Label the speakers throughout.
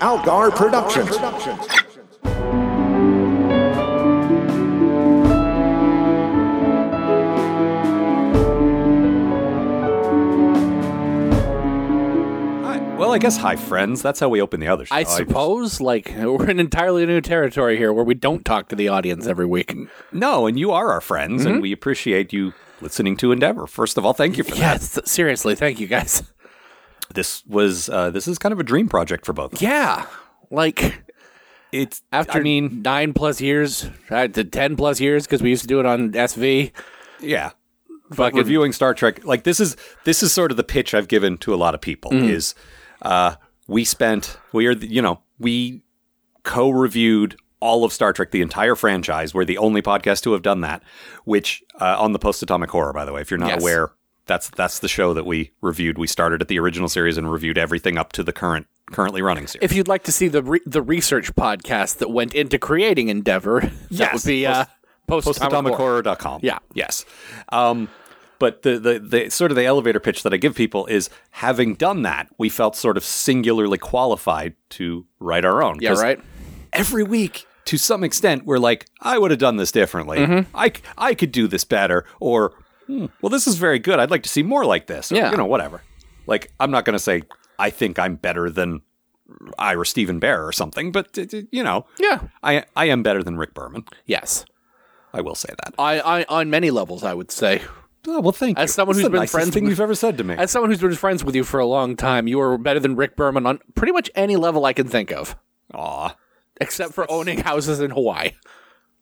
Speaker 1: Algar Productions.
Speaker 2: Hi. Well, I guess hi, friends. That's how we open the others.
Speaker 3: I suppose, like, we're in entirely new territory here where we don't talk to the audience every week.
Speaker 2: No, and you are our friends,
Speaker 3: Mm-hmm.
Speaker 2: and we appreciate you listening to Endeavor. First of all, thank you for that.
Speaker 3: Yes, seriously. Thank you guys.
Speaker 2: This was uh, this is kind of a dream project for both.
Speaker 3: Yeah. Like,
Speaker 2: It's
Speaker 3: after
Speaker 2: I mean,
Speaker 3: nine plus years, uh, to 10 plus years, because we used to do it on SV.
Speaker 2: yeah.
Speaker 3: Fucking,
Speaker 2: reviewing Star Trek, like this is this is sort of the pitch I've given to a lot of people is uh, we spent we are the- you know we co-reviewed all of Star Trek, the entire franchise. We're the only podcast to have done that, which uh, on the Post Atomic Horror, by the way, if you're not
Speaker 3: Yes.
Speaker 2: aware, that's that's the show that we reviewed. We started at the original series and reviewed everything up to the current currently running series.
Speaker 3: if you'd like to see the re- the research podcast that went into creating Endeavor, that
Speaker 2: Yes.
Speaker 3: would be uh, post atomic horror.
Speaker 2: postatomichorror.com.
Speaker 3: Yeah.
Speaker 2: Yes. Um, but the, the the sort of the elevator pitch that I give people is having done that, we felt sort of singularly qualified to write our own.
Speaker 3: Yeah,
Speaker 2: 'Cause
Speaker 3: right.
Speaker 2: Every week, to some extent, we're like, I would have done this differently.
Speaker 3: Mm-hmm.
Speaker 2: I c I I could do this better, or "Hmm, well, this is very good. I'd like to see more like this. Or,
Speaker 3: Yeah.
Speaker 2: you know, whatever. Like, I'm not going to say I think I'm better than Ira Stephen Bear or something, but uh, uh, you know,
Speaker 3: Yeah.
Speaker 2: I I am better than Rick Berman.
Speaker 3: Yes.
Speaker 2: I will say that.
Speaker 3: I, I on many levels, I would say.
Speaker 2: Oh, well, thank
Speaker 3: As
Speaker 2: you.
Speaker 3: someone
Speaker 2: That's
Speaker 3: who's
Speaker 2: the
Speaker 3: been
Speaker 2: nicest
Speaker 3: friends
Speaker 2: thing
Speaker 3: with-
Speaker 2: you've ever said to me.
Speaker 3: As someone who's been friends with you for a long time, you are better than Rick Berman on pretty much any level I can think of,
Speaker 2: Aw,
Speaker 3: except for owning houses in Hawaii.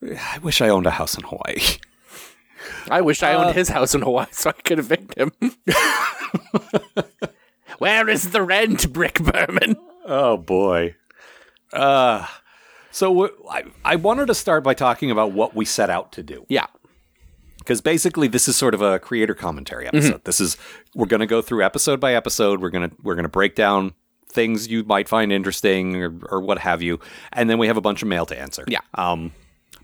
Speaker 2: I wish I owned a house in Hawaii.
Speaker 3: I wish I owned his house in Hawaii so I could evict him. Where is the rent, Rick Berman?
Speaker 2: oh boy. Uh, so wh- I I wanted to start by talking about what we set out to do
Speaker 3: Yeah.
Speaker 2: because basically this is sort of a creator commentary
Speaker 3: Mm-hmm.
Speaker 2: episode. This is we're going to go through episode by episode. We're gonna we're gonna break down things you might find interesting or, or what have you, and then we have a bunch of mail to answer.
Speaker 3: Yeah.
Speaker 2: Um,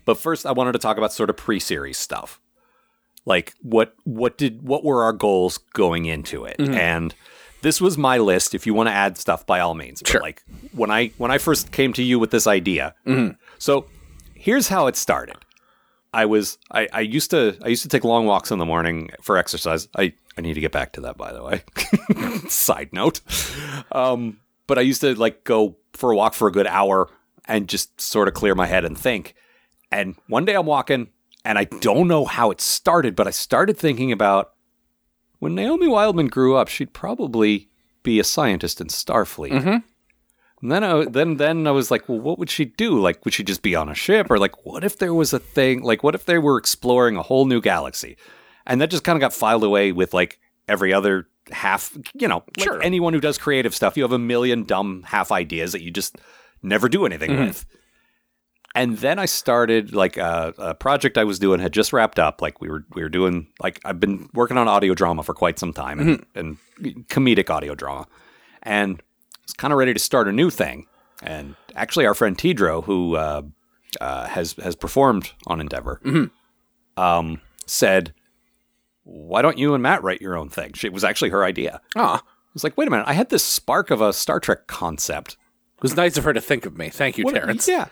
Speaker 2: but first, I wanted to talk about sort of pre-series stuff, like what what did what were our goals going into it,
Speaker 3: Mm-hmm.
Speaker 2: and this was my list. If you want to add stuff, by all means. But,
Speaker 3: Sure.
Speaker 2: Like when I when I first came to you with this idea,
Speaker 3: Mm-hmm.
Speaker 2: so here's how it started. I was I, I used to I used to take long walks in the morning for exercise. I, I need to get back to that by the way. Side note. Um but I used to like go for a walk for a good hour and just sort of clear my head and think. And one day I'm walking and I don't know how it started, but I started thinking about when Naomi Wildman grew up, she'd probably be a scientist in Starfleet. And then I then then I was like, well, what would she do? Like, would she just be on a ship, or like, what if there was a thing? Like, what if they were exploring a whole new galaxy? And that just kind of got filed away with like every other half. You know, like
Speaker 3: Sure.
Speaker 2: anyone who does creative stuff, you have a million dumb half ideas that you just never do anything with. And then I started like a, a project I was doing had just wrapped up. Like we were we were doing like I've been working on audio drama for quite some time and, and comedic audio drama, and was kind of ready to start a new thing. And actually, our friend Tidro, who uh, uh, has has performed on Endeavor, um, said, "Why don't you and Matt write your own thing?" She- It was actually her idea. I
Speaker 3: Ah.
Speaker 2: was like, "Wait a minute! I had this spark of a Star Trek concept.
Speaker 3: It was nice of her to think of me. Thank you,
Speaker 2: What-
Speaker 3: Terrence.
Speaker 2: Yeah.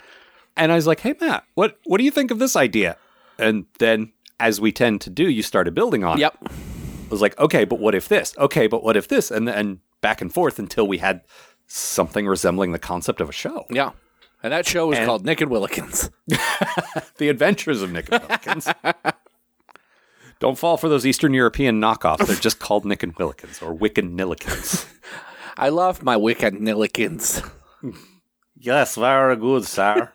Speaker 2: And I was like, hey, Matt, what, what do you think of this idea? And then, as we tend to do, you started building on it.
Speaker 3: Yep.
Speaker 2: I was like, okay, but what if this? Okay, but what if this? And then back and forth until we had something resembling the concept of a show
Speaker 3: Yeah. And that show was
Speaker 2: And-
Speaker 3: called Nick and Willikins.
Speaker 2: The Adventures of Nick and Willikins. Don't fall for those Eastern European knockoffs. They're just called Nick and Willikins or Wiccan Nillikins.
Speaker 3: I love my wicked Nillikins.
Speaker 2: Yes, very good, sir.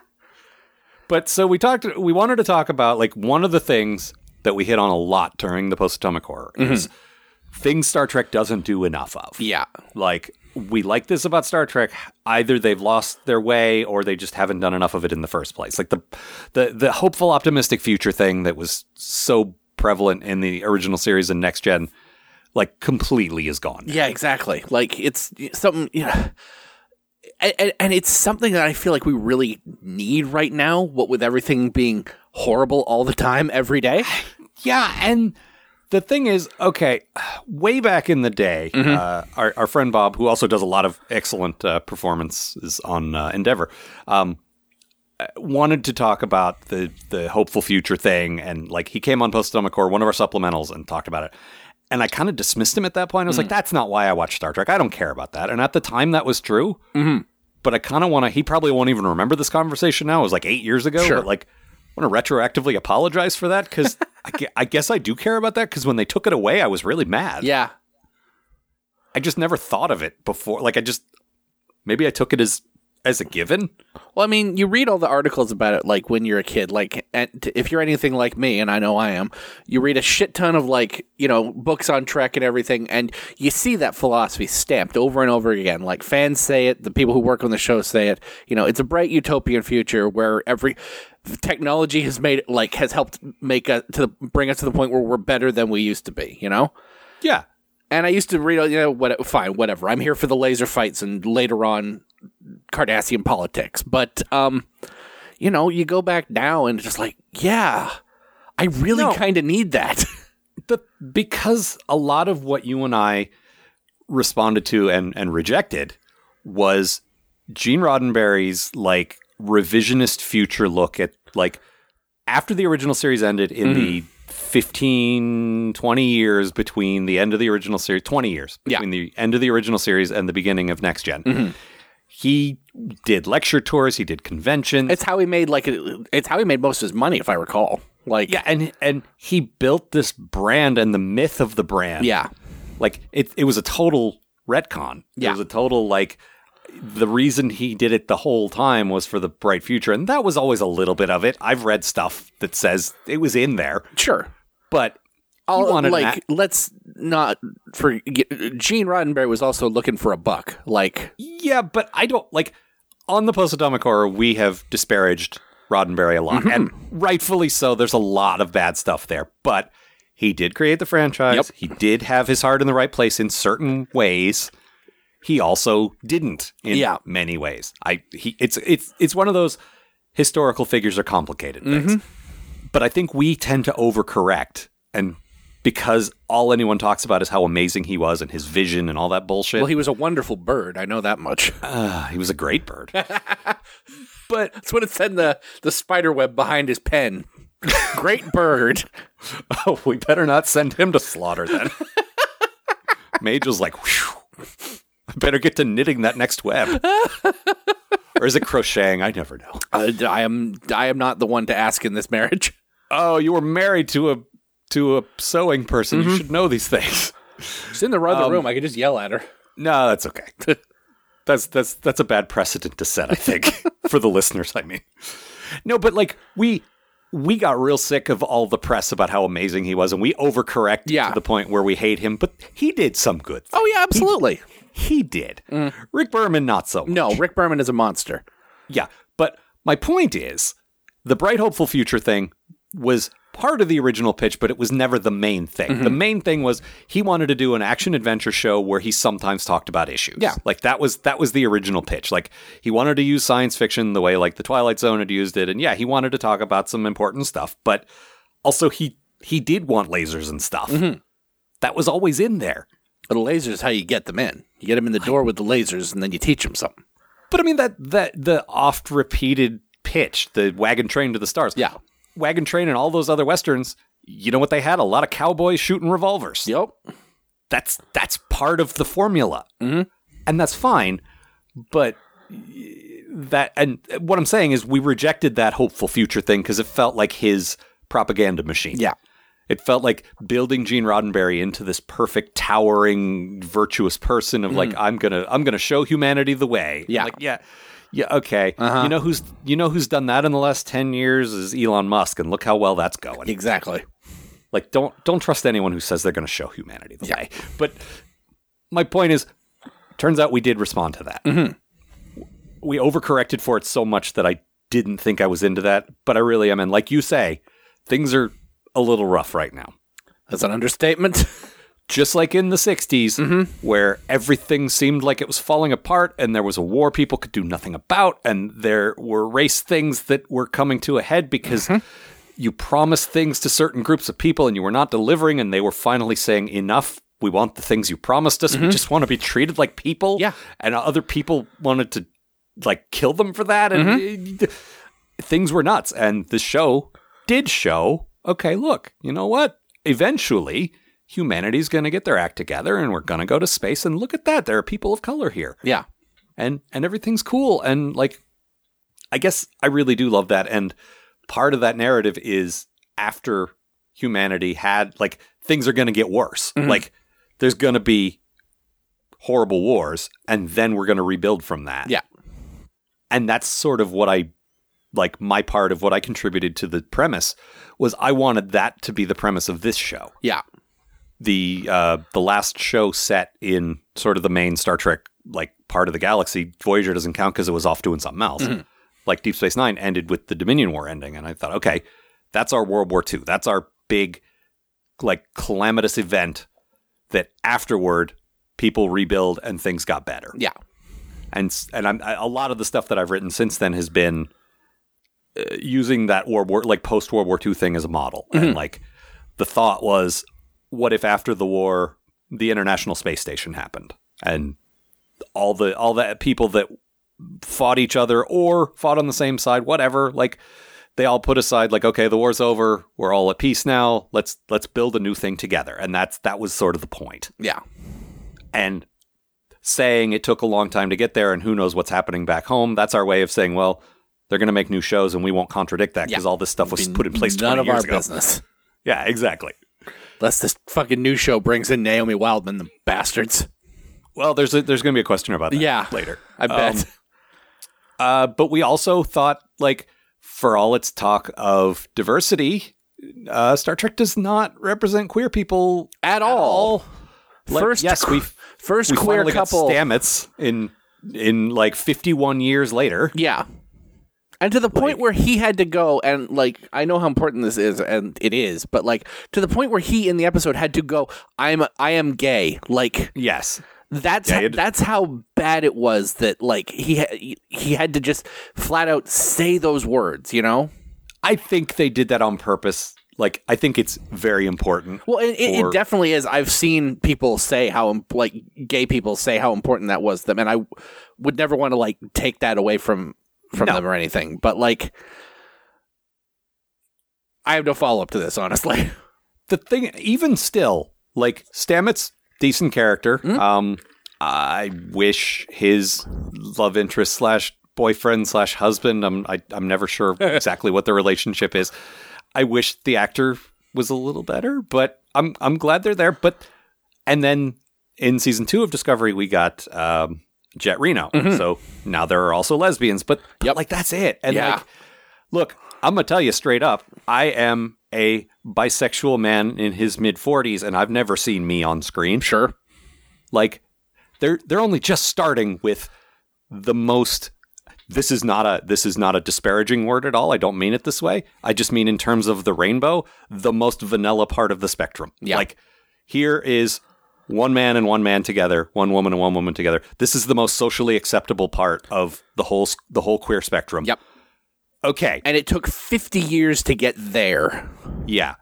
Speaker 2: but so we talked. We wanted to talk about like one of the things that we hit on a lot during the post atomic horror is things Star Trek doesn't do enough of.
Speaker 3: Yeah.
Speaker 2: Like we like this about Star Trek. Either they've lost their way, or they just haven't done enough of it in the first place. Like the the the hopeful, optimistic future thing that was so prevalent in the original series and Next Gen, like completely is gone.
Speaker 3: Yeah, exactly. Like it's something, you know, and, and it's something that I feel like we really need right now. What with everything being horrible all the time, every day.
Speaker 2: Yeah, and the thing is, okay, way back in the day, uh, our, our friend Bob, who also does a lot of excellent uh, performances on uh, Endeavor, um, uh, wanted to talk about the the hopeful future thing, and like he came on Post Stomach Core, one of our supplementals, and talked about it. And I kind of dismissed him at that point. I was
Speaker 3: Mm.
Speaker 2: like, "That's not why I watch Star Trek. I don't care about that." And at the time, that was true.
Speaker 3: Mm-hmm.
Speaker 2: But I kind of want to. He probably won't even remember this conversation now. It was like eight years ago.
Speaker 3: Sure.
Speaker 2: But like, I want to retroactively apologize for that because I, gue- I guess I do care about that because when they took it away, I was really mad.
Speaker 3: Yeah.
Speaker 2: I just never thought of it before. Like I just maybe I took it as as a given.
Speaker 3: Well, I mean, you read all the articles about it, like when you're a kid. Like, and t- if you're anything like me, and I know I am, you read a shit ton of like, you know, books on Trek and everything, and you see that philosophy stamped over and over again. Like fans say it, the people who work on the show say it. You know, it's a bright utopian future where every technology has made it like has helped make us to the, bring us to the point where we're better than we used to be. You know.
Speaker 2: Yeah.
Speaker 3: And I used to read, you know, what, fine, whatever. I'm here for the laser fights and later on Cardassian politics. But, um, you know, you go back now and it's just like, yeah, I really
Speaker 2: No.
Speaker 3: kind of need that.
Speaker 2: the because a lot of what you and I responded to and and rejected was Gene Roddenberry's like revisionist future look at like after the original series ended in the
Speaker 3: Mm-hmm.
Speaker 2: 15 20 years between the end of the original series 20 years
Speaker 3: Yeah.
Speaker 2: between
Speaker 3: Mm-hmm.
Speaker 2: the end of the original series and the beginning of next general he did lecture tours he did conventions
Speaker 3: it's how he made, like, it's how he made most of his money, if I recall. Like,
Speaker 2: yeah and and he built this brand and the myth of the brand
Speaker 3: yeah.
Speaker 2: like it it was a total retcon.
Speaker 3: Yeah.
Speaker 2: It was a total like the reason he did it the whole time was for the bright future and that was always a little bit of it. I've read stuff that says it was in there,
Speaker 3: Sure.
Speaker 2: but
Speaker 3: i
Speaker 2: wanted
Speaker 3: like,
Speaker 2: an
Speaker 3: let's not forget. Gene Roddenberry was also looking for a buck. Like,
Speaker 2: yeah, but I don't like on the post atomic horror we have disparaged Roddenberry a lot and
Speaker 3: Mm-hmm.
Speaker 2: rightfully so. There's a lot of bad stuff there, but he did create the franchise.
Speaker 3: Yep.
Speaker 2: He did have his heart in the right place in certain ways. he also didn't in
Speaker 3: Yeah.
Speaker 2: many ways. I he it's it's it's one of those historical figures are complicated things.
Speaker 3: Mm-hmm.
Speaker 2: But I think we tend to overcorrect and because all anyone talks about is how amazing he was and his vision and all that bullshit.
Speaker 3: well, he was a wonderful bird. I know that much.
Speaker 2: Ah, he was a great bird. but
Speaker 3: That's what it said in the, the spider web behind his pen. Great bird.
Speaker 2: oh, we better not send him to slaughter then. Mage was like, "Whew, I better get to knitting that next web. or is it crocheting? I never know.
Speaker 3: Uh, I am I am not the one to ask in this marriage.
Speaker 2: oh, you were married to a to a sewing person. You should know these things.
Speaker 3: She's in the other room. I can just yell at her.
Speaker 2: No, that's okay. that's that's that's a bad precedent to set, I think, for the listeners, I mean. No, but like we we got real sick of all the press about how amazing he was and we overcorrect
Speaker 3: Yeah.
Speaker 2: to the point where we hate him, but he did some good.
Speaker 3: Oh yeah, absolutely.
Speaker 2: He did. Rick Berman not so. much.
Speaker 3: No, Rick Berman is a monster.
Speaker 2: Yeah, but my point is the bright hopeful future thing was part of the original pitch, but it was never the main thing. The
Speaker 3: Mm-hmm.
Speaker 2: main thing was he wanted to do an action adventure show where he sometimes talked about issues.
Speaker 3: Yeah.
Speaker 2: Like that was that was the original pitch. Like he wanted to use science fiction the way like the Twilight Zone had used it. And yeah, he wanted to talk about some important stuff, but also he he did want lasers and stuff.
Speaker 3: Mm-hmm.
Speaker 2: That was always in there.
Speaker 3: But a laser is how you get them in. You get them in the door with the lasers, and then you teach them something.
Speaker 2: But I mean that that the oft repeated pitch, the wagon train to the stars.
Speaker 3: Yeah.
Speaker 2: Wagon Train and all those other westerns, you know what they had? A lot of cowboys shooting revolvers.
Speaker 3: Yep.
Speaker 2: That's that's part of the formula,
Speaker 3: Mhm.
Speaker 2: and that's fine. But that and what I'm saying is, we rejected that hopeful future thing because it felt like his propaganda machine.
Speaker 3: Yeah.
Speaker 2: It felt like building Gene Roddenberry into this perfect, towering, virtuous person of like, I'm gonna, I'm gonna show humanity the way.
Speaker 3: Yeah.
Speaker 2: like, yeah, yeah, okay. You know who's, you know who's done that in the last ten years is Elon Musk, and look how well that's going.
Speaker 3: Exactly.
Speaker 2: Like, don't, don't trust anyone who says they're gonna show humanity the way. But my point is, turns out we did respond to that. We overcorrected for it so much that I didn't think I was into that, but I really am. And like you say, things are a little rough right now
Speaker 3: That's an understatement.
Speaker 2: just like in the 60s, where everything seemed like it was falling apart and there was a war people could do nothing about, and there were race things that were coming to a head because you promised things to certain groups of people and you were not delivering and they were finally saying enough we want the things you promised us we just want to be treated like people
Speaker 3: Yeah.
Speaker 2: and other people wanted to like kill them for that and it- things were nuts and the show did show okay look you know what eventually humanity's going to get their act together and we're going to go to space and look at that there are people of color here
Speaker 3: Yeah.
Speaker 2: and and everything's cool and like i guess i really do love that and part of that narrative is after humanity had like things are going to get worse
Speaker 3: Mm-hmm.
Speaker 2: like there's going to be horrible wars and then we're going to rebuild from that
Speaker 3: Yeah.
Speaker 2: and that's sort of what i like my part of what i contributed to the premise was i wanted that to be the premise of this show
Speaker 3: Yeah.
Speaker 2: the uh, the last show set in sort of the main Star Trek like part of the galaxy, Voyager doesn't count because it was off doing something else. Like Deep Space Nine ended with the Dominion War ending, and I thought, okay, that's our World War II. That's our big, like calamitous event that afterward people rebuild and things got better
Speaker 3: Yeah.
Speaker 2: and s- and I'm I, a lot of the stuff that I've written since then has been uh, using that World War like post World War II thing as a model, and like the thought was, what if after the war the International Space Station happened and all the all the people that fought each other or fought on the same side, whatever, like they all put aside like okay the war's over we're all at peace now let's let's build a new thing together and that's that was sort of the point
Speaker 3: Yeah.
Speaker 2: and saying it took a long time to get there and who knows what's happening back home that's our way of saying well they're going to make new shows and we won't contradict that because
Speaker 3: Yeah.
Speaker 2: all this stuff was
Speaker 3: Be
Speaker 2: put in place 20
Speaker 3: None of
Speaker 2: years
Speaker 3: our
Speaker 2: ago
Speaker 3: business.
Speaker 2: yeah exactly
Speaker 3: Unless this fucking new show brings in Naomi Wildman, the bastards.
Speaker 2: well there's a, there's going to be a question about that
Speaker 3: Yeah.
Speaker 2: later
Speaker 3: I bet.
Speaker 2: Um, uh, but we also thought like for all its talk of diversity uh, star trek does not represent queer people
Speaker 3: At all.
Speaker 2: Like,
Speaker 3: first,
Speaker 2: yes we
Speaker 3: first
Speaker 2: we
Speaker 3: queer
Speaker 2: finally
Speaker 3: couple.
Speaker 2: got Stamets in in like 51 years later
Speaker 3: Yeah. And to the point where he had to go and like I know how important this is and it is, but like to the point where he in the episode had to go, I'm I am gay. Like
Speaker 2: yes
Speaker 3: that's
Speaker 2: Yeah, he had to-
Speaker 3: that's how bad it was that like he ha- he had to just flat out say those words, you know?
Speaker 2: I think they did that on purpose. Like, I think it's very important.
Speaker 3: Well, it, it,
Speaker 2: for-
Speaker 3: it definitely is. I've seen people say how im- like gay people say how important that was to them, and I would never want to like take that away from from
Speaker 2: No.
Speaker 3: them or anything. But like, I have no follow up to this, honestly.
Speaker 2: the thing, even still, like Stamets, decent character. Um, I wish his love interest slash boyfriend slash husband. I'm I, I'm never sure exactly what their relationship is. I wish the actor was a little better, but I'm I'm glad they're there. But and then in season two of Discovery, we got um, Jet Reno. So now there are also lesbians, but, but
Speaker 3: Mm-hmm. Yep.
Speaker 2: like that's it. And
Speaker 3: Yeah.
Speaker 2: like Look, I'm going to tell you straight up. I am a bisexual man in his mid 40s and I've never seen me on screen.
Speaker 3: Sure.
Speaker 2: Like they're they're only just starting with the most this is not a this is not a disparaging word at all. I don't mean it this way. I just mean in terms of the rainbow, the most vanilla part of the spectrum.
Speaker 3: Yeah.
Speaker 2: Like here is one man and one man together, one woman and one woman together. This is the most socially acceptable part of the whole s- the whole queer spectrum.
Speaker 3: Yep.
Speaker 2: Okay.
Speaker 3: And it took fifty years to get there.
Speaker 2: yeah,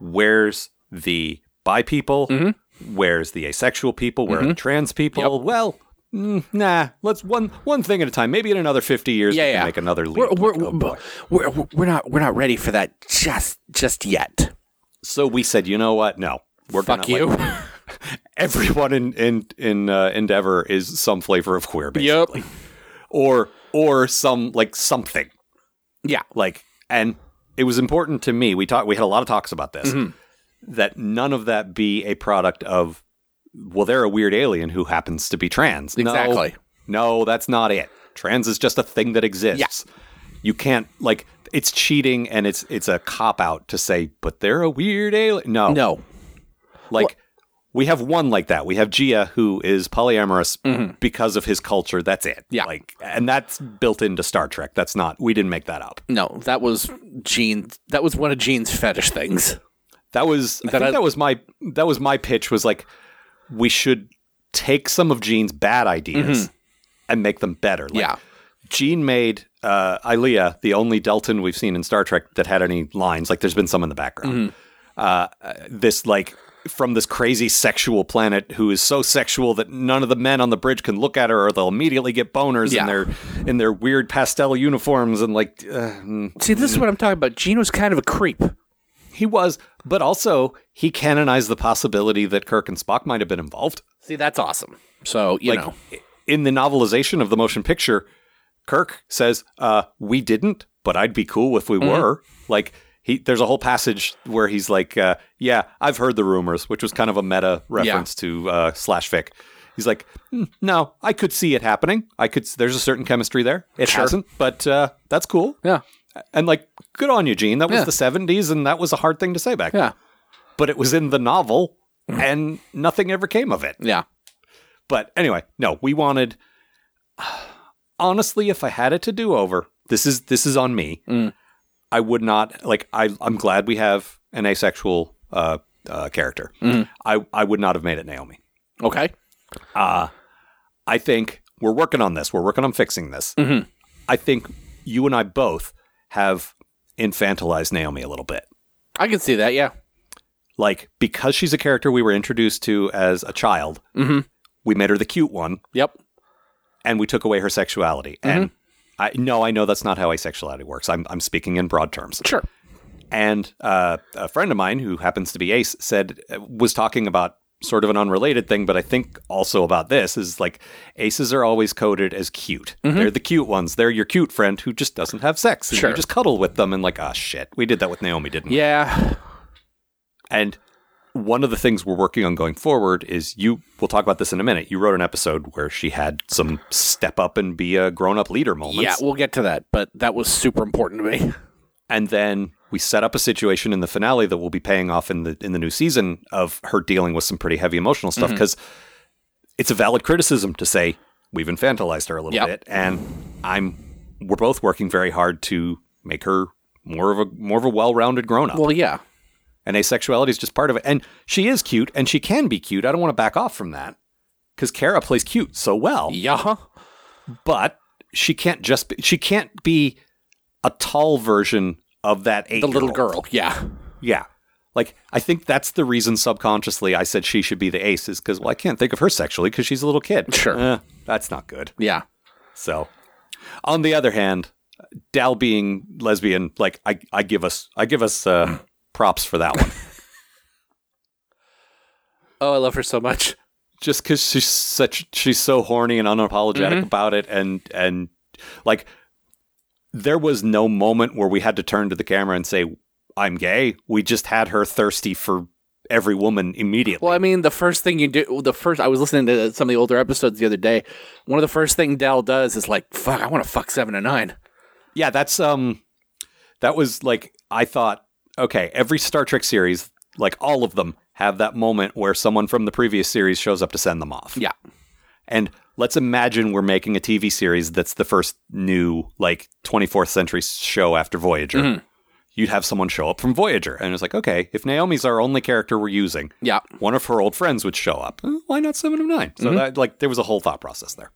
Speaker 2: where's the bi people?
Speaker 3: Mm-hmm.
Speaker 2: Where's the asexual people? Where are the trans people? Well, mm, nah. Let's one one thing at a time. Maybe in another fifty years,
Speaker 3: Yeah,
Speaker 2: we can
Speaker 3: yeah.
Speaker 2: make another leap.
Speaker 3: We're we're,
Speaker 2: Like, oh, boy.
Speaker 3: we're, we're, we're not we're not ready for that just just yet.
Speaker 2: so we said, you know what? No, we're
Speaker 3: Fuck
Speaker 2: gonna,
Speaker 3: you.
Speaker 2: like, everyone in in in uh, Endeavor is some flavor of queer, basically,
Speaker 3: yep.
Speaker 2: or or some like something.
Speaker 3: Yeah.
Speaker 2: like and it was important to me we talked we had a lot of talks about this
Speaker 3: Mm-hmm.
Speaker 2: that none of that be a product of well they're a weird alien who happens to be trans No.
Speaker 3: Exactly.
Speaker 2: no, that's not it trans is just a thing that exists you can't like it's cheating and it's it's a cop out to say but they're a weird alien no
Speaker 3: Oh. No.
Speaker 2: like we have one like that. We have Gia who is polyamorous because of his culture. That's it.
Speaker 3: Yeah.
Speaker 2: Like and that's built into Star Trek. That's not we didn't make that up.
Speaker 3: No. That was Gene. That was one of Gene's fetish things.
Speaker 2: That was I
Speaker 3: That
Speaker 2: think
Speaker 3: I-
Speaker 2: that was my that was my pitch was like we should take some of Gene's bad ideas and make them better. Like,
Speaker 3: Mm-hmm. Yeah.
Speaker 2: Gene made uh, Ilea, the only Delton we've seen in Star Trek that had any lines, like there's been some in the background.
Speaker 3: Mm-hmm.
Speaker 2: Uh, this like from this crazy sexual planet who is so sexual that none of the men on the bridge can look at her or they'll immediately get boners
Speaker 3: Yeah.
Speaker 2: in their in their weird pastel uniforms and like uh,
Speaker 3: See, this is what I'm talking about. Gino's kind of a creep.
Speaker 2: he was, but also he canonized the possibility that Kirk and Spock might have been involved.
Speaker 3: See, that's awesome. So, you
Speaker 2: Like
Speaker 3: know.
Speaker 2: in the novelization of the motion picture, Kirk says, uh, "We didn't, but I'd be cool if we
Speaker 3: Mm-hmm.
Speaker 2: were." Like he, there's a whole passage where he's like, uh, "Yeah, I've heard the rumors," which was kind of a meta reference to uh, slash fic. He's like, "Mm, "No, I could see it happening. I could. s- There's a certain chemistry there. It hasn't, but uh, that's cool."
Speaker 3: Yeah.
Speaker 2: And like, good on you, Gene. That was
Speaker 3: Yeah.
Speaker 2: the '70s, and that was a hard thing to say back. then.
Speaker 3: Yeah.
Speaker 2: But it was in the novel, and nothing ever came of it.
Speaker 3: Yeah.
Speaker 2: But anyway, no, we wanted. Honestly, if I had it to do over, this is this is on me.
Speaker 3: Mm.
Speaker 2: I would not like. I I'm glad we have an asexual uh, uh, character.
Speaker 3: Mhm.
Speaker 2: I I would not have made it Naomi.
Speaker 3: Okay.
Speaker 2: Uh, I think we're working on this. We're working on fixing this.
Speaker 3: Mhm.
Speaker 2: I think you and I both have infantilized Naomi a little bit.
Speaker 3: I can see that. Yeah.
Speaker 2: Like because she's a character we were introduced to as a child,
Speaker 3: Mhm.
Speaker 2: we made her the cute one.
Speaker 3: Yep.
Speaker 2: and we took away her sexuality. And I no, I know that's not how asexuality works. I'm I'm speaking in broad terms.
Speaker 3: Sure.
Speaker 2: And uh, a friend of mine who happens to be ace said uh, was talking about sort of an unrelated thing, but I think also about this is like aces are always coded as cute. They're the cute ones. They're your cute friend who just doesn't have sex. And
Speaker 3: Sure.
Speaker 2: You just cuddle with them and like, ah, shit, we did that with Naomi, didn't we?
Speaker 3: Yeah.
Speaker 2: And one of the things we're working on going forward is you. We'll talk about this in a minute. You wrote an episode where she had some step up and be a grown up leader moments.
Speaker 3: Yeah. We'll get to that, but that was super important to me.
Speaker 2: and then we set up a situation in the finale that will be paying off in the in the new season of her dealing with some pretty heavy emotional stuff
Speaker 3: Mm-hmm.
Speaker 2: because it's a valid criticism to say we've infantilized her a little
Speaker 3: Yep.
Speaker 2: bit and I'm we're both working very hard to make her more of a more of a well-rounded grown-up
Speaker 3: Well, yeah.
Speaker 2: and asexuality is just part of it and she is cute and she can be cute I don't want to back off from that because Kara plays cute so well
Speaker 3: Yeah.
Speaker 2: but she can't just be, she can't be a tall version of that eight
Speaker 3: The little girl. Yeah.
Speaker 2: yeah. Like, I think that's the reason subconsciously I said she should be the ace is because, well, I can't think of her sexually because she's a little kid.
Speaker 3: Sure.
Speaker 2: Eh, that's not good.
Speaker 3: Yeah.
Speaker 2: So, on the other hand, Dal being lesbian, like, I, I give us, I give us uh, props for that one.
Speaker 3: Oh, I love her so much.
Speaker 2: Just because she's such, she's so horny and unapologetic about it. And, and like, there was no moment where we had to turn to the camera and say, I'm gay. We just had her thirsty for every woman immediately.
Speaker 3: Well, I mean, the first thing you do, the first, I was listening to some of the older episodes the other day. One of the first thing Dell does is like, fuck, I want to fuck seven and nine.
Speaker 2: yeah that's um that was like i thought okay every star trek series like all of them have that moment where someone from the previous series shows up to send them off
Speaker 3: Yeah.
Speaker 2: and let's imagine we're making a tv series that's the first new like 24th century show after voyager
Speaker 3: Mm-hmm.
Speaker 2: you'd have someone show up from voyager and it's like okay if naomi's our only character we're using
Speaker 3: Yeah. Mm-hmm.
Speaker 2: one of her old friends would show up. Eh, Why not seven of nine? So that like there was a whole thought process there.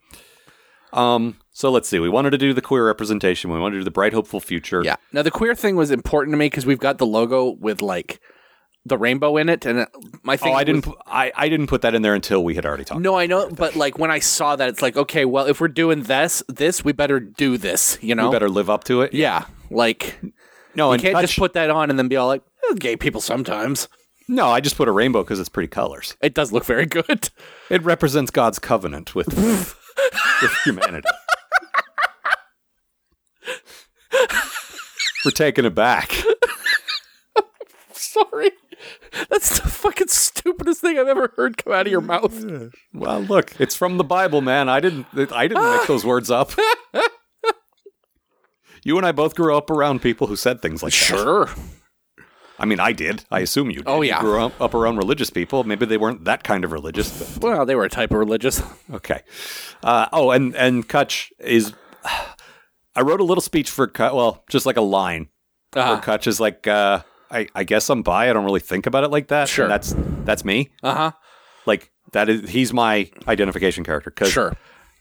Speaker 2: Um, so let's see. We wanted to do the queer representation. We wanted to do the bright, hopeful future.
Speaker 3: Yeah. Now the queer thing was important to me because we've got the logo with like the rainbow in it, and it- my thing.
Speaker 2: Oh, I
Speaker 3: was-
Speaker 2: didn't. pu- I, I didn't put that in there until we had already talked.
Speaker 3: No, I know, but like when I saw that, it's like, okay, well, if we're doing this, this we better do this. You know.
Speaker 2: We better live up to it.
Speaker 3: Yeah. Like you
Speaker 2: No, and
Speaker 3: can't
Speaker 2: touch-
Speaker 3: just put that on and then be all like, "Eh, gay people sometimes.
Speaker 2: no. I just put a rainbow because it's pretty colors.
Speaker 3: It does look very good.
Speaker 2: It represents God's covenant with with humanity. We're taking it back.
Speaker 3: Sorry. That's the fucking stupidest thing I've ever heard come out of your mouth.
Speaker 2: Well, look, it's from the Bible, man. I didn't I didn't make those words up. you and I both grew up around people who said things like that.
Speaker 3: Sure.
Speaker 2: I mean, I did. I assume you did.
Speaker 3: Oh,
Speaker 2: You
Speaker 3: yeah.
Speaker 2: grew up, up around religious people. Maybe they weren't that kind of religious, but
Speaker 3: Well, they were a type of religious.
Speaker 2: okay. Uh, oh, and and Kutch is I wrote a little speech for Kutch, well, just like a line. Where
Speaker 3: Uh
Speaker 2: Kutch is like uh I, I guess I'm bi. I don't really think about it like that.
Speaker 3: Sure.
Speaker 2: And that's that's me.
Speaker 3: huh.
Speaker 2: Like that is he's my identification character 'cause
Speaker 3: Sure.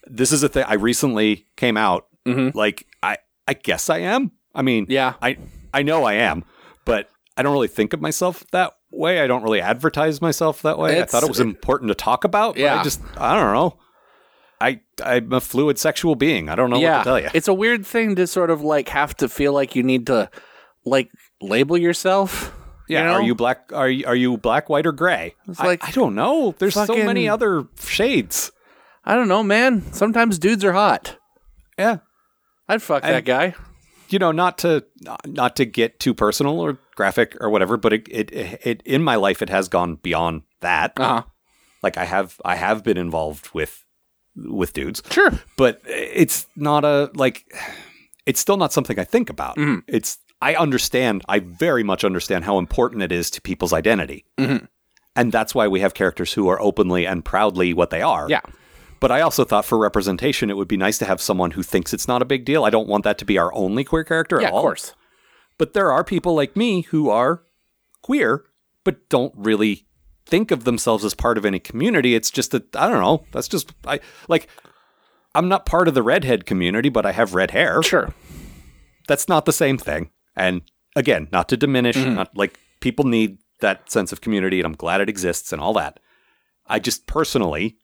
Speaker 2: this is a thing I recently came out. Like I I guess I am. I mean,
Speaker 3: Mm-hmm. Yeah.
Speaker 2: I I know I am, but I don't really think of myself that way. I don't really advertise myself that way.
Speaker 3: It's-
Speaker 2: I thought it was important to talk about. but
Speaker 3: Yeah.
Speaker 2: I just I don't know. I I'm a fluid sexual being. I don't know what to tell you.
Speaker 3: It's a weird thing to sort of like have to feel like you need to like label yourself.
Speaker 2: yeah,
Speaker 3: know?
Speaker 2: are you black? Are you, are you black, white, or gray? I,
Speaker 3: like
Speaker 2: I don't know. There's so
Speaker 3: fucking-
Speaker 2: many other shades.
Speaker 3: I don't know, man. Sometimes dudes are hot.
Speaker 2: Yeah,
Speaker 3: I'd fuck that guy.
Speaker 2: you know, not to not- not to get too personal or graphic or whatever, but it it, it in my life it has gone beyond that.
Speaker 3: Uh huh.
Speaker 2: Like I have I have been involved with with dudes,
Speaker 3: Sure.
Speaker 2: but it's not a like it's still not something I think about.
Speaker 3: Mm-hmm.
Speaker 2: It's I understand, I very much understand how important it is to people's identity.
Speaker 3: Mm-hmm.
Speaker 2: And that's why we have characters who are openly and proudly what they are.
Speaker 3: Yeah.
Speaker 2: But I also thought for representation, it would be nice to have someone who thinks it's not a big deal. I don't want that to be our only queer character
Speaker 3: Yeah,
Speaker 2: at
Speaker 3: of
Speaker 2: all.
Speaker 3: course.
Speaker 2: But there are people like me who are queer, but don't really think of themselves as part of any community. It's just that I don't know. That's just I like. I'm not part of the redhead community, but I have red hair.
Speaker 3: Sure.
Speaker 2: That's not the same thing. And again, not to diminish, not like people need that sense of community, and I'm glad it exists and all that. I just personally,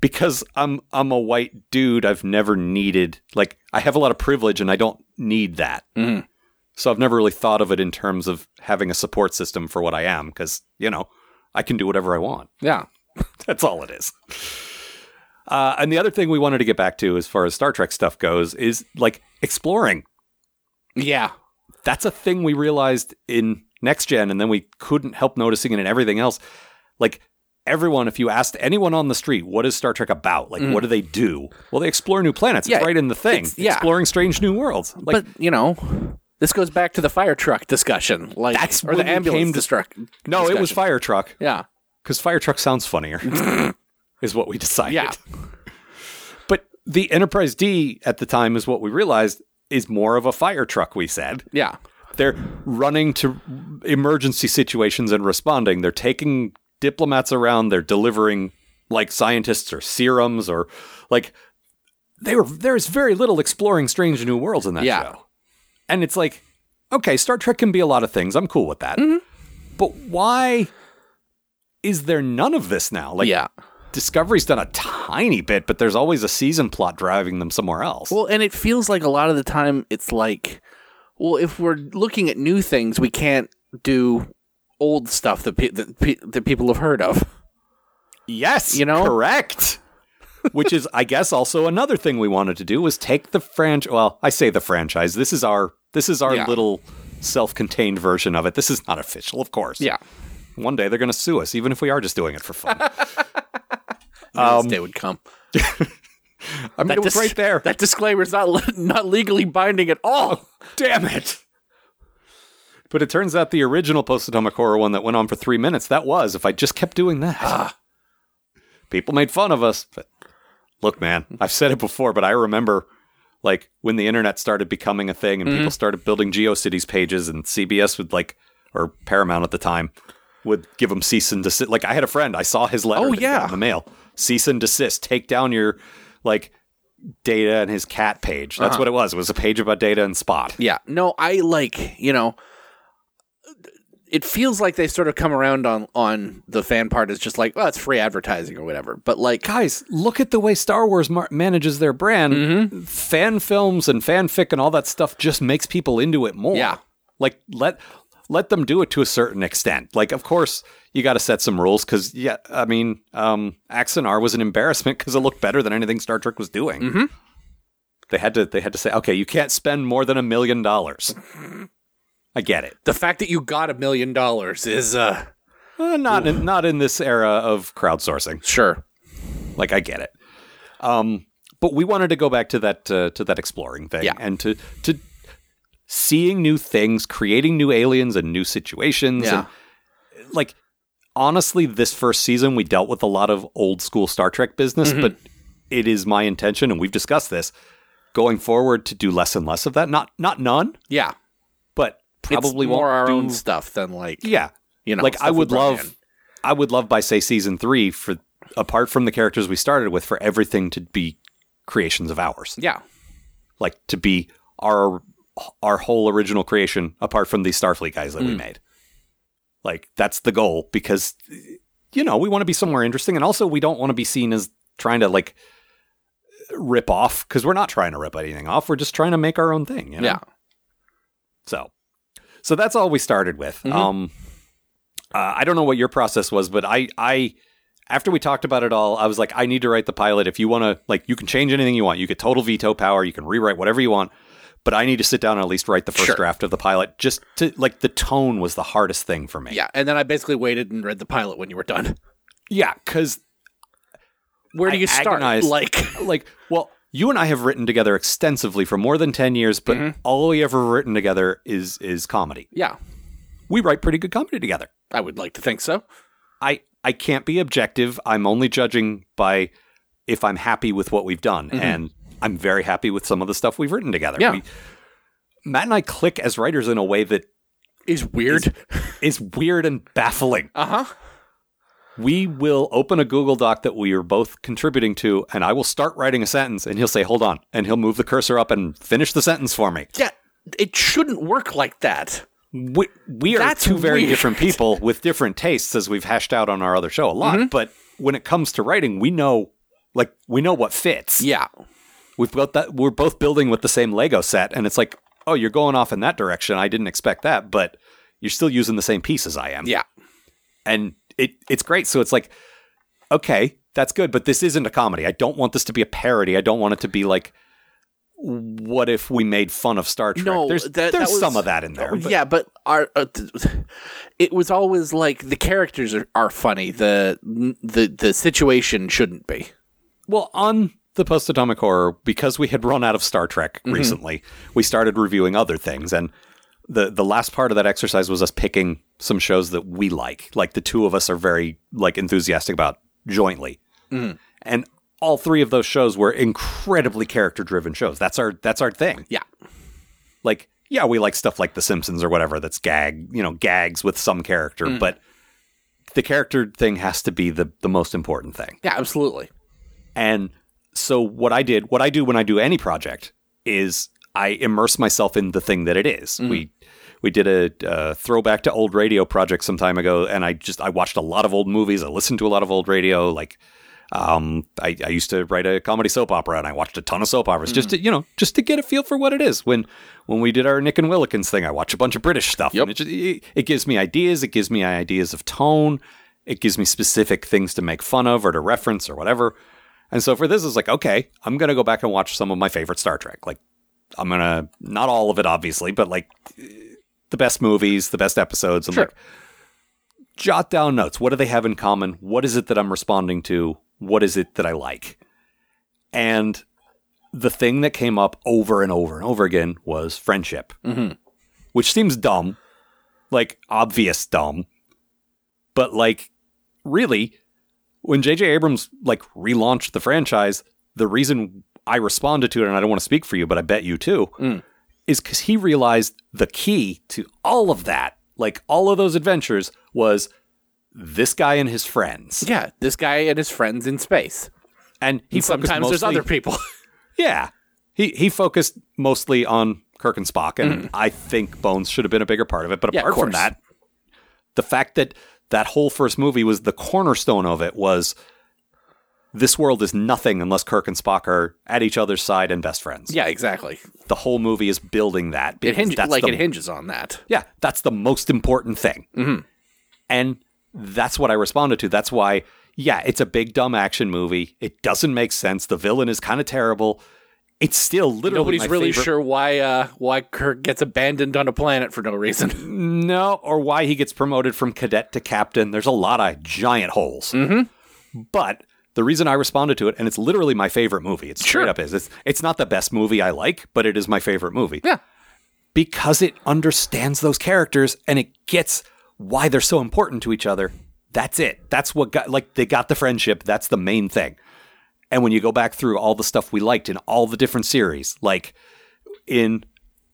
Speaker 2: because I'm I'm a white dude, I've never needed like I have a lot of privilege, and I don't need that. So I've never really thought of it in terms of having a support system for what I am, because you know I can do whatever I want.
Speaker 3: Yeah.
Speaker 2: That's all it is. Uh, and the other thing we wanted to get back to, as far as Star Trek stuff goes, is like exploring.
Speaker 3: Yeah.
Speaker 2: That's a thing we realized in Next Gen, and then we couldn't help noticing it in everything else. Like everyone, if you asked anyone on the street, what is Star Trek about? Like, what do they do? Well, they explore new planets.
Speaker 3: Mm. Yeah,
Speaker 2: it's right in the thing.
Speaker 3: it's- yeah.
Speaker 2: Exploring strange new worlds. Like,
Speaker 3: but you know, this goes back to the fire truck discussion. Like
Speaker 2: That's
Speaker 3: or the
Speaker 2: when we
Speaker 3: ambulance
Speaker 2: came to-
Speaker 3: destruct.
Speaker 2: no, it was
Speaker 3: discussion.
Speaker 2: Fire Truck.
Speaker 3: Yeah.
Speaker 2: because fire truck sounds funnier is what we decided
Speaker 3: Yeah.
Speaker 2: but the enterprise d at the time is what we realized is more of a fire truck we said
Speaker 3: Yeah.
Speaker 2: they're running to emergency situations and responding they're taking diplomats around they're delivering like scientists or serums or like they were there's very little exploring strange new worlds in that
Speaker 3: Yeah.
Speaker 2: show and it's like okay star trek can be a lot of things i'm cool with that
Speaker 3: Mm-hmm.
Speaker 2: but why is there none of this now like
Speaker 3: yeah.
Speaker 2: discovery's done a tiny bit but there's always a season plot driving them somewhere else
Speaker 3: Well, and it feels like a lot of the time it's like, well, if we're looking at new things, we can't do old stuff that pe- that, pe- that people have heard of.
Speaker 2: Yes,
Speaker 3: You know?
Speaker 2: correct. Which is, I guess, also another thing we wanted to do was take the franchise. Well, I say the franchise. This is our this is our
Speaker 3: Yeah.
Speaker 2: little self-contained version of it. This is not official, of course. One day they're going to sue us, even if we are just doing it for fun.
Speaker 3: this day would come.
Speaker 2: I mean, it was
Speaker 3: dis-
Speaker 2: right there.
Speaker 3: That disclaimer is not le- not legally binding at all.
Speaker 2: Damn it. But it turns out the original Post-Atomic Horror one that went on for three minutes, that was, if I just kept doing that.
Speaker 3: Ah.
Speaker 2: People made fun of us. But look, man, I've said it before, but I remember like when the internet started becoming a thing and
Speaker 3: Mm-hmm.
Speaker 2: people started building GeoCities pages and CBS would like, or Paramount at the time, would give them cease and desist. Like I had a friend, I saw his letter
Speaker 3: Oh,
Speaker 2: that he got
Speaker 3: yeah.
Speaker 2: in the mail. Cease and desist. Take down your like data and his cat page.
Speaker 3: Uh-huh.
Speaker 2: That's what it was. It was a page about data and spot.
Speaker 3: Yeah. No, I like, you know, it feels like they sort of come around on on the fan part is just like, oh, it's free advertising or whatever. But like,
Speaker 2: guys, look at the way Star Wars mar- manages their brand. Fan films and fanfic and all that stuff just makes people into it more.
Speaker 3: Yeah.
Speaker 2: like let let them do it to a certain extent. Like, of course, you got to set some rules because yeah, I mean, um, Axonar was an embarrassment because it looked better than anything Star Trek was doing. They had to they had to say, okay, you can't spend more than a million dollars. I get it.
Speaker 3: the fact that you got a million dollars is uh
Speaker 2: Uh, not in, not in this era of crowdsourcing.
Speaker 3: sure.
Speaker 2: Like I get it. Um, but we wanted to go back to that uh, to that exploring thing
Speaker 3: Yeah.
Speaker 2: and to to seeing new things, creating new aliens and new situations.
Speaker 3: Yeah.
Speaker 2: And, like honestly, this first season we dealt with a lot of old school Star Trek
Speaker 3: Mm-hmm.
Speaker 2: business, but it is my intention, and we've discussed this going forward to do less and less of that. Not not none,
Speaker 3: Yeah.
Speaker 2: but probably
Speaker 3: it's more
Speaker 2: won't
Speaker 3: our
Speaker 2: do-
Speaker 3: own stuff than like
Speaker 2: Yeah,
Speaker 3: you know
Speaker 2: like
Speaker 3: stuff
Speaker 2: I
Speaker 3: we
Speaker 2: would
Speaker 3: brought
Speaker 2: love,
Speaker 3: in.
Speaker 2: I would love by say season three for apart from the characters we started with for everything to be creations of ours,
Speaker 3: yeah
Speaker 2: like to be our our whole original creation apart from the Starfleet guys
Speaker 3: Mm.
Speaker 2: that we made. Like that's the goal because you know, we want to be somewhere interesting and also we don't want to be seen as trying to like rip off cuz we're not trying to rip anything off. We're just trying to make our own thing, you know?
Speaker 3: Yeah.
Speaker 2: So, so that's all we started with.
Speaker 3: Mm-hmm.
Speaker 2: Um, uh, I don't know what your process was, but I, I, after we talked about it all, I was like, I need to write the pilot. If you want to, like, you can change anything you want. You get total veto power. You can rewrite whatever you want. But I need to sit down and at least write the first
Speaker 3: Sure.
Speaker 2: draft of the pilot. Just to like the tone was the hardest thing for me.
Speaker 3: Yeah. And then I basically waited and read the pilot when you were done.
Speaker 2: yeah, because
Speaker 3: Where do
Speaker 2: I
Speaker 3: you start?
Speaker 2: agonized.
Speaker 3: Like,
Speaker 2: like, well, you and I have written together extensively for more than ten years, but
Speaker 3: Mm-hmm.
Speaker 2: all we ever written together is is comedy.
Speaker 3: yeah,
Speaker 2: We write pretty good comedy together.
Speaker 3: I would like to think so.
Speaker 2: I I can't be objective. I'm only judging by if I'm happy with what we've done, and I'm very happy with some of the stuff we've written together.
Speaker 3: Mm-hmm. Yeah.
Speaker 2: We- Matt and I click as writers in a way that
Speaker 3: Is weird.
Speaker 2: is weird and baffling.
Speaker 3: Uh huh.
Speaker 2: We will open a Google Doc that we are both contributing to, and I will start writing a sentence, and he'll say, "Hold on," and he'll move the cursor up and finish the sentence for me.
Speaker 3: Yeah. It shouldn't work like that.
Speaker 2: We, we are
Speaker 3: That's
Speaker 2: two very
Speaker 3: weird.
Speaker 2: different people with different tastes, as we've hashed out on our other show a lot.
Speaker 3: Mm-hmm.
Speaker 2: But when it comes to writing, we know, like, we know what fits.
Speaker 3: Yeah.
Speaker 2: we've got that we're both building with the same lego set and it's like oh you're going off in that direction i didn't expect that but you're still using the same piece as i am
Speaker 3: Yeah.
Speaker 2: and it it's great so it's like okay that's good but this isn't a comedy i don't want this to be a parody i don't want it to be like what if we made fun of star trek
Speaker 3: No,
Speaker 2: there's
Speaker 3: that- that
Speaker 2: there's
Speaker 3: was-
Speaker 2: some of that in there but
Speaker 3: yeah, but our uh, th- it was always like the characters are, are funny. The the the situation shouldn't be.
Speaker 2: Well, on the post atomic horror, because we had run out of Star Trek recently, we started reviewing other things. And the, the last part of that exercise was us picking some shows that we like. Like the two of us are very like enthusiastic about jointly. And all three of those shows were incredibly character driven shows. That's our that's our thing.
Speaker 3: Yeah.
Speaker 2: Like, yeah, we like stuff like The Simpsons or whatever that's gag, you know, gags with some character, but the character thing has to be the the most important thing.
Speaker 3: Yeah, absolutely.
Speaker 2: And so what I did, what I do when I do any project is I immerse myself in the thing that it is. We we did a uh, throwback to old radio project some time ago, and I just I watched a lot of old movies. I listened to a lot of old radio. Like um, I, I used to write a comedy soap opera, and I watched a ton of soap operas just to you know just to get a feel for what it is. When when we did our Nick and Willikins thing, I watched a bunch of British stuff.
Speaker 3: Yep.
Speaker 2: And it, just, it, it gives me ideas. It gives me ideas of tone. It gives me specific things to make fun of or to reference or whatever. And so for this, it's like, okay, I'm going to go back and watch some of my favorite Star Trek. Like, I'm going to, not all of it, obviously, but like the best movies, the best episodes. and
Speaker 3: Sure.
Speaker 2: like, jot down notes. What do they have in common? What is it that I'm responding to? What is it that I like? And the thing that came up over and over and over again was friendship,
Speaker 3: Mm-hmm.
Speaker 2: which seems dumb, like obvious dumb. But like, really, when J.J. Abrams like relaunched the franchise, the reason I responded to it, and I don't want to speak for you, but I bet you too,
Speaker 3: Mm.
Speaker 2: is because he realized the key to all of that, like all of those adventures, was this guy and his friends,
Speaker 3: Yeah, this guy and his friends in space.
Speaker 2: and he focused
Speaker 3: Sometimes there's
Speaker 2: mostly-
Speaker 3: other people.
Speaker 2: yeah. He he focused mostly on Kirk and Spock, and I think Bones should have been a bigger part of it. But
Speaker 3: Mm-hmm. Yeah, of
Speaker 2: apart from
Speaker 3: course.
Speaker 2: that, the fact that that whole first movie was the cornerstone of it was this world is nothing unless Kirk and Spock are at each other's side and best friends.
Speaker 3: yeah, exactly.
Speaker 2: The whole movie is building that.
Speaker 3: It
Speaker 2: because
Speaker 3: hinges
Speaker 2: that's
Speaker 3: like
Speaker 2: the
Speaker 3: it hinges on that.
Speaker 2: yeah, that's the most important thing.
Speaker 3: Mm-hmm.
Speaker 2: And that's what I responded to. That's why, yeah, it's a big, dumb action movie. It doesn't make sense. The villain is kind of terrible. It's still literally
Speaker 3: Nobody's
Speaker 2: my
Speaker 3: really
Speaker 2: favorite-
Speaker 3: sure why uh, why Kirk gets abandoned on a planet for no reason.
Speaker 2: No, or why he gets promoted from cadet to captain. There's a lot of giant holes.
Speaker 3: Mm-hmm.
Speaker 2: But the reason I responded to it, and it's literally my favorite movie. It straight
Speaker 3: Sure.
Speaker 2: up is. It's, it's not the best movie I like, but it is my favorite movie.
Speaker 3: Yeah.
Speaker 2: Because it understands those characters and it gets why they're so important to each other. That's it. That's what got, like, they got the friendship. That's the main thing. And when you go back through all the stuff we liked in all the different series, like in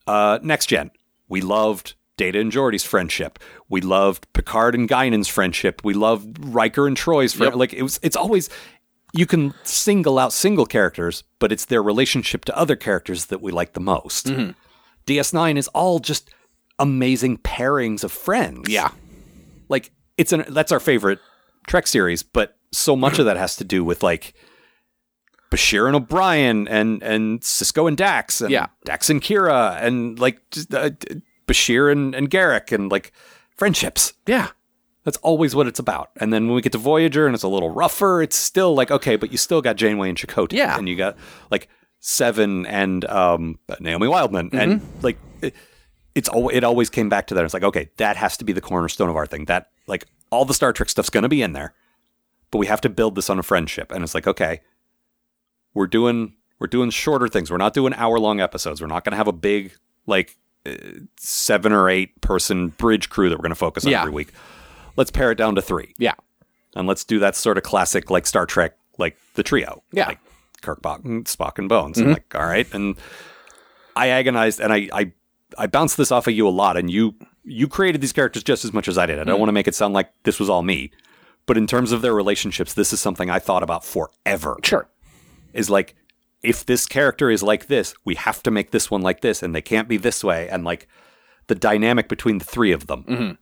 Speaker 2: uh, Next Gen, we loved Data and Geordi's friendship. We loved Picard and Guinan's friendship. We loved Riker and Troy's friendship.
Speaker 3: Yep.
Speaker 2: Like it was, it's always you can single out single characters, but it's their relationship to other characters that we like the most.
Speaker 3: Mm-hmm.
Speaker 2: DS9 is all just amazing pairings of friends.
Speaker 3: Yeah.
Speaker 2: Like it's an that's our favorite Trek series, but so much of that has to do with like Bashir and O'Brien and and Cisco and Dax and
Speaker 3: Yeah.
Speaker 2: Dax and Kira and like just, uh, Bashir and and Garrick and like friendships.
Speaker 3: Yeah.
Speaker 2: That's always what it's about. And then when we get to Voyager and it's a little rougher, it's still like, okay, but you still got Janeway and Chakotay.
Speaker 3: Yeah.
Speaker 2: And you got like Seven and um, Naomi Wildman. And like, it, it's al- it always came back to that. It's like, okay, that has to be the cornerstone of our thing. That, like, all the Star Trek stuff's going to be in there, but we have to build this on a friendship. And it's like, okay, we're doing. We're doing shorter things. We're not doing hour long episodes. We're not going to have a big, like, uh, seven or eight person bridge crew that we're going to focus on
Speaker 3: Yeah.
Speaker 2: every week let's pare it down to three
Speaker 3: Yeah.
Speaker 2: and let's do that sort of classic like star trek like the trio
Speaker 3: Yeah.
Speaker 2: like kirk Bo- spock and bones and like all right and i agonized and I, I i bounced this off of you a lot and you you created these characters just as much as i did i don't want to make it sound like this was all me but in terms of their relationships this is something i thought about forever
Speaker 3: Sure.
Speaker 2: is like if this character is like this, we have to make this one like this, and they can't be this way, and like the dynamic between the three of them.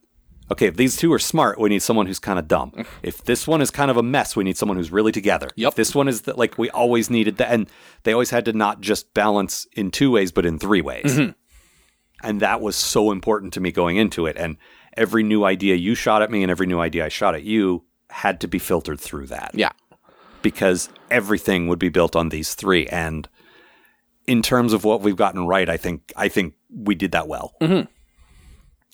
Speaker 2: Okay, if these two are smart, we need someone who's kind of dumb. If this one is kind of a mess, we need someone who's really together.
Speaker 3: Yep.
Speaker 2: If this one is that like we always needed that, and they always had to not just balance in two ways, but in three ways. And that was so important to me going into it. And every new idea you shot at me, and every new idea I shot at you, had to be filtered through that
Speaker 3: Yeah.
Speaker 2: because everything would be built on these three. And in terms of what we've gotten right, I think I think we did that well.
Speaker 3: Mm-hmm.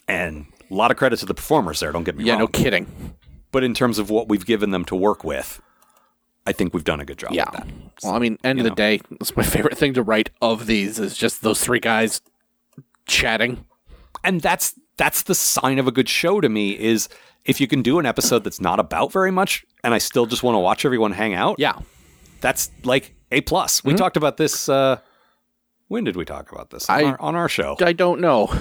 Speaker 2: And a lot of credit to the performers there. Don't get me
Speaker 3: Yeah.
Speaker 2: wrong.
Speaker 3: No kidding.
Speaker 2: But in terms of what we've given them to work with, I think we've done a good job.
Speaker 3: Yeah.
Speaker 2: with that.
Speaker 3: Well, I mean, end of the day, that's my favorite thing to write of these is just those three guys chatting.
Speaker 2: and that's that's the sign of a good show to me is if you can do an episode that's not about very much, and I still just want to watch everyone hang out.
Speaker 3: Yeah. Mm-hmm.
Speaker 2: that's like a plus. We talked about this. Uh, when did we talk about this on,
Speaker 3: I-
Speaker 2: our, on our show?
Speaker 3: I don't know.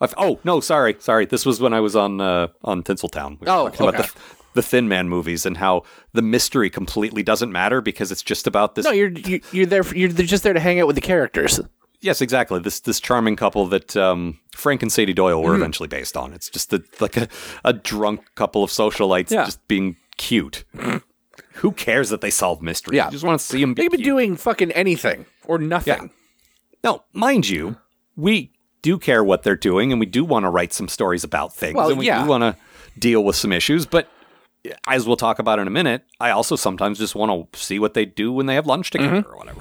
Speaker 2: i oh no, sorry, sorry. This was when I was on uh, on Tinseltown. We were
Speaker 3: Oh,
Speaker 2: talking
Speaker 3: okay.
Speaker 2: about the, the Thin Man movies and how the mystery completely doesn't matter because it's just about this.
Speaker 3: No, you're you, you're there. For, you're just there to hang out with the characters.
Speaker 2: Yes, exactly. This this charming couple that um, Frank and Sadie Doyle
Speaker 3: Mm-hmm.
Speaker 2: were eventually based on. It's just a, like a, a drunk couple of socialites
Speaker 3: Yeah.
Speaker 2: just being cute. Who cares that they solve mysteries?
Speaker 3: Yeah.
Speaker 2: You just want to see them be
Speaker 3: They've been
Speaker 2: cute.
Speaker 3: doing fucking anything or nothing.
Speaker 2: Now, mind you, we do care what they're doing and we do want to write some stories about things
Speaker 3: Well,
Speaker 2: and we
Speaker 3: yeah.
Speaker 2: do want to deal with some issues, but as we'll talk about in a minute, I also sometimes just want to see what they do when they have lunch together
Speaker 3: Mm-hmm.
Speaker 2: or whatever.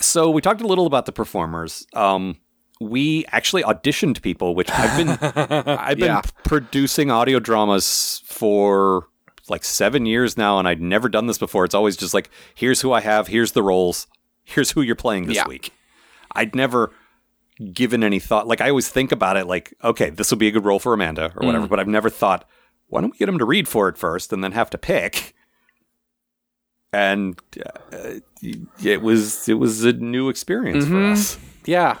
Speaker 2: So we talked a little about the performers. Um, we actually auditioned people, which I've been I've been
Speaker 3: Yeah.
Speaker 2: producing audio dramas for like seven years now, and I'd never done this before. It's always just like, here's who I have, here's the roles, here's who you're playing this
Speaker 3: Yeah.
Speaker 2: week. I'd never given any thought. Like I always think about it, like, okay, this will be a good role for Amanda or whatever. But I've never thought, why don't we get him to read for it first and then have to pick? And uh, it was it was a new experience for us.
Speaker 3: Yeah.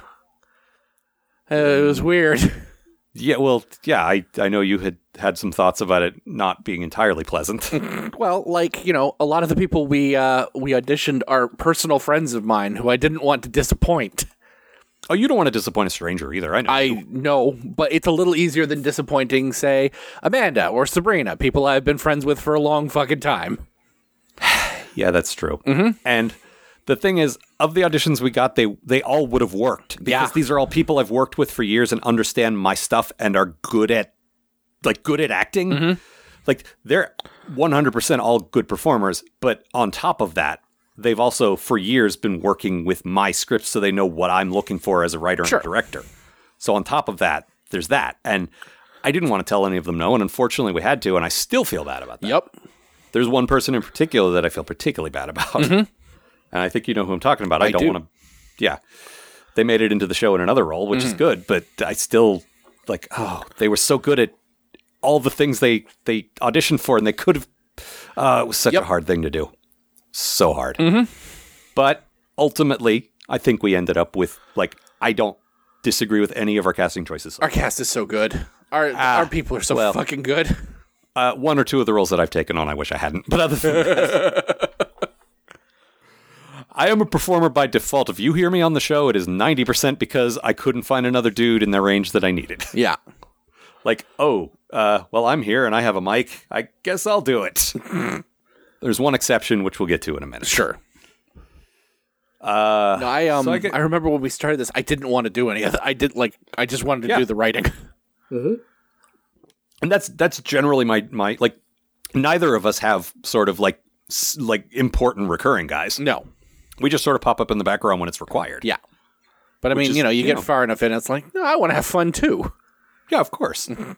Speaker 3: Uh, it was weird.
Speaker 2: Yeah, well, yeah, I I know you had had some thoughts about it not being entirely pleasant.
Speaker 3: Well, like you know, a lot of the people we uh, we auditioned are personal friends of mine who I didn't want to disappoint.
Speaker 2: oh, you don't want to disappoint a stranger either. I know.
Speaker 3: I know, but it's a little easier than disappointing, say, Amanda or Sabrina, people I've been friends with for a long fucking time.
Speaker 2: Yeah, that's true.
Speaker 3: Mm-hmm.
Speaker 2: And the thing is, of the auditions we got, they they all would have worked because
Speaker 3: Yeah.
Speaker 2: these are all people I've worked with for years and understand my stuff and are good at like good at acting.
Speaker 3: Mm-hmm.
Speaker 2: Like they're 100% all good performers, but on top of that, they've also for years been working with my scripts so they know what I'm looking for as a writer
Speaker 3: Sure.
Speaker 2: and director. So on top of that, there's that. And I didn't want to tell any of them no, and unfortunately we had to, and I still feel bad about that
Speaker 3: Yep.
Speaker 2: there's one person in particular that I feel particularly bad about. And I think you know who I'm talking about. I, don't
Speaker 3: Mm-hmm. do.
Speaker 2: want to. Yeah. They made it into the show in another role, which
Speaker 3: Mm.
Speaker 2: is good, but I still like, oh, they were so good at all the things they, they auditioned for, and they could have. Uh, it was such
Speaker 3: Yep. Mm-hmm.
Speaker 2: a hard thing to do. So hard. But ultimately, I think we ended up with, like, I don't disagree with any of our casting choices.
Speaker 3: Ah, Our cast is so good. Our our people are so
Speaker 2: well.
Speaker 3: fucking good.
Speaker 2: Uh, one or two of the roles that I've taken on, I wish I hadn't. But other than that, I am a performer by default. If you hear me on the show, it is 90% because I couldn't find another dude in their range that I needed.
Speaker 3: Yeah.
Speaker 2: like, oh, uh, well, I'm here and I have a mic. I guess I'll do it. There's one exception, which we'll get to in a minute.
Speaker 3: Sure.
Speaker 2: Uh,
Speaker 3: No, I um
Speaker 2: So
Speaker 3: I,
Speaker 2: I get-
Speaker 3: remember when we started this, I didn't want to do any of that. I did like I just wanted to
Speaker 2: Yeah.
Speaker 3: do the writing.
Speaker 2: and that's that's generally my my like neither of us have sort of like s- like important recurring guys
Speaker 3: No.
Speaker 2: we just sort of pop up in the background when it's required
Speaker 3: Yeah. But I mean,
Speaker 2: is,
Speaker 3: you know, you,
Speaker 2: you
Speaker 3: get
Speaker 2: know.
Speaker 3: far enough in it's like, no, I want to have fun too.
Speaker 2: yeah of course
Speaker 3: Mm-hmm.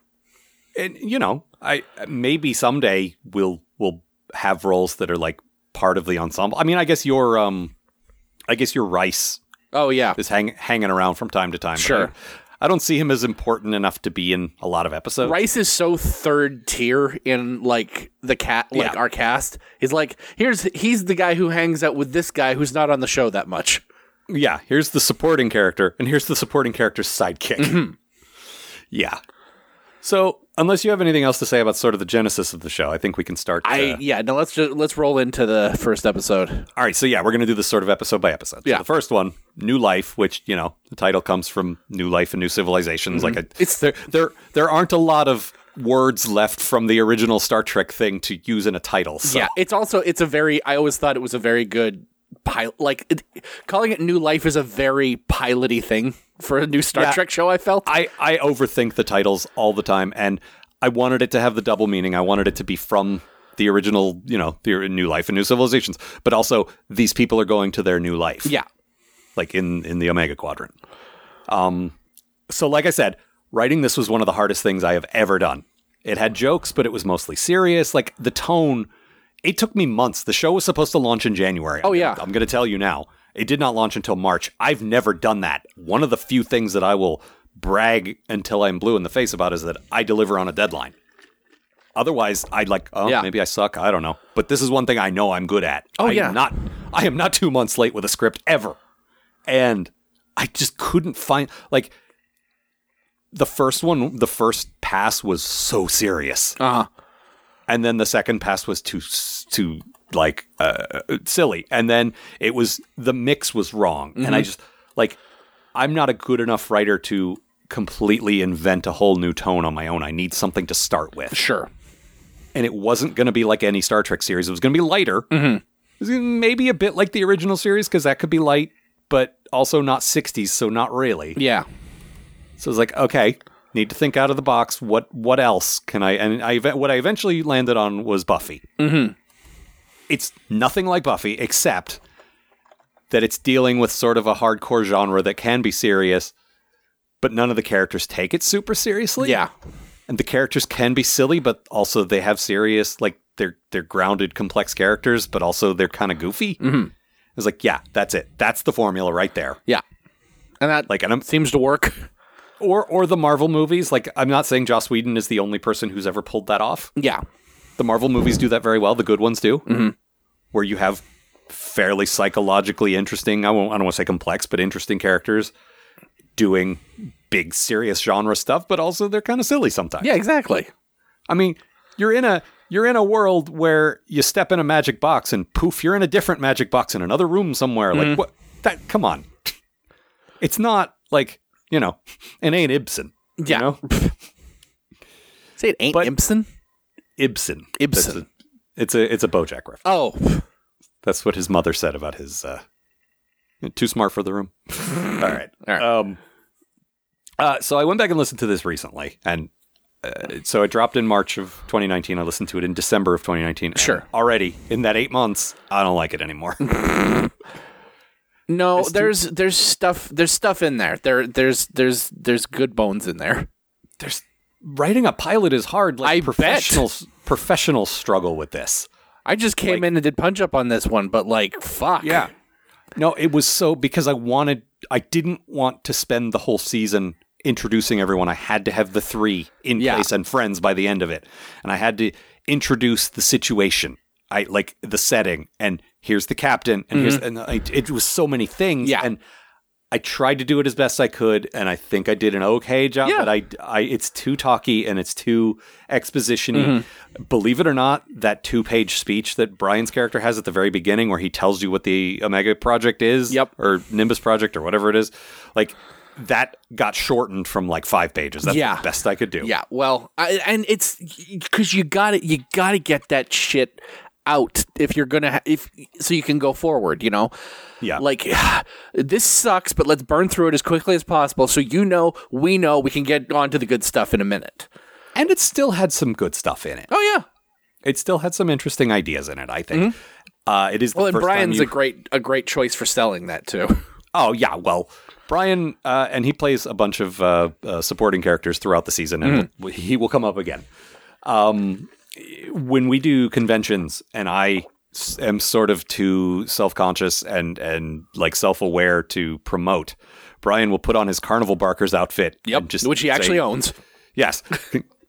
Speaker 2: and you know i maybe someday we'll we'll have roles that are like part of the ensemble i mean i guess your um i guess your rice
Speaker 3: Oh yeah.
Speaker 2: is hang, hanging around from time to time but
Speaker 3: Sure.
Speaker 2: I, I don't see him as important enough to be in a lot of episodes
Speaker 3: Rice is so third tier in like the cat like
Speaker 2: Yeah.
Speaker 3: our cast. He's like, here's he's the guy who hangs out with this guy who's not on the show that much.
Speaker 2: yeah, here's the supporting character, and here's the supporting character's sidekick.
Speaker 3: Mm-hmm.
Speaker 2: Yeah. So, unless you have anything else to say about sort of the genesis of the show, I think we can start.
Speaker 3: I
Speaker 2: uh,
Speaker 3: yeah, no, let's just let's roll into the first episode.
Speaker 2: all right. So, yeah, we're going to do this sort of episode by episode. So
Speaker 3: Yeah.
Speaker 2: the first one, New Life, which you know the title comes from New Life and New Civilizations. Like, I,
Speaker 3: It's-
Speaker 2: Mm-hmm. there, there, there aren't a lot of words left from the original Star Trek thing to use in a title. So.
Speaker 3: Yeah, it's also it's a very. I always thought it was a very good pilot. Like it, calling it New Life is a very piloty thing for a new Star
Speaker 2: Yeah.
Speaker 3: Trek show. I felt.
Speaker 2: I, I overthink the titles all the time, and I wanted it to have the double meaning. I wanted it to be from the original, you know, the New Life and New Civilizations, but also these people are going to their new life,
Speaker 3: yeah,
Speaker 2: like in in the Omega Quadrant. Um, so like I said, writing this was one of the hardest things I have ever done. It had jokes, but it was mostly serious. Like the tone, it took me months. The show was supposed to launch in January. Oh
Speaker 3: yeah.
Speaker 2: I'm going to tell you now. It did not launch until March. I've never done that. One of the few things that I will brag until I'm blue in the face about is that I deliver on a deadline. Otherwise, I'd like, oh,
Speaker 3: Yeah.
Speaker 2: maybe I suck. I don't know. But this is one thing I know I'm good at.
Speaker 3: Oh,
Speaker 2: I
Speaker 3: yeah.
Speaker 2: Am not, I am not two months late with a script ever. And I just couldn't find, like, the first one, the first pass was so serious.
Speaker 3: Uh-huh.
Speaker 2: And then the second pass was too, s- too, like, uh, silly. And then it was, the mix was wrong. And I
Speaker 3: Mm-hmm.
Speaker 2: just, like, I'm not a good enough writer to completely invent a whole new tone on my own. I need something to start with
Speaker 3: sure.
Speaker 2: and it wasn't going to be like any Star Trek series. It was going to be lighter, mm-hmm. maybe a bit like the original series because that could be light, but also not '60s, so not really.
Speaker 3: Yeah,
Speaker 2: So it's like, okay, need to think out of the box. What what else can I? And I ev- what I eventually landed on was Buffy. Mm-hmm. It's nothing like Buffy except that it's dealing with sort of a hardcore genre that can be serious, but none of the characters take it super seriously
Speaker 3: yeah,
Speaker 2: and the characters can be silly, but also they have serious, like they're they're grounded, complex characters, but also they're kind of goofy. Mm-hmm. It's like, yeah, that's it. That's the formula right there.
Speaker 3: yeah. And that like
Speaker 2: Like, and I'm
Speaker 3: seems to work.
Speaker 2: or or the Marvel movies. Like, I'm not saying Joss Whedon is the only person who's ever pulled that off.
Speaker 3: Yeah,
Speaker 2: The Marvel movies do that very well. The good ones do, where you have fairly psychologically interesting. I won't. I don't want to say complex, but interesting characters doing big serious genre stuff, but also they're kind of silly sometimes.
Speaker 3: yeah, exactly.
Speaker 2: I mean, you're in a you're in a world where you step in a magic box and poof, you're in a different magic box in another room somewhere.
Speaker 3: Mm-hmm.
Speaker 2: Like what? That come on. It's not like you know, it ain't Ibsen.
Speaker 3: Yeah.
Speaker 2: You know?
Speaker 3: Say it ain't
Speaker 2: But-
Speaker 3: Impson.
Speaker 2: Ibsen.
Speaker 3: Ibsen.
Speaker 2: That's a- it's a it's a BoJack reference.
Speaker 3: Oh,
Speaker 2: That's what his mother said about his uh, too smart for the room. All right.
Speaker 3: All right.
Speaker 2: Um, uh, so I went back and listened to this recently, and uh, so it dropped in March of 2019. I listened to it in December of 2019. and
Speaker 3: Sure.
Speaker 2: Already in that eight months, I don't like it anymore.
Speaker 3: no, there's there's stuff there's stuff in there. There there's there's there's good bones in there.
Speaker 2: There's writing a pilot is hard. Like
Speaker 3: I bet.
Speaker 2: professionals, professionals struggle with this.
Speaker 3: I just came in and did punch up on this one, but like fuck.
Speaker 2: No, it was so because I wanted, I didn't want to spend the whole season introducing everyone. I had to have the three in
Speaker 3: Yeah.
Speaker 2: place and friends by the end of it. And I had to introduce the situation. I like the setting and here's the captain and here's, and I, it was so many things.
Speaker 3: Mm-hmm. Yeah.
Speaker 2: And I tried to do it as best I could, and I think I did an okay job.
Speaker 3: Yeah.
Speaker 2: But I, I, it's too talky and it's too exposition
Speaker 3: Mm-hmm.
Speaker 2: Believe it or not, that two-page speech that Brian's character has at the very beginning, where he tells you what the Omega Project is,
Speaker 3: Yep.
Speaker 2: or Nimbus Project, or whatever it is, like that got shortened from like five pages. That's
Speaker 3: Yeah.
Speaker 2: the best I could do.
Speaker 3: Yeah, well, I, and it's because you got to You got to get that shit out if you're gonna ha- if so you can go forward. You know,
Speaker 2: Yeah.
Speaker 3: Like this sucks, but let's burn through it as quickly as possible so you know we know we can get on to the good stuff in a minute.
Speaker 2: and it still had some good stuff in it.
Speaker 3: Oh yeah.
Speaker 2: It still had some interesting ideas in it. I think. Uh, it is the
Speaker 3: Mm-hmm. Well, and
Speaker 2: first time
Speaker 3: Brian's
Speaker 2: you-
Speaker 3: a great a great choice for selling that too.
Speaker 2: Oh yeah, well, Brian, uh, and he plays a bunch of uh, uh, supporting characters throughout the season, and
Speaker 3: Hmm.
Speaker 2: will- he will come up again. Um, when we do conventions, and I s- am sort of too self conscious and and like self aware to promote. Brian will put on his carnival barker's outfit. and just
Speaker 3: which he actually
Speaker 2: say,
Speaker 3: owns.
Speaker 2: Yes.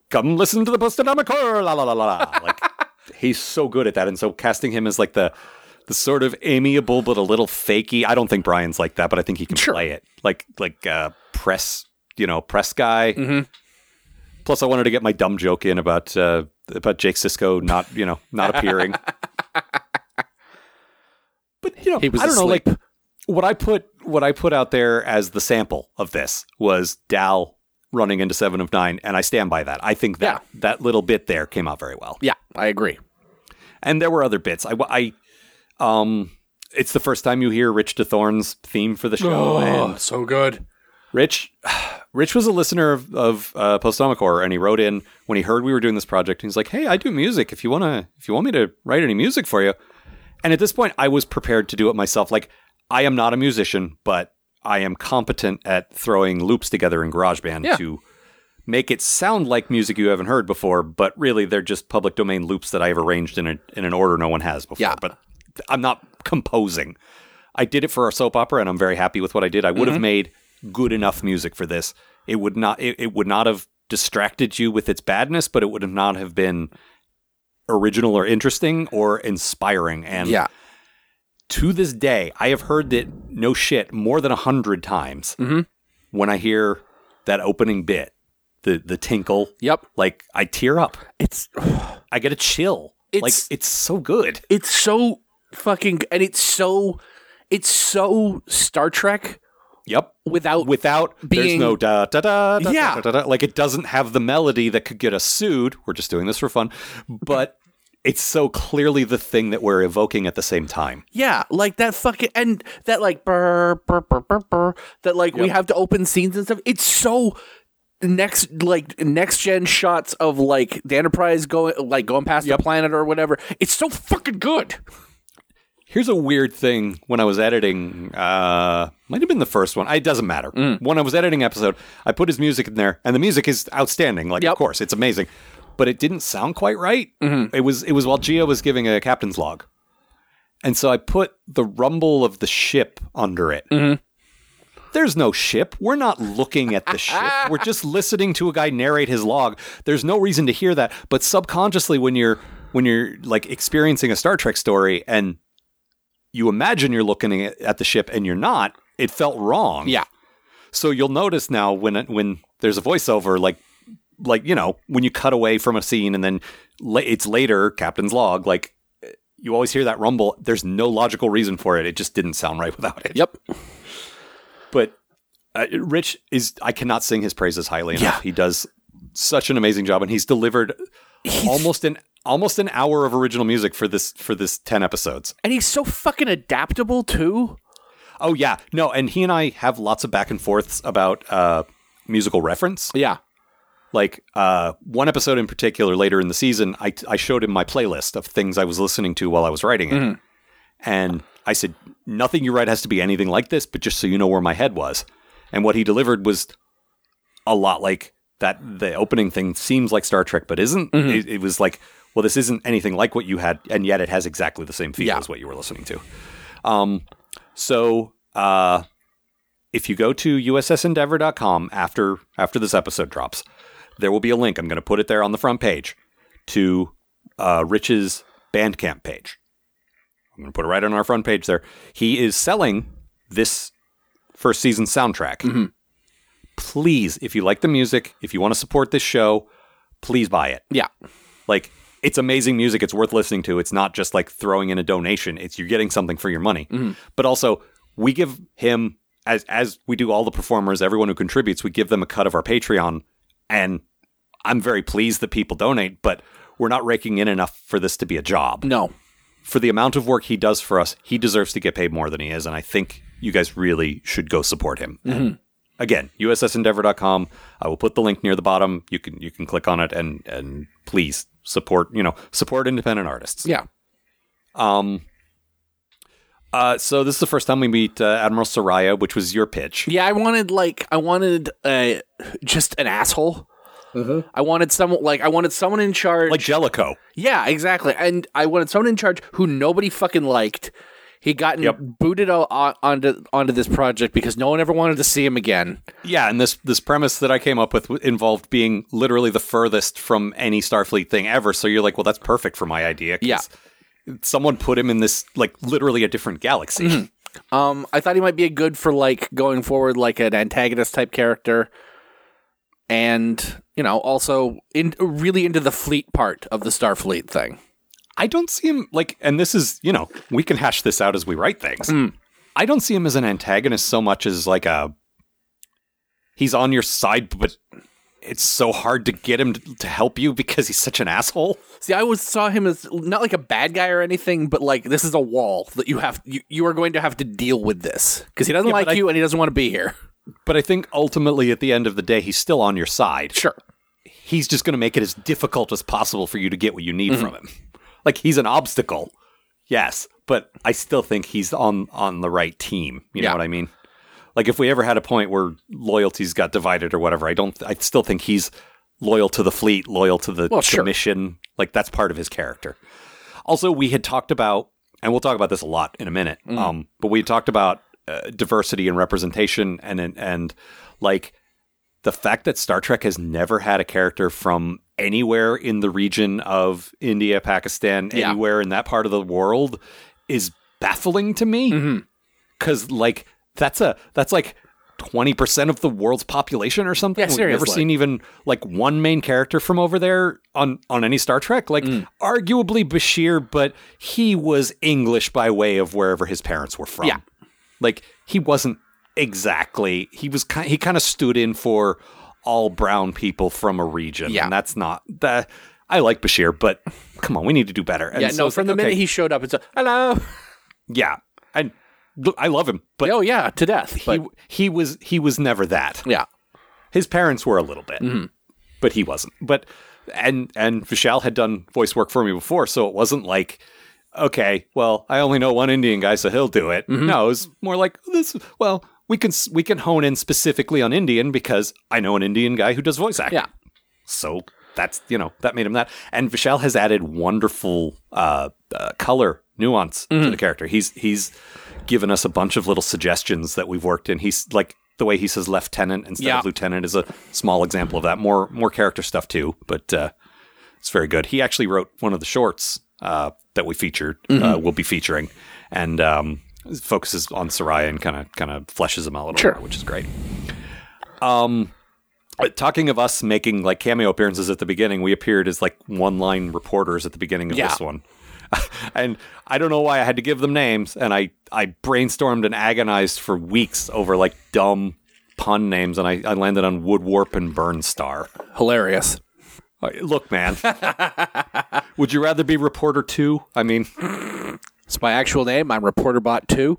Speaker 2: Come listen to the Postadama Choir, la la la la la. Like he's so good at that. And so casting him as like the the sort of amiable but a little fakey. I don't think Brian's like that, but I think he can play it. Like like uh press, you know, press guy.
Speaker 3: Mm-hmm.
Speaker 2: Plus I wanted to get my dumb joke in about uh about Jake Sisko not, you know, not appearing. but you know,
Speaker 3: He was
Speaker 2: I don't know,
Speaker 3: asleep.
Speaker 2: like what I put what I put out there as the sample of this was Dal running into seven of nine, and I stand by that. I think that that little bit there came out very well,
Speaker 3: Yeah, I agree.
Speaker 2: and there were other bits. I, I um, it's the first time you hear Rich DeThorne's theme for the show, and
Speaker 3: so good.
Speaker 2: Rich, Rich was a listener of, of uh, Postdomic Horror, and he wrote in when he heard we were doing this project. And he's like, "Hey, I do music. If you wanna, if you want me to write any music for you." And at this point, I was prepared to do it myself. Like, I am not a musician, but I am competent at throwing loops together in GarageBand
Speaker 3: Yeah.
Speaker 2: to make it sound like music you haven't heard before. But really, they're just public domain loops that I've arranged in a, in an order no one has before.
Speaker 3: Yeah.
Speaker 2: But I'm not composing. I did it for a soap opera, and I'm very happy with what I did. I
Speaker 3: Mm-hmm.
Speaker 2: would have made good enough music for this. It would not. It, it would not have distracted you with its badness, but it would have not have been original or interesting or inspiring. And
Speaker 3: Yeah.
Speaker 2: to this day, I have heard that no shit more than a hundred times
Speaker 3: Mm-hmm.
Speaker 2: when I hear that opening bit, the the tinkle.
Speaker 3: Yep.
Speaker 2: Like I tear up.
Speaker 3: It's
Speaker 2: I get a chill. like
Speaker 3: It's-
Speaker 2: it's so good.
Speaker 3: it's so fucking and it's so it's so Star Trek
Speaker 2: Yep.
Speaker 3: without
Speaker 2: without
Speaker 3: being-
Speaker 2: there's no da da da, da
Speaker 3: Yeah.
Speaker 2: da, da, da. like it doesn't have the melody that could get us sued we're just doing this for fun but it's so clearly the thing that we're evoking at the same time
Speaker 3: yeah like that fucking and that like burr, burr, burr, burr, burr, that like we have to open scenes and stuff it's so next like next gen shots of like the enterprise going like going past the planet or whatever it's so fucking good
Speaker 2: here's a weird thing when i was editing uh might have been the first one it doesn't matter when i was editing episode i put his music in there and the music is outstanding like
Speaker 3: Yep.
Speaker 2: of course it's amazing but it didn't sound quite right it was it was while Gio was giving a captain's log and so i put the rumble of the ship under it There's no ship. We're not looking at the ship. We're just listening to a guy narrate his log. There's no reason to hear that. But subconsciously when you're when you're like experiencing a Star Trek story and you imagine you're looking at at the ship and you're not, it felt wrong.
Speaker 3: yeah
Speaker 2: So you'll notice now when it, when there's a voiceover like like you know, when you cut away from a scene and then la- it's later captain's log like you always hear that rumble. There's no logical reason for it. It just didn't sound right without it
Speaker 3: yep
Speaker 2: but uh, Rich is I cannot sing his praises highly enough.
Speaker 3: Yeah.
Speaker 2: He does such an amazing job, and he's delivered almost an almost an hour of original music for this for this ten episodes.
Speaker 3: and he's so fucking adaptable too
Speaker 2: Oh yeah, no, and he and I have lots of back and forths about uh, musical reference.
Speaker 3: yeah
Speaker 2: Like uh, one episode in particular later in the season, I I showed him my playlist of things I was listening to while I was writing it, and I said nothing you write has to be anything like this, but just so you know where my head was, and what he delivered was a lot like that the opening thing seems like Star Trek but isn't. It, it was like, well, this isn't anything like what you had, and yet it has exactly the same feel
Speaker 3: Yeah.
Speaker 2: as what you were listening to. Um, so uh, if you go to ussendeavor.com after after this episode drops, there will be a link. I'm going to put it there on the front page to uh, Rich's Bandcamp page. I'm going to put it right on our front page there. He is selling this first season soundtrack. Please, if you like the music, if you want to support this show, please buy it.
Speaker 3: Yeah.
Speaker 2: Like it's amazing music. It's worth listening to. It's not just like throwing in a donation. It's you're getting something for your money. But also, we give him as as we do all the performers, everyone who contributes, we give them a cut of our Patreon. And I'm very pleased that people donate, but we're not raking in enough for this to be a job.
Speaker 3: No.
Speaker 2: For the amount of work he does for us, he deserves to get paid more than he is, and I think you guys really should go support him.
Speaker 3: Mm-hmm.
Speaker 2: And Again, ussendeavor.com. I will put the link near the bottom. You can you can click on it and and please support, you know, support independent artists.
Speaker 3: Yeah.
Speaker 2: Um, uh, so this is the first time we meet uh, Admiral Soraya, which was your pitch.
Speaker 3: Yeah, I wanted like I wanted uh just an asshole. I wanted someone like I wanted someone in charge.
Speaker 2: Like Jellicoe.
Speaker 3: yeah, exactly. And I wanted someone in charge who nobody fucking liked. He got
Speaker 2: Yep.
Speaker 3: booted o- on, onto onto this project because no one ever wanted to see him again.
Speaker 2: Yeah, and this this premise that I came up with w- involved being literally the furthest from any Starfleet thing ever. So you're like, well, that's perfect for my idea. 'cause
Speaker 3: Yeah. Mm-hmm.
Speaker 2: Someone put him in this like literally a different galaxy.
Speaker 3: Um, I thought he might be good for like going forward, like an antagonist type character, and you know, also in really into the fleet part of the Starfleet thing.
Speaker 2: I don't see him like, and this is you know we can hash this out as we write things. I don't see him as an antagonist so much as like a he's on your side, but it's so hard to get him to, to help you because he's such an asshole.
Speaker 3: See, I always saw him as not like a bad guy or anything, but like this is a wall that you have you, you are going to have to deal with this because he doesn't
Speaker 2: Yeah, but
Speaker 3: like
Speaker 2: I-
Speaker 3: you and he doesn't want to be here.
Speaker 2: But I think ultimately, at the end of the day, he's still on your side.
Speaker 3: Sure.
Speaker 2: He's just going to make it as difficult as possible for you to get what you need
Speaker 3: Mm-hmm.
Speaker 2: from him. Like he's an obstacle, yes, but I still think he's on on the right team. You
Speaker 3: Yeah.
Speaker 2: know what I mean? Like if we ever had a point where loyalties got divided or whatever, I don't. I still think he's loyal to the fleet, loyal to the
Speaker 3: Well,
Speaker 2: to
Speaker 3: sure.
Speaker 2: mission. Like that's part of his character. Also, we had talked about, and we'll talk about this a lot in a minute.
Speaker 3: Mm.
Speaker 2: Um, but we had talked about uh, diversity and representation, and and, and like the fact that Star Trek has never had a character from anywhere in the region of India, Pakistan,
Speaker 3: Yeah.
Speaker 2: anywhere in that part of the world is baffling to me.
Speaker 3: Mm-hmm.
Speaker 2: Cause like that's a that's like twenty percent of the world's population or something.
Speaker 3: Yeah,
Speaker 2: We've never
Speaker 3: seriously.
Speaker 2: seen even like one main character from over there on on any Star Trek. Like
Speaker 3: Mm.
Speaker 2: arguably Bashir, but he was English by way of wherever his parents were from
Speaker 3: Yeah.
Speaker 2: like he wasn't exactly he was kind he kind of stood in for all brown people from a region
Speaker 3: Yeah.
Speaker 2: and that's not that i like bashir but come on we need to do better and
Speaker 3: Yeah,
Speaker 2: so
Speaker 3: no.
Speaker 2: it's
Speaker 3: From
Speaker 2: like,
Speaker 3: the minute
Speaker 2: okay,
Speaker 3: he showed up, it's a, hello.
Speaker 2: yeah and look, i love him but,
Speaker 3: oh yeah, to death. But
Speaker 2: he he was he was never that
Speaker 3: yeah,
Speaker 2: his parents were a little bit but he wasn't Mm-hmm. but and and vishal had done voice work for me before so it wasn't like okay well i only know one indian guy so he'll do it no it was more like this well we can s- we can hone in specifically on indian because i know an indian guy who does voice acting
Speaker 3: yeah.
Speaker 2: so that's you know that made him that and vishal has added wonderful uh, uh color nuance to
Speaker 3: Mm-hmm.
Speaker 2: the character he's he's given us a bunch of little suggestions that we've worked in he's like the way he says lieutenant instead
Speaker 3: Yeah.
Speaker 2: of lieutenant is a small example of that more more character stuff too but uh it's very good he actually wrote one of the shorts uh that we featured
Speaker 3: Mm-hmm.
Speaker 2: uh, will be featuring and um focuses on Soraya and kind of kind of fleshes him out a little
Speaker 3: Sure.
Speaker 2: more, which is great uh, talking of us making like cameo appearances at the beginning, we appeared as like one line reporters at the beginning of
Speaker 3: Yeah.
Speaker 2: this one. and I don't know why I had to give them names, and I, I brainstormed and agonized for weeks over like dumb pun names, and I, I landed on Woodwarp and Burnstar.
Speaker 3: Hilarious.
Speaker 2: Uh, Look, man, would you rather be reporter two? I mean,
Speaker 3: It's my actual name. I'm ReporterBot Two.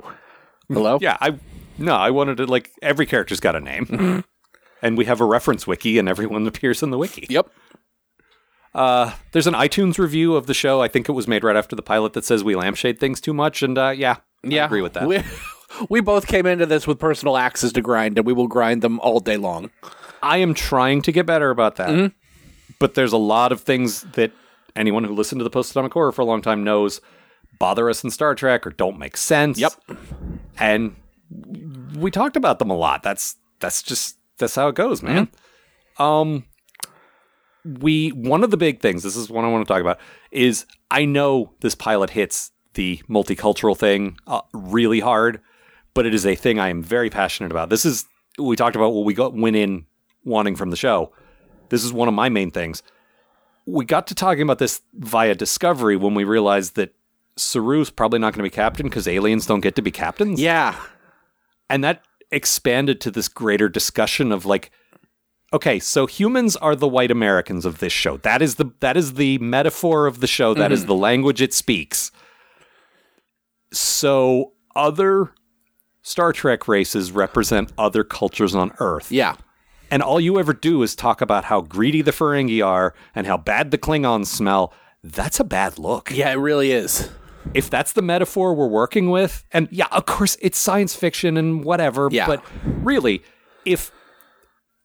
Speaker 3: Hello.
Speaker 2: yeah, I no, I wanted to like every character's got a name, and we have a reference wiki, and everyone appears in the wiki.
Speaker 3: Yep.
Speaker 2: There's an iTunes review of the show. I think it was made right after the pilot that says we lampshade things too much, and uh, yeah,
Speaker 3: Yeah.
Speaker 2: I agree with that.
Speaker 3: We, we both came into this with personal axes to grind, and we will grind them all day long.
Speaker 2: I am trying to get better about that,
Speaker 3: Mm-hmm.
Speaker 2: but there's a lot of things that anyone who listened to the post atomic horror for a long time knows bother us in Star Trek or don't make sense.
Speaker 3: Yep.
Speaker 2: and we talked about them a lot. That's that's just that's how it goes, man. Um, we one of the big things. This is one I want to talk about. Is I know this pilot hits the multicultural thing uh, really hard, but it is a thing I am very passionate about. This is we talked about what we got went in wanting from the show. This is one of my main things. We got to talking about this via Discovery when we realized that Saru's probably not going to be captain because aliens don't get to be captains.
Speaker 3: Yeah.
Speaker 2: And that expanded to this greater discussion of like, okay, so humans are the white Americans of this show. That is the that is the metaphor of the show. That is the language it speaks. So other Star Trek races represent other cultures on Earth.
Speaker 3: Yeah.
Speaker 2: And all you ever do is talk about how greedy the Ferengi are and how bad the Klingons smell. That's a bad look
Speaker 3: Yeah, it really is.
Speaker 2: if that's the metaphor we're working with, and yeah, of course it's science fiction and whatever,
Speaker 3: Yeah.
Speaker 2: but really, if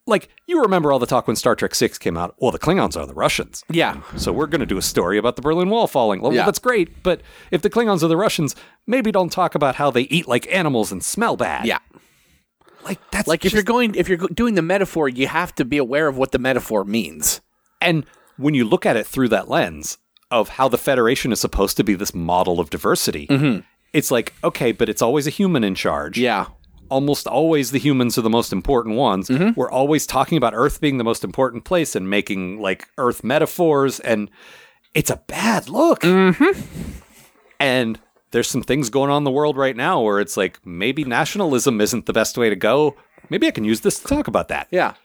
Speaker 2: like you remember all the talk when Star Trek Six came out, well, the Klingons are the Russians,
Speaker 3: Yeah.
Speaker 2: so we're going to do a story about the Berlin Wall falling. Well,
Speaker 3: Yeah.
Speaker 2: that's great, but if the Klingons are the Russians, maybe don't talk about how they eat like animals and smell bad.
Speaker 3: Yeah.
Speaker 2: like that's
Speaker 3: Like if
Speaker 2: just-
Speaker 3: you're going if you're go- doing the metaphor, you have to be aware of what the metaphor means.
Speaker 2: And when you look at it through that lens of how the Federation is supposed to be this model of diversity, it's like, okay, but it's always a human in charge.
Speaker 3: Mm-hmm. Yeah.
Speaker 2: almost always the humans are the most important ones.
Speaker 3: Mm-hmm.
Speaker 2: We're always talking about Earth being the most important place and making like Earth metaphors, and it's a bad look. Mm-hmm. And there's some things going on in the world right now where it's like maybe nationalism isn't the best way to go. Maybe I can use this to talk about that.
Speaker 3: Yeah.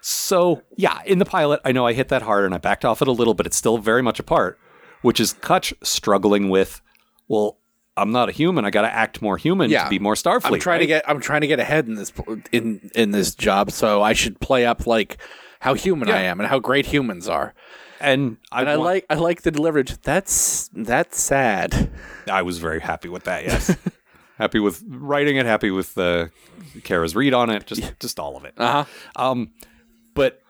Speaker 2: So, yeah, in the pilot, I know I hit that hard and I backed off it a little, but it's still very much a part, which is Kutch struggling with, well, I'm not a human. I got to act more human
Speaker 3: Yeah.
Speaker 2: to be more Starfleet.
Speaker 3: I'm trying
Speaker 2: right?
Speaker 3: to get I'm trying to get ahead in this in in this job, so I should play up like how human I
Speaker 2: Yeah.
Speaker 3: am and how great humans are.
Speaker 2: and I,
Speaker 3: And I
Speaker 2: want-
Speaker 3: like I like the deliverage. That's that's sad.
Speaker 2: I was very happy with that. Yes, happy with writing it. Happy with uh, Kara's read on it. Just just all of it. Um,
Speaker 3: Uh huh.
Speaker 2: But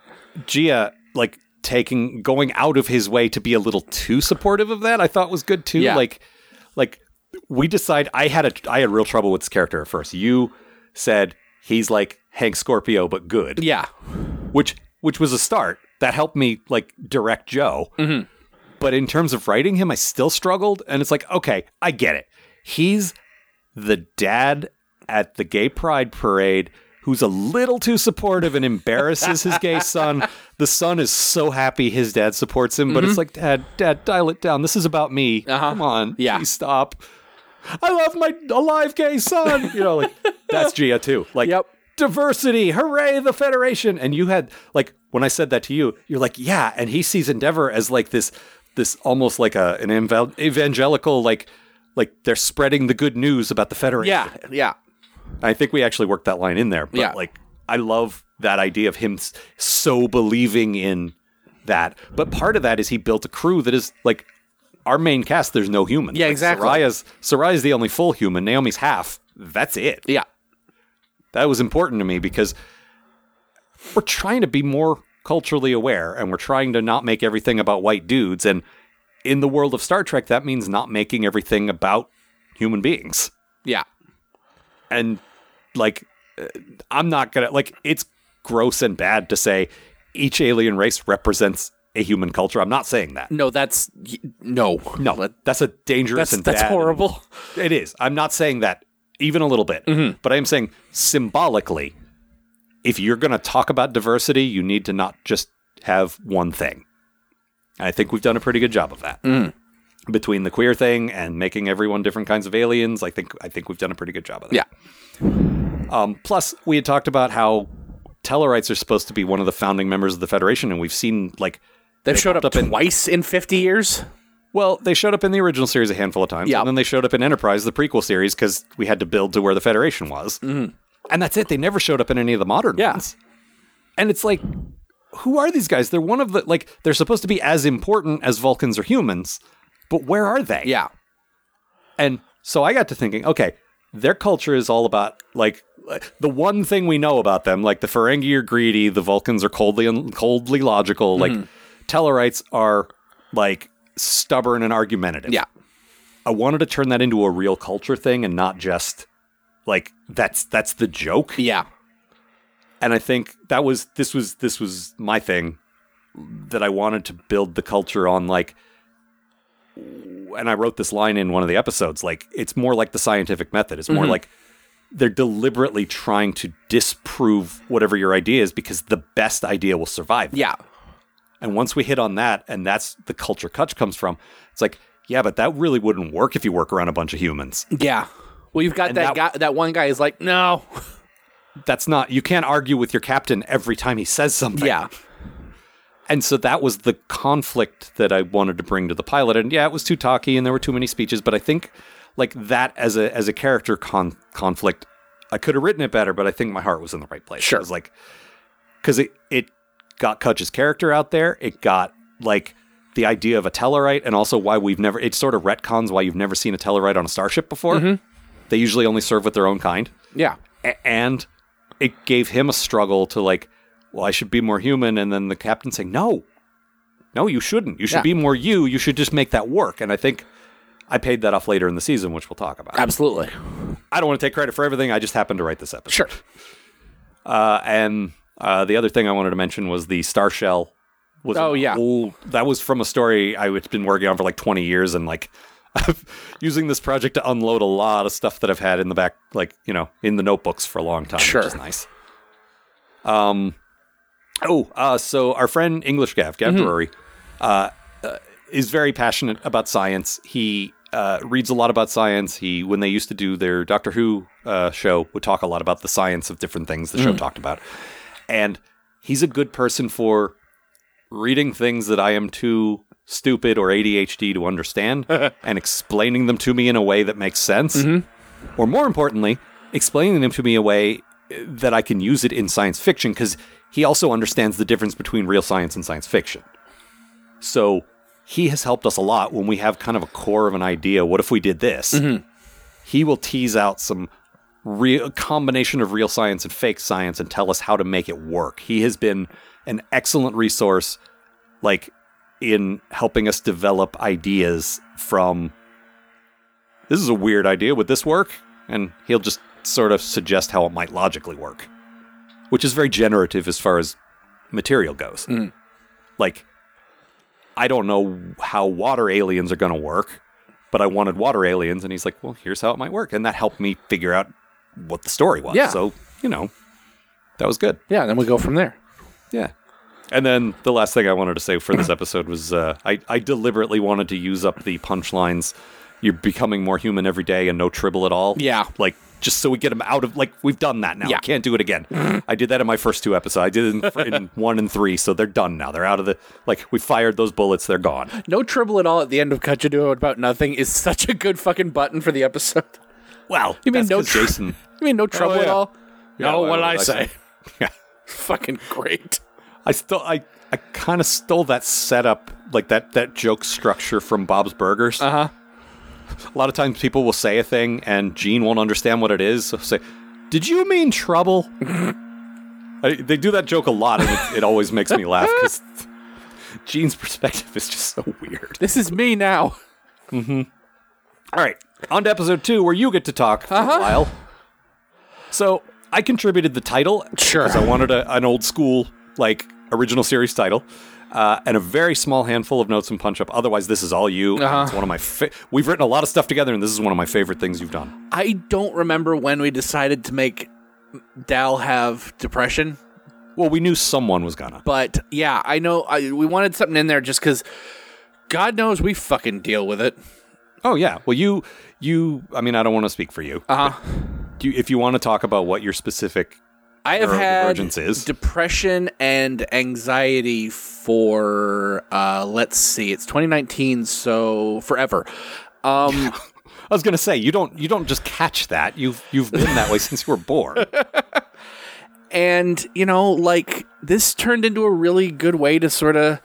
Speaker 2: Gia like taking going out of his way to be a little too supportive of that. I thought was good too.
Speaker 3: Yeah.
Speaker 2: Like like we decide. I had a I had real trouble with this character at first. You said he's like Hank Scorpio but good.
Speaker 3: Yeah.
Speaker 2: which which was a start that helped me like direct Joe.
Speaker 3: Mm-hmm.
Speaker 2: But in terms of writing him, I still struggled, and it's like, okay, I get it. He's the dad at the gay pride parade who's a little too supportive and embarrasses his gay son. The son is so happy his dad supports him, but it's like, dad, dad, dial it down. This is about me.
Speaker 3: Mm-hmm. Uh-huh.
Speaker 2: Come on,
Speaker 3: Yeah.
Speaker 2: please stop. I love my alive gay son. You know, like that's Gia too. Like
Speaker 3: Yep.
Speaker 2: diversity, hooray the Federation. And you had like when I said that to you, you're like, yeah. And he sees Endeavor as like this, this almost like a an evan- evangelical like. Like they're spreading the good news about the Federation.
Speaker 3: Yeah. Yeah.
Speaker 2: I think we actually worked that line in there. But
Speaker 3: Yeah.
Speaker 2: like I love that idea of him s- so believing in that. But part of that is he built a crew that is like our main cast. There's no human.
Speaker 3: Yeah,
Speaker 2: Like,
Speaker 3: exactly.
Speaker 2: Soraya's Soraya's the only full human. Naomi's half. That's it.
Speaker 3: Yeah.
Speaker 2: That was important to me because we're trying to be more culturally aware and we're trying to not make everything about white dudes. And in the world of Star Trek, that means not making everything about human beings
Speaker 3: Yeah.
Speaker 2: and like uh, i'm not gonna like it's gross and bad to say each alien race represents a human culture i'm not saying that
Speaker 3: No, that's y- no.
Speaker 2: no that's a dangerous
Speaker 3: That's
Speaker 2: and
Speaker 3: that's
Speaker 2: bad-
Speaker 3: horrible.
Speaker 2: it is i'm not saying that even a little bit
Speaker 3: Mm-hmm.
Speaker 2: but i'm saying symbolically if you're gonna talk about diversity you need to not just have one thing and i think we've done a pretty good job of that
Speaker 3: Mm-hmm.
Speaker 2: between the queer thing and making everyone different kinds of aliens i think i think we've done a pretty good job of that
Speaker 3: Yeah.
Speaker 2: Um, plus, we had talked about how Tellarites are supposed to be one of the founding members of the Federation, and we've seen like,
Speaker 3: They've showed up,
Speaker 2: popped up in-
Speaker 3: twice in 50 years.
Speaker 2: well, they showed up in the original series a handful of times,
Speaker 3: Yeah.
Speaker 2: and then they showed up in Enterprise, the prequel series, because we had to build to where the Federation was, and that's it. They never showed up in any of the modern
Speaker 3: Mm-hmm. Yeah.
Speaker 2: ones, and it's like, who are these guys? They're one of the like they're supposed to be as important as Vulcans or humans, but where are they?
Speaker 3: Yeah.
Speaker 2: And so I got to thinking, okay, their culture is all about like the one thing we know about them, like the Ferengi are greedy, the Vulcans are coldly un- coldly logical, like Tellarites are like stubborn and argumentative.
Speaker 3: Yeah.
Speaker 2: I wanted to turn that into a real culture thing and not just like that's that's the joke
Speaker 3: Yeah.
Speaker 2: and I think that was this was this was my thing that I wanted to build the culture on like
Speaker 3: Mm-hmm.
Speaker 2: and I wrote this line in one of the episodes like it's more like the scientific method it's more like they're deliberately trying to disprove whatever your idea is because the best idea will survive.
Speaker 3: Yeah.
Speaker 2: And once we hit on that, and that's the culture Kutch comes from, it's like, yeah, but that really wouldn't work if you work around a bunch of humans.
Speaker 3: Yeah. Well, you've got that, guy. That one guy is like, no.
Speaker 2: That's not, you can't argue with your captain every time he says something.
Speaker 3: Yeah.
Speaker 2: And so that was the conflict that I wanted to bring to the pilot. And yeah, it was too talky and there were too many speeches, but I think like that as a as a character con- conflict, I could have written it better, but I think my heart was in the right place.
Speaker 3: Sure.
Speaker 2: It was like cuz it it got Kutch's character out there. It got like the idea of a Tellarite and also why we've never it sort of retcons why you've never seen a Tellarite on a starship before. They usually only serve with their own kind
Speaker 3: Yeah.
Speaker 2: a- and it gave him a struggle to like well i should be more human and then the captain saying no no you shouldn't you should
Speaker 3: Yeah.
Speaker 2: be more you you should just make that work and i think i paid that off later in the season which we'll talk about
Speaker 3: Absolutely.
Speaker 2: i don't want to take credit for everything i just happened to write this episode
Speaker 3: Sure.
Speaker 2: uh, and uh, the other thing i wanted to mention was the star shell was
Speaker 3: Oh,
Speaker 2: an
Speaker 3: yeah.
Speaker 2: old- that was from a story i had been working on for like 20 years and like I've using this project to unload a lot of stuff that I've had in the back, like you know, in the notebooks for a long time,
Speaker 3: Sure.
Speaker 2: which is nice. Um, oh, uh, so our friend English Gav
Speaker 3: Mm-hmm.
Speaker 2: Gav Drury, uh, uh, is very passionate about science. He uh, reads a lot about science. He, when they used to do their Doctor Who uh, show, would talk a lot about the science of different things the show
Speaker 3: Mm.
Speaker 2: talked about, and he's a good person for reading things that I am too stupid or ADHD to understand and explaining them to me in a way that makes sense. Or more importantly, explaining them to me in a way eh, that I can use it in science fiction because he also understands the difference between real science and science fiction. So he has helped us a lot when we have kind of a core of an idea. What if we did this? He will tease out some real combination of real science and fake science and tell us how to make it work. He has been an excellent resource like in helping us develop ideas from this is a weird idea would this work and he'll just sort of suggest how it might logically work which is very generative as far as material goes like i don't know how water aliens are going to work but i wanted water aliens and he's like well here's how it might work and that helped me figure out what the story was
Speaker 3: Yeah.
Speaker 2: so you know that was good
Speaker 3: Yeah. Then we go from there.
Speaker 2: yeah. And then the last thing I wanted to say for this episode was uh, I, I deliberately wanted to use up the punchlines. You're becoming more human every day and no tribble at all.
Speaker 3: Yeah.
Speaker 2: Like, just so we get them out of, like, we've done that now.
Speaker 3: Yeah.
Speaker 2: We can't do it again. I did that in my first two episodes. I did it in, in one and three, so they're done now. They're out of the, like, we fired those bullets. They're gone.
Speaker 3: No tribble at all at the end of Kachaduo about nothing is such a good fucking button for the episode.
Speaker 2: Wow.
Speaker 3: You mean
Speaker 2: that's
Speaker 3: no
Speaker 2: 'cause
Speaker 3: tr-
Speaker 2: Jason.
Speaker 3: You mean no trouble at
Speaker 2: Oh, yeah.
Speaker 3: all?
Speaker 2: Yeah,
Speaker 3: no,
Speaker 2: why
Speaker 3: what
Speaker 2: would
Speaker 3: I
Speaker 2: I
Speaker 3: say.
Speaker 2: say? Yeah.
Speaker 3: fucking great.
Speaker 2: I still, I, I kind of stole that setup, like that that joke structure from Bob's Burgers. Uh huh. A lot of times people will say a thing and Gene won't understand what it is. So say, "Did you mean trouble?" I, they do that joke a lot, and it, it always makes me laugh because Gene's perspective is just so weird.
Speaker 3: This is me now.
Speaker 2: All right, on to episode two, where you get to talk for
Speaker 3: Uh-huh.
Speaker 2: a while. So I contributed the title
Speaker 3: Sure.
Speaker 2: because I wanted a, an old school like original series title. Uh, and a very small handful of notes and punch up. Otherwise, this is all you. and
Speaker 3: Uh-huh.
Speaker 2: It's one of my. Fa- We've written a lot of stuff together, and this is one of my favorite things you've done.
Speaker 3: I don't remember when we decided to make Dal have depression,
Speaker 2: Well, we knew someone was gonna.
Speaker 3: but yeah, I know I, we wanted something in there just because God knows we fucking deal with it.
Speaker 2: Oh yeah. Well, you, you. I mean, I don't want to speak for you.
Speaker 3: Uh-huh.
Speaker 2: but Do you, if you want to talk about what your specific.
Speaker 3: I have had
Speaker 2: Neurodivergence is.
Speaker 3: depression and anxiety for uh let's see, it's 2019, so forever. Um
Speaker 2: I was gonna say you don't. You don't just catch that. You've you've been that way since you were born.
Speaker 3: and you know like this turned into a really good way to sort of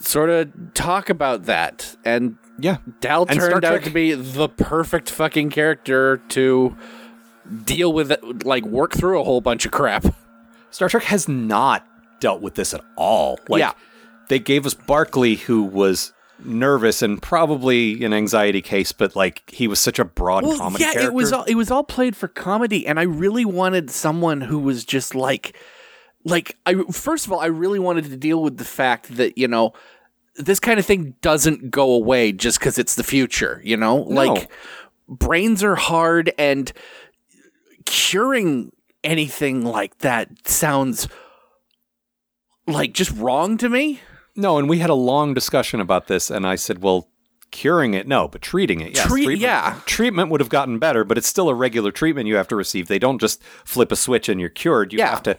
Speaker 3: sort of talk about that and
Speaker 2: Yeah.
Speaker 3: Dal
Speaker 2: And Star
Speaker 3: turned out
Speaker 2: Trek.
Speaker 3: to be the perfect fucking character to deal with it, like work through a whole bunch of crap
Speaker 2: Star Trek has not dealt with this at all. Like
Speaker 3: Yeah.
Speaker 2: they gave us Barclay who was nervous and probably an anxiety case, but like he was such a broad comedy
Speaker 3: yeah
Speaker 2: character.
Speaker 3: it was all, it was all played for comedy and I really wanted someone who was just like like I first of all I really wanted to deal with the fact that you know this kind of thing doesn't go away just cuz it's the future you know like brains are hard and curing anything like that sounds like just wrong to me.
Speaker 2: No, and we had a long discussion about this, and I said, well, curing it, no, but treating it. Yes,
Speaker 3: Treat-
Speaker 2: treatment,
Speaker 3: yeah.
Speaker 2: Treatment would have gotten better, but it's still a regular treatment you have to receive. They don't just flip a switch and you're cured. You
Speaker 3: Yeah.
Speaker 2: have to,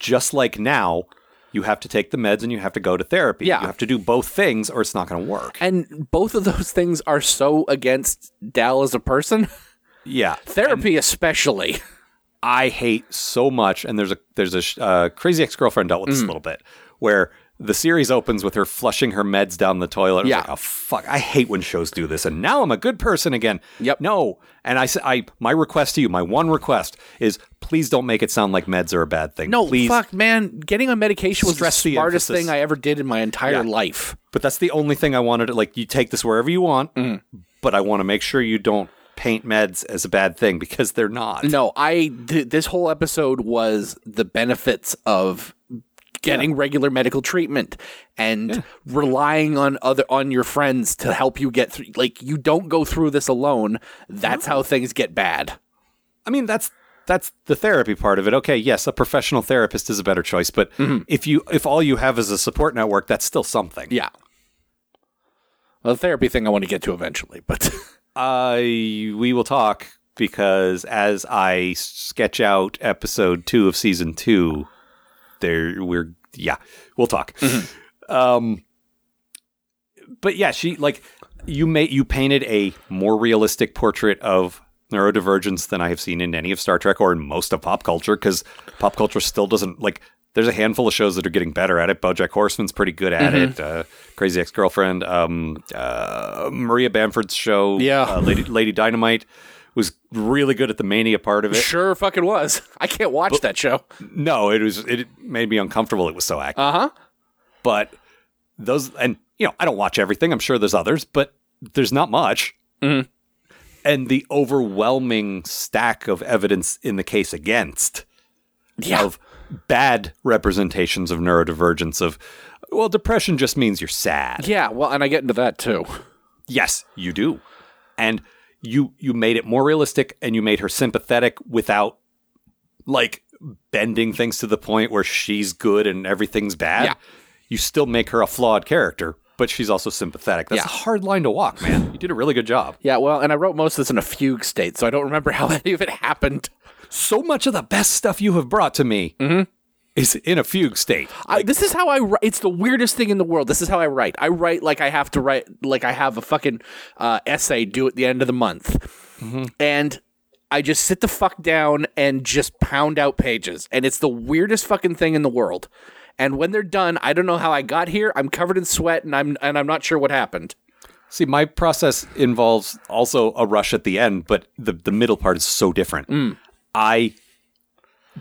Speaker 2: just like now, you have to take the meds and you have to go to therapy.
Speaker 3: Yeah.
Speaker 2: You have to do both things or it's not going to work.
Speaker 3: And both of those things are so against Dal as a person,
Speaker 2: yeah.
Speaker 3: therapy especially.
Speaker 2: I hate so much, and there's a there's a sh- uh, crazy ex girlfriend dealt with
Speaker 3: Mm.
Speaker 2: this a little bit, where the series opens with her flushing her meds down the toilet. I was
Speaker 3: Yeah.
Speaker 2: like, oh fuck, I hate when shows do this, and now I'm a good person again.
Speaker 3: Yep.
Speaker 2: No, and I s- I my request to you, my one request is please don't make it sound like meds are a bad thing.
Speaker 3: No,
Speaker 2: please.
Speaker 3: fuck, man, getting on medication was
Speaker 2: Stress
Speaker 3: the
Speaker 2: the
Speaker 3: smartest
Speaker 2: emphasis.
Speaker 3: thing I ever did in my entire
Speaker 2: Yeah.
Speaker 3: life.
Speaker 2: But that's the only thing I wanted. To, like, you take this wherever you want,
Speaker 3: Mm.
Speaker 2: but I want to make sure you don't paint meds as a bad thing because they're not.
Speaker 3: No, I th- this whole episode was the benefits of getting regular medical treatment and relying on other on your friends to help you get through like you don't go through this alone. That's how things get bad.
Speaker 2: I mean, that's that's the therapy part of it. Okay, yes, a professional therapist is a better choice, but if you if all you have is a support network, that's still something.
Speaker 3: Yeah. Well, the therapy thing I want to get to eventually, but
Speaker 2: Uh, we will talk because as I sketch out episode two of season two, there we're yeah, we'll talk. Um, but yeah, she like you made you painted a more realistic portrait of neurodivergence than I have seen in any of Star Trek or in most of pop culture because pop culture still doesn't like. There's a handful of shows that are getting better at it. BoJack Horseman's pretty good at it. Uh, Crazy Ex-Girlfriend, um, uh, Maria Bamford's show,
Speaker 3: Yeah.
Speaker 2: uh, Lady, Lady Dynamite was really good at the mania part of it.
Speaker 3: sure fucking was. I can't watch that show.
Speaker 2: No, it was it made me uncomfortable. It was so active.
Speaker 3: Uh-huh.
Speaker 2: but those and you know i don't watch everything i'm sure there's others but there's not much
Speaker 3: Mhm.
Speaker 2: and the overwhelming stack of evidence in the case against
Speaker 3: Yeah.
Speaker 2: of bad representations of neurodivergence of well depression just means you're sad
Speaker 3: Yeah, well, and I get into that too.
Speaker 2: yes you do and you you made it more realistic and you made her sympathetic without like bending things to the point where she's good and everything's bad
Speaker 3: Yeah.
Speaker 2: you still make her a flawed character but she's also sympathetic that's
Speaker 3: Yeah.
Speaker 2: a hard line to walk man you did a really good job
Speaker 3: Yeah, well, and I wrote most of this in a fugue state, so I don't remember how any of it happened.
Speaker 2: so much of the best stuff you have brought to me is in a fugue state
Speaker 3: I, this is how I write. It's the weirdest thing in the world. This is how I write. I write like I have to write, like I have a fucking uh, essay due at the end of the month. And I just sit the fuck down and just pound out pages. And it's the weirdest fucking thing in the world. And when they're done, I don't know how I got here. I'm covered in sweat and I'm and I'm not sure what happened.
Speaker 2: See, my process involves also a rush at the end, but the the middle part is so different. I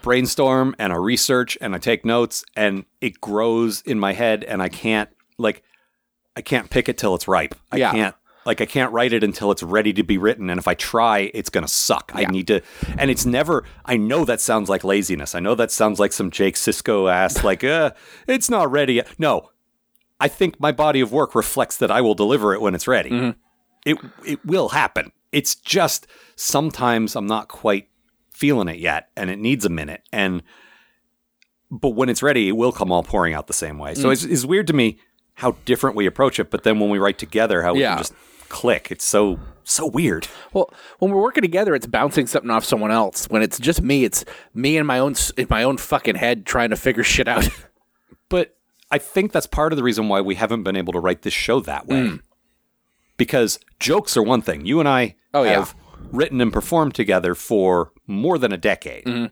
Speaker 2: brainstorm and I research and I take notes and it grows in my head and I can't like I can't pick it till it's ripe. I
Speaker 3: Yeah.
Speaker 2: can't like I can't write it until it's ready to be written and if I try it's going to suck. I need to and it's never I know that sounds like laziness. I know that sounds like some Jake Cisco ass like uh it's not ready yet. No, I think my body of work reflects that I will deliver it when it's ready. It it will happen. It's just sometimes I'm not quite feeling it yet and it needs a minute and but when it's ready it will come all pouring out the same way. So it's, it's weird to me how different we approach it, but then when we write together how we
Speaker 3: Yeah.
Speaker 2: can just click. It's so so weird.
Speaker 3: Well, when we're working together, it's bouncing something off someone else. When it's just me, it's me in my own s- in my own fucking head trying to figure shit out.
Speaker 2: But I think that's part of the reason why we haven't been able to write this show that way.
Speaker 3: Mm.
Speaker 2: Because jokes are one thing. You and I
Speaker 3: Oh, yeah.
Speaker 2: have written and performed together for more than a decade.
Speaker 3: Mm-hmm.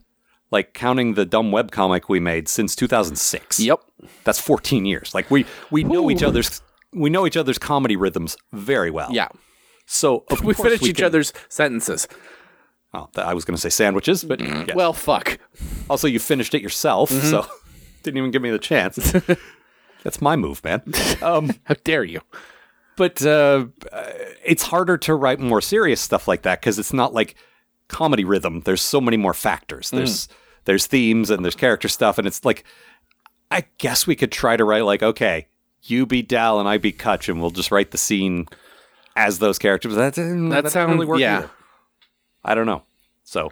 Speaker 2: Like counting the dumb webcomic we made since 2006.
Speaker 3: yep.
Speaker 2: That's 14 years. Like we we know each
Speaker 3: Ooh.
Speaker 2: other's we know each other's comedy rhythms very well.
Speaker 3: Yeah.
Speaker 2: So of
Speaker 3: we
Speaker 2: course
Speaker 3: finish
Speaker 2: we
Speaker 3: each
Speaker 2: can-
Speaker 3: other's sentences.
Speaker 2: Oh, th- I was going to say sandwiches, but yeah.
Speaker 3: Mm-hmm. Well, Mm-hmm. fuck.
Speaker 2: Also, you finished it yourself, so didn't even give me the chance. That's my move, man. Um,
Speaker 3: How dare you?
Speaker 2: but uh, uh, it's harder to write more serious stuff like that because it's not like comedy rhythm. There's so many more factors. There's there's themes and there's character stuff, and it's like I guess we could try to write like okay, you be Dal and I be Kutch, and we'll just write the scene as those characters. That that, that doesn't
Speaker 3: sound-
Speaker 2: really work.
Speaker 3: yeah.
Speaker 2: either. I don't know. So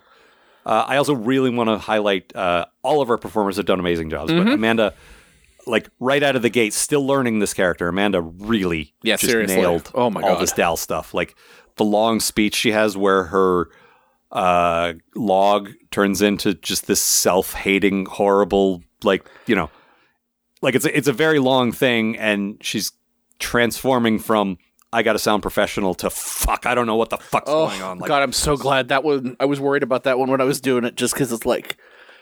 Speaker 2: Uh, I also really want to highlight uh, all of our performers have done amazing jobs,
Speaker 3: Mm-hmm.
Speaker 2: but Amanda, like right out of the gate, still learning this character. Amanda really
Speaker 3: Yeah,
Speaker 2: just
Speaker 3: seriously.
Speaker 2: nailed
Speaker 3: Oh my
Speaker 2: all
Speaker 3: God.
Speaker 2: this Dal stuff. Like the long speech she has where her uh, log turns into just this self-hating, horrible, like you know, like it's a, it's a very long thing, and she's transforming from I got to sound professional to fuck, I don't know what the fuck's
Speaker 3: Oh
Speaker 2: going on. Like,
Speaker 3: God, I'm so glad that one. I was worried about that one when I was doing it, just because it's like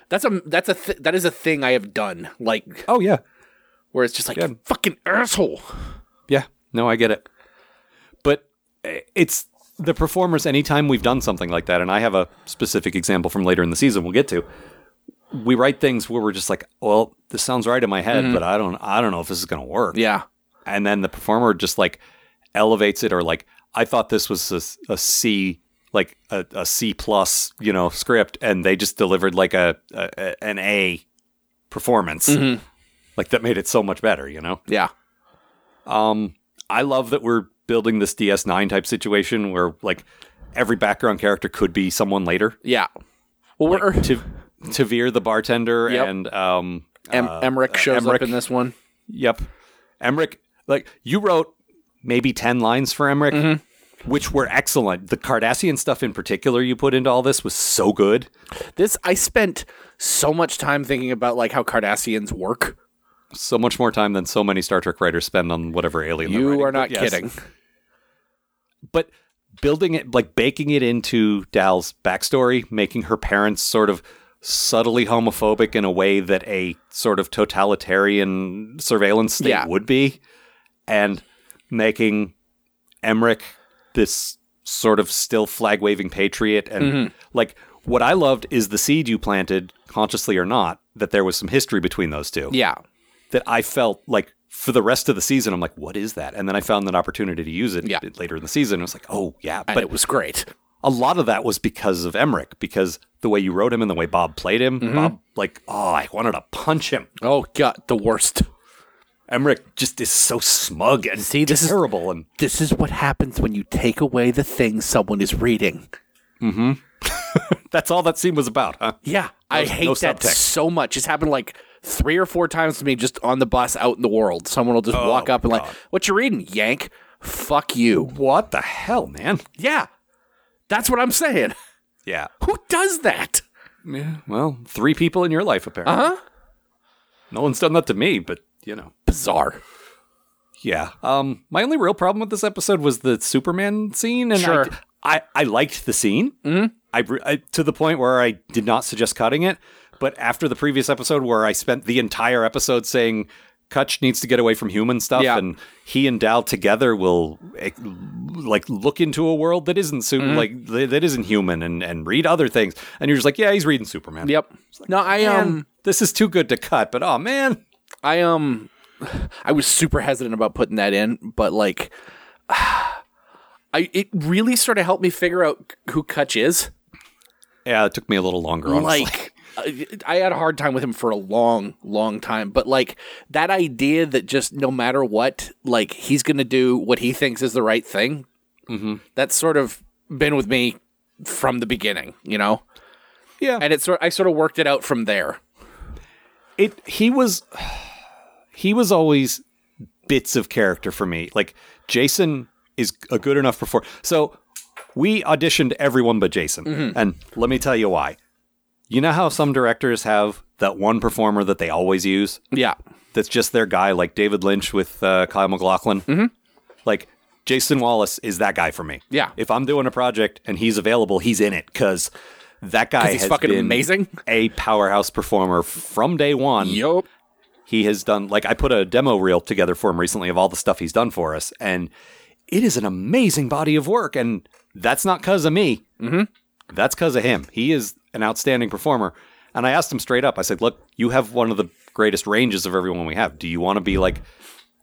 Speaker 3: that's a that's a th- that is a thing I have done, like
Speaker 2: oh yeah,
Speaker 3: where it's just like
Speaker 2: Yeah.
Speaker 3: "You fucking asshole.
Speaker 2: Yeah, no, I get it. But i- it's the performers. Anytime we've done something like that, and I have a specific example from later in the season, we'll get to. We write things where we're just like, "Well, this sounds right in my head, but I don't, I don't know if this is going to work."
Speaker 3: Yeah,
Speaker 2: And then the performer just like elevates it, or like, "I thought this was a, s- a C, like a, a C plus, you know, script," and they just delivered like a, a a- an A performance, like that made it so much better, you know.
Speaker 3: yeah,
Speaker 2: Um, I love that we're building this DS9 type situation where like every background character could be someone later.
Speaker 3: yeah. Well, we're
Speaker 2: Tav- Tavir the bartender
Speaker 3: Yep.
Speaker 2: and um,
Speaker 3: em-
Speaker 2: uh,
Speaker 3: Emmerich shows
Speaker 2: Emmerich.
Speaker 3: up in this one.
Speaker 2: yep, Emmerich. Like you wrote maybe ten lines for Emmerich.
Speaker 3: Mm-hmm.
Speaker 2: Which were excellent. The Cardassian stuff in particular you put into all this was so good.
Speaker 3: This I spent so much time thinking about like how Cardassians work.
Speaker 2: So much more time than so many Star Trek writers spend on whatever alien. they're
Speaker 3: You
Speaker 2: writing,
Speaker 3: are
Speaker 2: but
Speaker 3: not
Speaker 2: yes.
Speaker 3: kidding.
Speaker 2: but building it like baking it into Dal's backstory, making her parents sort of subtly homophobic in a way that a sort of totalitarian surveillance state
Speaker 3: Yeah.
Speaker 2: would be, and making Emmerich this sort of still flag waving patriot and like what I loved is the seed you planted, consciously or not, that there was some history between those two
Speaker 3: Yeah,
Speaker 2: that I felt like for the rest of the season, I'm like, what is that? And then I found an opportunity to use it
Speaker 3: Yeah.
Speaker 2: later in the season. I was like, oh yeah,
Speaker 3: and
Speaker 2: but
Speaker 3: it was great.
Speaker 2: a lot of that was because of Emmerich, because the way you wrote him and the way Bob played him,
Speaker 3: Mm-hmm.
Speaker 2: Bob like, oh, I wanted to punch him.
Speaker 3: Oh God, the worst.
Speaker 2: Emmerich just is so smug and
Speaker 3: See, this is-
Speaker 2: terrible, and
Speaker 3: This is what happens when you take away the thing someone is reading.
Speaker 2: that's all that scene was about, huh?
Speaker 3: Yeah, I hate
Speaker 2: no
Speaker 3: that
Speaker 2: subtext.
Speaker 3: so much. It's happened like three or four times to me just on the bus out in the world. Someone will just walk up and like, "What you reading, Yank? Fuck you."
Speaker 2: What the hell, man?
Speaker 3: Yeah, that's what I'm saying.
Speaker 2: Yeah.
Speaker 3: Who does that?
Speaker 2: Yeah. Well, three people in your life apparently.
Speaker 3: Uh-huh.
Speaker 2: No one's done that to me, but you know.
Speaker 3: Bizarre.
Speaker 2: Yeah. Um, my only real problem with this episode was the Superman scene, and I-
Speaker 3: Sure.
Speaker 2: I, I, liked the scene. Mm-hmm. I, re- I to the point where I did not suggest cutting it, but after the previous episode where I spent the entire episode saying Kutch needs to get away from human stuff,
Speaker 3: Yeah.
Speaker 2: and he and Dal together will eh, like look into a world that isn't su-
Speaker 3: Mm-hmm.
Speaker 2: like that that isn't human, and and read other things, and you're just like, yeah, he's reading Superman.
Speaker 3: Yep. No, I
Speaker 2: Man,
Speaker 3: um,
Speaker 2: this is too good to cut, but oh man,
Speaker 3: I um, I was super hesitant about putting that in, but like, I it really sort of helped me figure out who Kutch is.
Speaker 2: yeah, it took me a little longer. Honestly.
Speaker 3: like I I had a hard time with him for a long, long time, but like that idea that just no matter what, like he's gonna do what he thinks is the right thing. Mm-hmm. That's sort of been with me from the beginning, you know.
Speaker 2: yeah,
Speaker 3: And it sort I sort of worked it out from there.
Speaker 2: it he was he was always bits of character for me like jason is a good enough performer so we auditioned everyone but jason
Speaker 3: Mm-hmm.
Speaker 2: and let me tell you why you know how some directors have that one performer that they always use
Speaker 3: Yeah,
Speaker 2: that's just their guy like david lynch with uh, kyle mclaughlin
Speaker 3: Mm-hmm.
Speaker 2: like jason wallace is that guy for me
Speaker 3: Yeah.
Speaker 2: if i'm doing a project and he's available he's in it because that guy
Speaker 3: he's
Speaker 2: has
Speaker 3: fucking
Speaker 2: been
Speaker 3: amazing.
Speaker 2: a powerhouse performer from day one
Speaker 3: Yup.
Speaker 2: he has done like i put a demo reel together for him recently of all the stuff he's done for us and it is an amazing body of work and that's not because of me mm-hmm. that's because of him he is an outstanding performer and i asked him straight up i said look you have one of the greatest ranges of everyone we have do you want to be like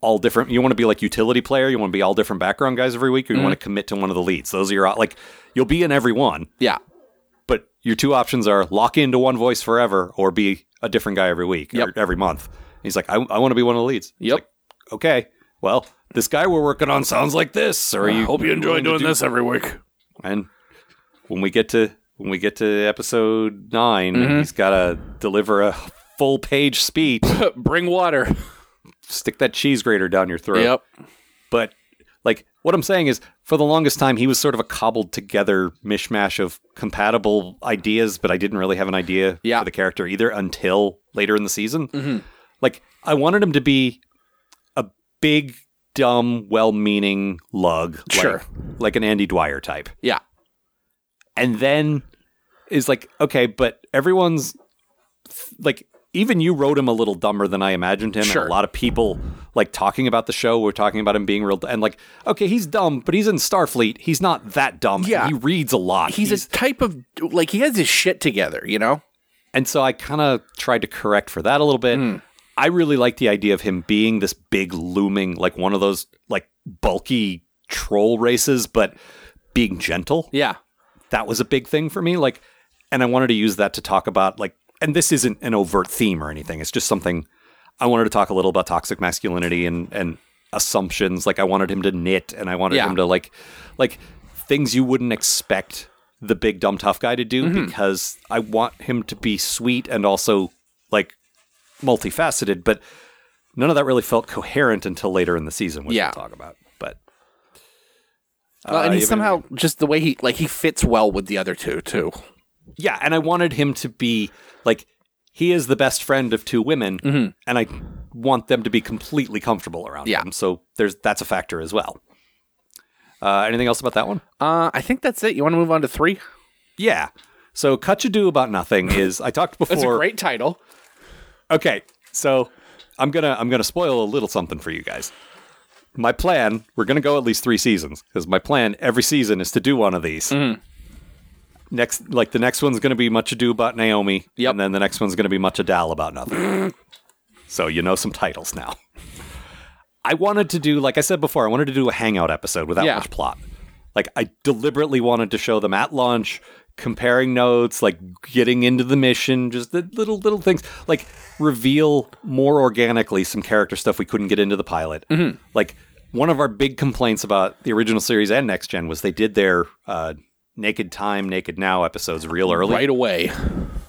Speaker 2: all different you want to be like utility player you want to be all different background guys every week or you want to commit to one of the leads those are your like you'll be in every one
Speaker 3: Yeah,
Speaker 2: but your two options are lock into one voice forever or be a different guy every week
Speaker 3: Yep.
Speaker 2: or every month. he's like, I, I want to be one of the leads. It's
Speaker 3: Yep.
Speaker 2: like, okay. Well, this guy we're working on sounds like this. Or you
Speaker 3: hope you enjoy doing this every week.
Speaker 2: and when we get to when we get to episode 9 and he's got to deliver a full page speech,
Speaker 3: Bring water.
Speaker 2: stick that cheese grater down your throat.
Speaker 3: Yep.
Speaker 2: But like what I'm saying is, for the longest time, he was sort of a cobbled together mishmash of compatible ideas, but I didn't really have an idea
Speaker 3: Yeah. Mm-hmm.
Speaker 2: for the character either until later in the season. Like I wanted him to be a big, dumb, well-meaning lug, like-
Speaker 3: Sure.
Speaker 2: like an Andy Dwyer type
Speaker 3: Yeah.
Speaker 2: and then is like okay but everyone's like even you wrote him a little dumber than i imagined him
Speaker 3: Sure.
Speaker 2: and a lot of people like talking about the show were talking about him being real and like okay he's dumb but he's in starfleet he's not that dumb and
Speaker 3: Yeah.
Speaker 2: he reads a lot
Speaker 3: He's, a type of like he has his shit together, you know?
Speaker 2: and so i kind of tried to correct for that a little bit
Speaker 3: Hmm.
Speaker 2: i really like the idea of him being this big looming like one of those like bulky troll races but being gentle
Speaker 3: Yeah.
Speaker 2: that was a big thing for me like and i wanted to use that to talk about like and this isn't an overt theme or anything it's just something i wanted to talk a little about toxic masculinity and and assumptions like i wanted him to knit and i wanted
Speaker 3: Yeah.
Speaker 2: him to like like things you wouldn't expect the big dumb tough guy to do
Speaker 3: Mm-hmm.
Speaker 2: because i want him to be sweet and also like multifaceted but none of that really felt coherent until later in the season which
Speaker 3: Yeah.
Speaker 2: we'll talk about but
Speaker 3: Well, and
Speaker 2: Uh,
Speaker 3: he
Speaker 2: yeah,
Speaker 3: somehow just the way he like he fits well with the other two too.
Speaker 2: Yeah, and I wanted him to be like he is the best friend of two women, and I want them to be completely comfortable around
Speaker 3: Mm-hmm. Yeah.
Speaker 2: him. So there's that's a factor as well. Uh, anything else about that one?
Speaker 3: Uh, I think that's it. You want to move on to three?
Speaker 2: Yeah. So Kachadu about nothing is I talked before.
Speaker 3: That's a great title.
Speaker 2: okay, so I'm gonna I'm gonna spoil a little something for you guys. My plan we're gonna go at least three seasons because my plan every season is to do one of these.
Speaker 3: Mm-hmm.
Speaker 2: Next, like the next one's gonna be much ado about Naomi,
Speaker 3: Yep.
Speaker 2: and then the next one's gonna be much adal about nothing. so you know some titles now. I wanted to do, like I said before, I wanted to do a hangout episode without
Speaker 3: Yeah.
Speaker 2: much plot. Like I deliberately wanted to show them at lunch, comparing notes, like getting into the mission, just the little little things, like reveal more organically some character stuff we couldn't get into the pilot. Like one of our big complaints about the original series and next gen was they did their uh, naked time, naked now episodes real early
Speaker 3: Right away.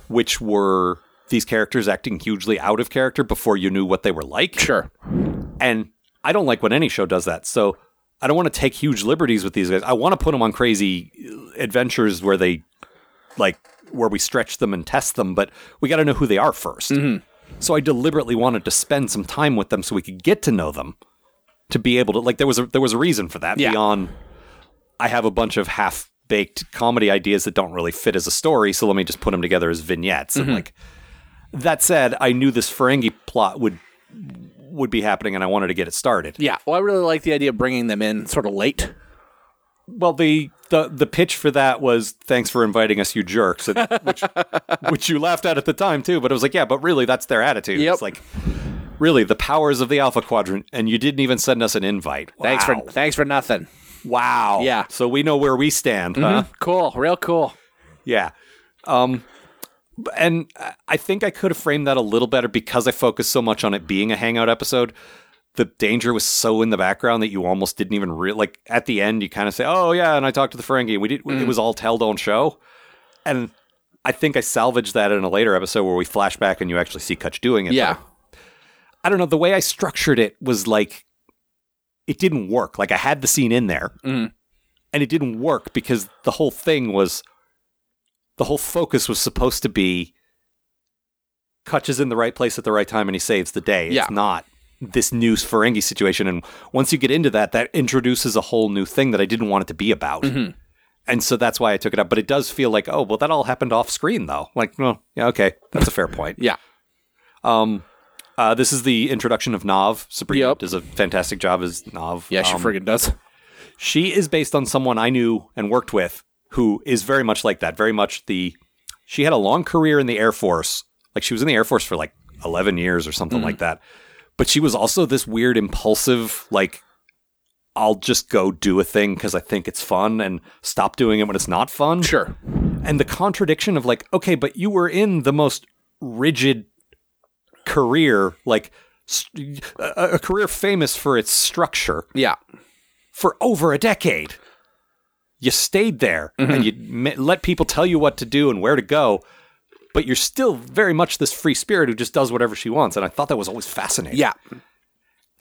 Speaker 2: which were these characters acting hugely out of character before you knew what they were like.
Speaker 3: Sure.
Speaker 2: And I don't like when any show does that. So I don't want to take huge liberties with these guys. I want to put them on crazy uh, adventures where they like where we stretch them and test them, but we got to know who they are 1st So I deliberately wanted to spend some time with them so we could get to know them to be able to like there was a there was a reason for that
Speaker 3: Yeah.
Speaker 2: beyond I have a bunch of half baked comedy ideas that don't really fit as a story, so let me just put them together as vignettes and like that said, I knew this Ferengi plot would would be happening, and I wanted to get it started.
Speaker 3: Yeah. Well, I really like the idea of bringing them in sort of late.
Speaker 2: Well, the the the pitch for that was thanks for inviting us, you jerks, and- which which you laughed at at the time too. But it was like, yeah, but really, that's their attitude.
Speaker 3: Yep.
Speaker 2: It's like really the powers of the Alpha Quadrant, and you didn't even send us an invite.
Speaker 3: Thanks for
Speaker 2: Wow.
Speaker 3: thanks for nothing.
Speaker 2: wow.
Speaker 3: Yeah. Mm-hmm.
Speaker 2: So we know where we stand, huh?
Speaker 3: Cool. Real cool.
Speaker 2: Yeah. Um, and I- I think I could have framed that a little better because I focused so much on it being a hangout episode. The danger was so in the background that you almost didn't even real like at the end you kind of say, "Oh yeah," and I talked to the Ferengi. We did it was all tell don't show, and I think I salvaged that in a later episode where we flash back and you actually see Kutch doing it.
Speaker 3: Yeah.
Speaker 2: I don't know. The way I structured it was like it didn't work. Like I had the scene in there, and it didn't work because the whole thing was the whole focus was supposed to be Kutch is in the right place at the right time and he saves the day.
Speaker 3: Yeah.
Speaker 2: It's not this new Ferengi situation. And once you get into that, that introduces a whole new thing that I didn't want it to be about. And so that's why I took it up. But it does feel like, oh, well, that all happened off screen, though. Like, well, yeah, okay. That's a fair point.
Speaker 3: Yeah.
Speaker 2: Uh, this is the introduction of Nav. Sabrina
Speaker 3: Yep.
Speaker 2: does a fantastic job as Nav.
Speaker 3: Yeah. She
Speaker 2: Um,
Speaker 3: friggin' does.
Speaker 2: she is based on someone I knew and worked with who is very much like that. Very much the. She had a long career in the Air Force. Like she was in the Air Force for like 11 years or something
Speaker 3: Mm.
Speaker 2: like that. But she was also this weird, impulsive, like, I'll just go do a thing because I think it's fun and stop doing it when it's not fun
Speaker 3: Sure.
Speaker 2: and the contradiction of like okay but you were in the most rigid career like st- a, a career famous for its structure
Speaker 3: Yeah.
Speaker 2: for over a decade you stayed there and you ma- let people tell you what to do and where to go, but you're still very much this free spirit who just does whatever she wants. And I thought that was always fascinating.
Speaker 3: Yeah.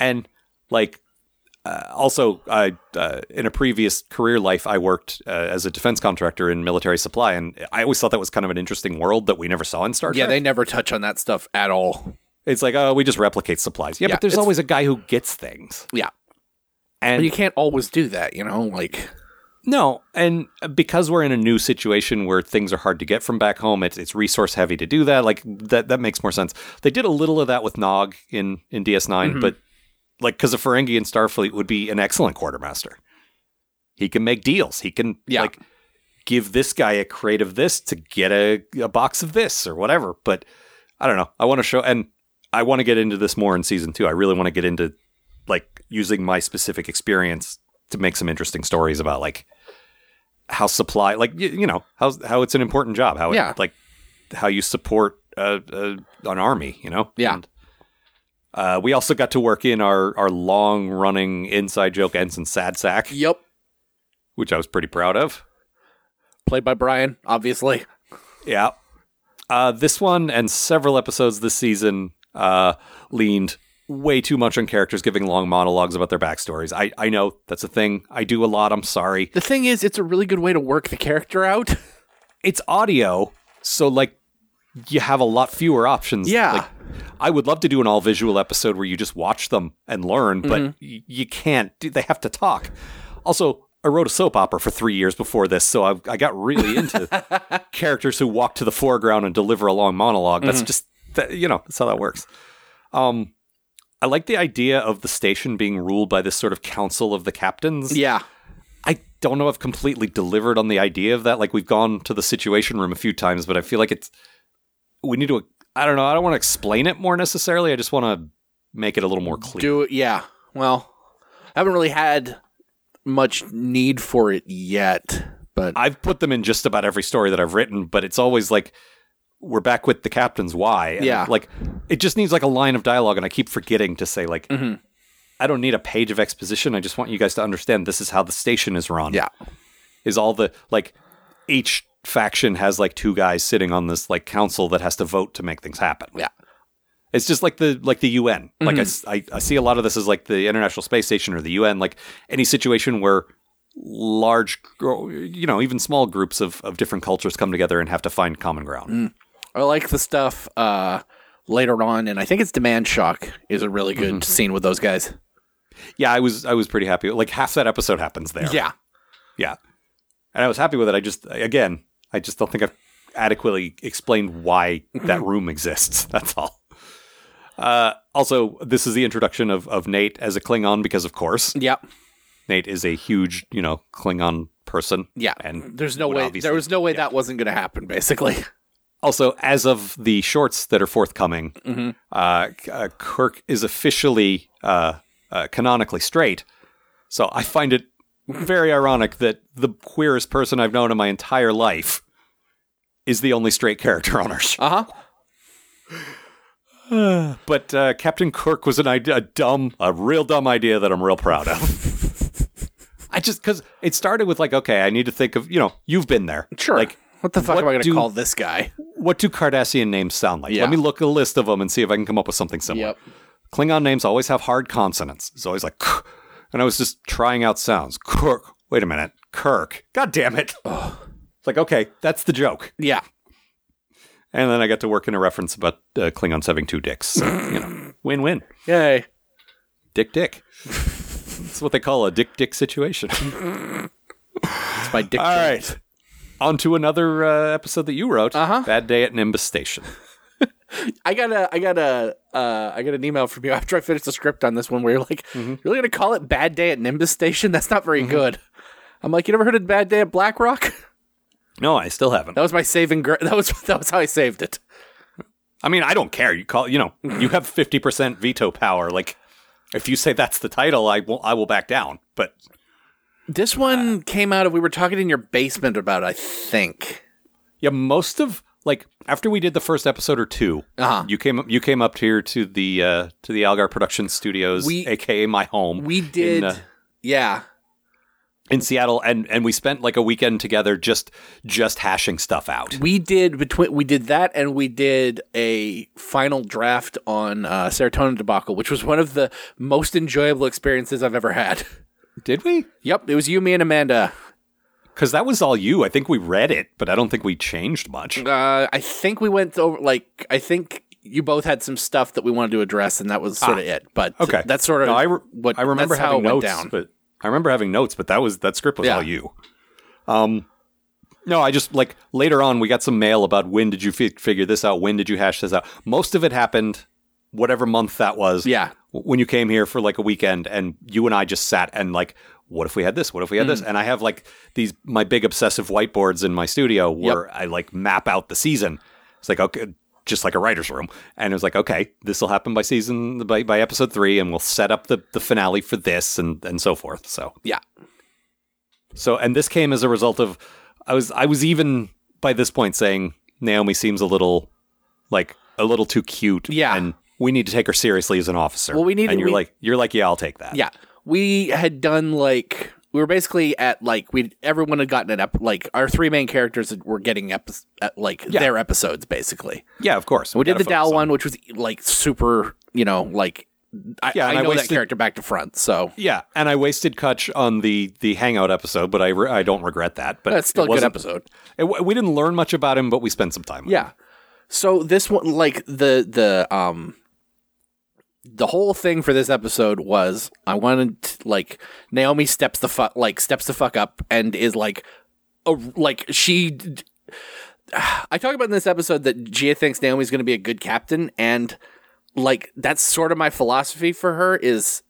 Speaker 2: And like, uh, also, I uh, in a previous career life, I worked uh, as a defense contractor in military supply, and I always thought that was kind of an interesting world that we never saw in Star Trek.
Speaker 3: Yeah, they never touch on that stuff at all.
Speaker 2: It's like, oh, we just replicate supplies. Yeah,
Speaker 3: Yeah,
Speaker 2: but there's
Speaker 3: it's-
Speaker 2: always a guy who gets things.
Speaker 3: Yeah.
Speaker 2: And
Speaker 3: you can't always do that, you know, like
Speaker 2: no, and uh, because we're in a new situation where things are hard to get from back home, it's it's resource heavy to do that. Like that that makes more sense. They did a little of that with Nog in in DS9, but like because a Ferengi in Starfleet would be an excellent quartermaster. He can make deals. He can
Speaker 3: Yeah.
Speaker 2: like give this guy a crate of this to get a, a box of this or whatever. But I don't know. I want to show, and I want to get into this more in season two. I really want to get into like using my specific experience to make some interesting stories about like how supply, like you, you know, how how it's an important job, how
Speaker 3: Yeah.
Speaker 2: it, like how you support uh, uh, an army, you know.
Speaker 3: Yeah.
Speaker 2: And, uh, we also got to work in our our long running inside joke ensign sad sack,
Speaker 3: Yep.
Speaker 2: which I was pretty proud of.
Speaker 3: Played by Brian, obviously.
Speaker 2: Yeah. Uh, this one and several episodes this season uh, leaned way too much on characters giving long monologues about their backstories. I, I know that's a thing. I do a lot. I'm sorry.
Speaker 3: The thing is, it's a really good way to work the character out.
Speaker 2: It's audio, so like you have a lot fewer options.
Speaker 3: Yeah.
Speaker 2: Like, I would love to do an all visual episode where you just watch them and learn, but y- you can't. Do- They have to talk. Also, I wrote a soap opera for three years before this, so I, I got really into characters who walk to the foreground and deliver a long monologue. That's just, that, you know, that's how that works. Um, I like the idea of the station being ruled by this sort of council of the captains.
Speaker 3: yeah.
Speaker 2: I don't know if I've completely delivered on the idea of that. Like we've gone to the situation room a few times, but I feel like it's we need to. I don't know. I don't want to explain it more necessarily. I just want to make it a little more clear.
Speaker 3: Do yeah. Well, I haven't really had much need for it yet, but
Speaker 2: I've put them in just about every story that I've written, but it's always like we're back with the captain's why. And
Speaker 3: Yeah.
Speaker 2: like it just needs like a line of dialogue, and I keep forgetting to say like.
Speaker 3: Mm-hmm.
Speaker 2: I don't need a page of exposition. I just want you guys to understand this is how the station is run.
Speaker 3: yeah.
Speaker 2: is all the like each faction has like two guys sitting on this like council that has to vote to make things happen.
Speaker 3: Yeah. Mm-hmm.
Speaker 2: It's just like the like the UN. Like I s- I, I see a lot of this as like the International Space Station or the UN. Like any situation where large, gr- you know, even small groups of of different cultures come together and have to find common ground.
Speaker 3: I like the stuff uh later on and I think it's Demand Shock is a really good
Speaker 2: Mm-hmm.
Speaker 3: scene with those guys.
Speaker 2: Yeah, I was I was pretty happy. Like half that episode happens there.
Speaker 3: Yeah.
Speaker 2: Yeah. And I was happy with it. I just, again, I just don't think I've adequately explained why that room exists. That's all. Uh, also, this is the introduction of, of Nate as a Klingon because, of course,
Speaker 3: Yep.
Speaker 2: Nate is a huge, you know, Klingon person.
Speaker 3: Yeah.
Speaker 2: And
Speaker 3: There's no
Speaker 2: would
Speaker 3: way
Speaker 2: obviously-
Speaker 3: there was no way that wasn't going to happen basically.
Speaker 2: also, as of the shorts that are forthcoming,
Speaker 3: Mm-hmm.
Speaker 2: uh, K- uh, Kirk is officially uh, uh, canonically straight. So I find it very ironic that the queerest person I've known in my entire life is the only straight character on our show.
Speaker 3: Uh-huh.
Speaker 2: But uh, Captain Kirk was an idea, a dumb, a real dumb idea that I'm real proud of. I just because it started with like, okay, I need to think of you know, you've been there,
Speaker 3: Sure.
Speaker 2: Like,
Speaker 3: Like what the fuck
Speaker 2: what
Speaker 3: am I going to
Speaker 2: do-
Speaker 3: call this guy?
Speaker 2: what do Cardassian names sound like?
Speaker 3: Yeah.
Speaker 2: Let me look at a list of them and see if I can come up with something similar.
Speaker 3: Yep.
Speaker 2: Klingon names always have hard consonants. It's always like, "K," and I was just trying out sounds. Kirk. Wait a minute. Kirk. God damn it. It's like, okay, that's the joke.
Speaker 3: Yeah.
Speaker 2: And then I got to work in a reference about uh, Klingons having two dicks. So, you know, win win.
Speaker 3: Yay.
Speaker 2: Dick dick. that's what they call a dick dick situation.
Speaker 3: It's my dick.
Speaker 2: All right. On to another uh, episode that you wrote
Speaker 3: Uh-huh.
Speaker 2: Bad Day at Nimbus Station.
Speaker 3: I got a, I got a, uh, I got an email from you after I finished the script on this one where you're like, you're really gonna call it Bad Day at Nimbus Station? That's not very good. I'm like, you never heard of Bad Day at Black Rock?
Speaker 2: No, I still haven't.
Speaker 3: That was my saving. Gr- that was that was how I saved it.
Speaker 2: I mean, I don't care. You call, you know, you have fifty percent veto power. Like, if you say that's the title, I will, I will back down. But
Speaker 3: This one came out of we were talking in your basement about. It, I think.
Speaker 2: yeah, most of like after we did the first episode or 2
Speaker 3: Uh-huh.
Speaker 2: you came, you came up here to the uh, to the Algar Production Studios,
Speaker 3: We-
Speaker 2: aka my home.
Speaker 3: We
Speaker 2: in,
Speaker 3: did.
Speaker 2: uh,
Speaker 3: yeah.
Speaker 2: in Seattle, and and we spent like a weekend together just just hashing stuff out.
Speaker 3: We did between we did that and we did a final draft on uh, Serotonin Debacle, which was one of the most enjoyable experiences I've ever had.
Speaker 2: Did we?
Speaker 3: Yep, it was you, me, and Amanda.
Speaker 2: Because that was all you. I think we read it, but I don't think we changed much.
Speaker 3: Uh, I think we went over like I think you both had some stuff that we wanted to address, and that was sort of it. But
Speaker 2: Ah, Okay,
Speaker 3: that's sort of
Speaker 2: No, I re-
Speaker 3: what
Speaker 2: I remember
Speaker 3: that's how
Speaker 2: having
Speaker 3: it
Speaker 2: notes,
Speaker 3: went down.
Speaker 2: but I remember having notes, but that was that script was
Speaker 3: Yeah.
Speaker 2: all you. Um, no, I just like later on we got some mail about when did you fi- figure this out? When did you hash this out? Most of it happened, whatever month that was.
Speaker 3: Yeah,
Speaker 2: w- when you came here for like a weekend and you and I just sat and like, what if we had this? What if we had
Speaker 3: Mm.
Speaker 2: this? And I have like these my big obsessive whiteboards in my studio where I like map out the season. It's like okay, just like a writer's room. And it was like, okay, this will happen by season by, by episode three, and we'll set up the the finale for this and and so forth. So
Speaker 3: yeah,
Speaker 2: so and this came as a result of I was I was even by this point saying Naomi seems a little like a little too cute.
Speaker 3: Yeah.
Speaker 2: And we need to take her seriously as an officer.
Speaker 3: Well, we need-
Speaker 2: and you're
Speaker 3: we-
Speaker 2: like you're like, yeah, I'll take that.
Speaker 3: yeah. We had done like we were basically at like we everyone had gotten an ep like our three main characters were getting ep- like their episodes basically.
Speaker 2: Yeah, of course.
Speaker 3: We did the Dow
Speaker 2: Dow
Speaker 3: one, which was like super, you know, like I,
Speaker 2: Yeah,
Speaker 3: I
Speaker 2: and
Speaker 3: know
Speaker 2: I
Speaker 3: that
Speaker 2: wasted-
Speaker 3: character back to front, so
Speaker 2: Yeah, and I wasted Kutch on the the Hangout episode, but I re- I don't regret that. But
Speaker 3: that's still
Speaker 2: it
Speaker 3: a good
Speaker 2: wasn't-
Speaker 3: episode.
Speaker 2: It, w- we didn't learn much about him, but we spent some time. with him.
Speaker 3: Yeah. So this one, like the the um the whole thing for this episode was I wanted to, like Naomi steps the fuck like steps the fuck up and is like a, like she. d- I talk about in this episode that Gia thinks Naomi's going to be a good captain, and like that's sort of my philosophy for her is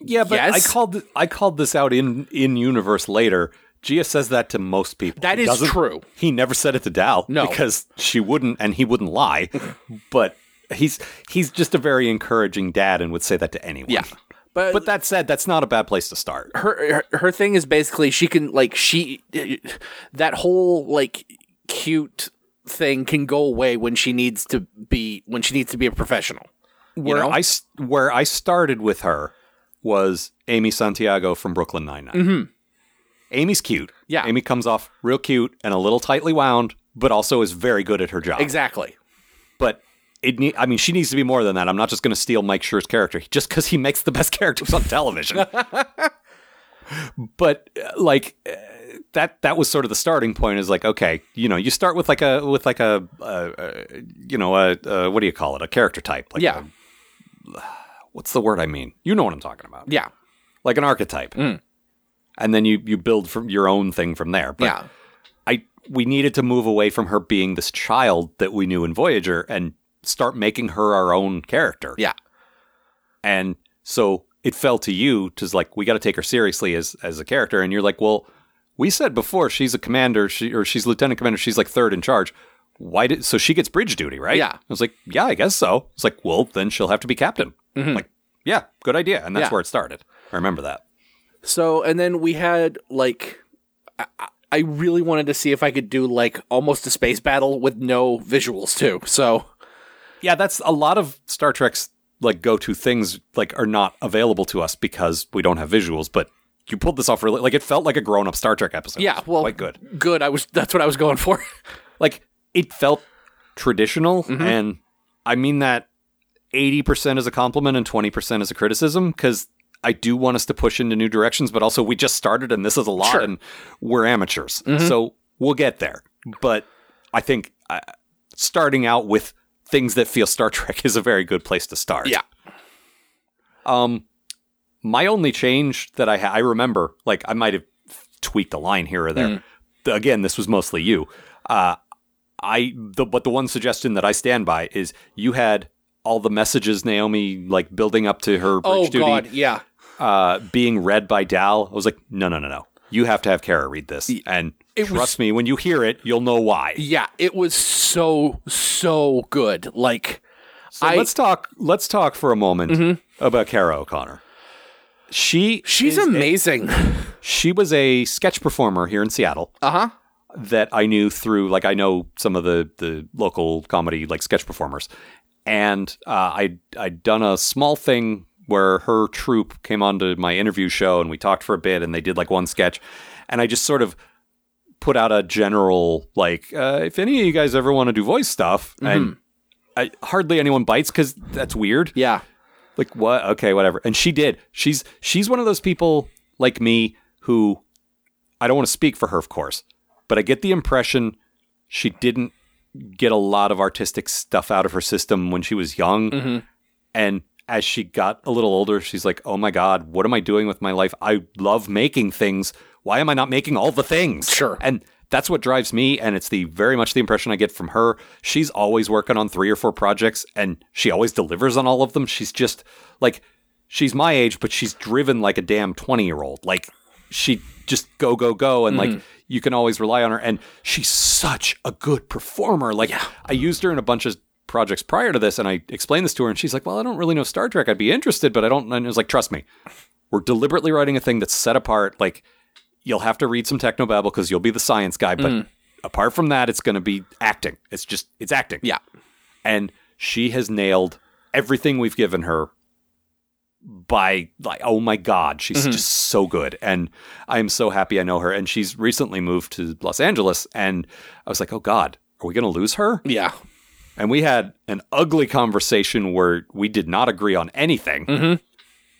Speaker 2: yeah. But
Speaker 3: Yes.
Speaker 2: I called I called this out in in universe later. Gia says that to most people.
Speaker 3: That
Speaker 2: He
Speaker 3: is
Speaker 2: doesn't-
Speaker 3: true.
Speaker 2: He never said it to Dal.
Speaker 3: No.
Speaker 2: because she wouldn't, and he wouldn't lie. but he's he's just a very encouraging dad, and would say that to anyone.
Speaker 3: Yeah. But,
Speaker 2: But that said, that's not a bad place to start.
Speaker 3: her, her her thing is basically she can like she that whole like cute thing can go away when she needs to be when she needs to be a professional.
Speaker 2: where
Speaker 3: know?
Speaker 2: I s- where I started with her was Amy Santiago from Brooklyn Nine Amy's cute.
Speaker 3: Mm-hmm. Yeah.
Speaker 2: Amy comes off real cute and a little tightly wound, but also is very good at her job.
Speaker 3: Exactly.
Speaker 2: But it need, I mean, she needs to be more than that. I'm not just going to steal Mike Schur's character just because he makes the best characters on television. but uh, like uh, that that was sort of the starting point. Is like okay, you know, you start with like a with like a uh, uh, you know a uh, what do you call it a character type like
Speaker 3: Yeah.
Speaker 2: a- what's the word I mean? You know what I'm talking about.
Speaker 3: Yeah. Mm.
Speaker 2: Like an archetype. And then you you build from your own thing from there. But
Speaker 3: yeah.
Speaker 2: I we needed to move away from her being this child that we knew in Voyager and start making her our own character.
Speaker 3: Yeah.
Speaker 2: And so it fell to you to like we got to take her seriously as as a character and you're like, "Well, we said before she's a commander, she or she's lieutenant commander, she's like third in charge. Why did so she gets bridge duty, right?"
Speaker 3: Yeah.
Speaker 2: I was like, "Yeah, I guess so." It's like, "Well, then she'll have to be captain." I'm like, "Yeah, good idea." And that's
Speaker 3: Mm-hmm. Yeah.
Speaker 2: where it started. I remember that.
Speaker 3: So and then we had like I, I- I really wanted to see if I could do like almost a space battle with no visuals too. So
Speaker 2: yeah that's a lot of star trek's like go-to things like are not available to us because we don't have visuals but you pulled this off really like it felt like a grown-up star trek episode
Speaker 3: yeah,
Speaker 2: It was
Speaker 3: well,
Speaker 2: quite good
Speaker 3: Good. I was that's what I was going for.
Speaker 2: like it felt traditional
Speaker 3: Mm-hmm.
Speaker 2: and i mean that 80% is a compliment and 20% is a criticism because i do want us to push into new directions but also we just started and this is a lot
Speaker 3: Sure. Mm-hmm.
Speaker 2: and we're amateurs so we'll get there but i think uh, starting out with things that feel star trek is a very good place to start
Speaker 3: Yeah.
Speaker 2: um, my only change that I ha- I remember, like I might have tweaked a line here or there.
Speaker 3: Mm.
Speaker 2: Th- Again, this was mostly you. Uh, I the but the one suggestion that I stand by is you had all the messages Naomi like building up to her bridge
Speaker 3: oh
Speaker 2: duty
Speaker 3: god, yeah.
Speaker 2: uh, being read by Dal. I was like, no, no, no, no. You have to have Kara read this, and
Speaker 3: It
Speaker 2: trust me, when you hear it, you'll know why.
Speaker 3: Yeah, it was so so good. Like
Speaker 2: So
Speaker 3: I- Mm-hmm.
Speaker 2: let's talk. Let's talk for a moment about Kara O'Connor. She
Speaker 3: she's amazing.
Speaker 2: She was a sketch performer here in Seattle
Speaker 3: Uh huh.
Speaker 2: that I knew through, like, I know some of the the local comedy like sketch performers, and uh, I I'd done a small thing where her troupe came onto my interview show and we talked for a bit and they did like one sketch and I just sort of put out a general like uh, if any of you guys ever want to do voice stuff and I, hardly anyone bites cuz that's weird
Speaker 3: Yeah.
Speaker 2: like what okay whatever and she did she's she's one of those people like me who i don't want to speak for her of course but i get the impression she didn't get a lot of artistic stuff out of her system when she was young and as she got a little older she's like oh my god what am i doing with my life i love making things why am i not making all the things
Speaker 3: Sure.
Speaker 2: and that's what drives me and it's the very much the impression i get from her she's always working on three or four projects and she always delivers on all of them she's just like she's my age but she's driven like a damn 20 year old like she just go go go and like you can always rely on her and she's such a good performer like i used her in a bunch of projects prior to this and i explained this to her and she's like well i don't really know star trek i'd be interested but i don't and i was like trust me we're deliberately writing a thing that's set apart like you'll have to read some technobabble because you'll be the science guy but apart from that it's going to be acting it's just it's acting
Speaker 3: Yeah.
Speaker 2: and she has nailed everything we've given her by like oh my god she's just so good and i'm so happy i know her and she's recently moved to los angeles and i was like oh god are we going to lose her
Speaker 3: Yeah.
Speaker 2: and we had an ugly conversation where we did not agree on anything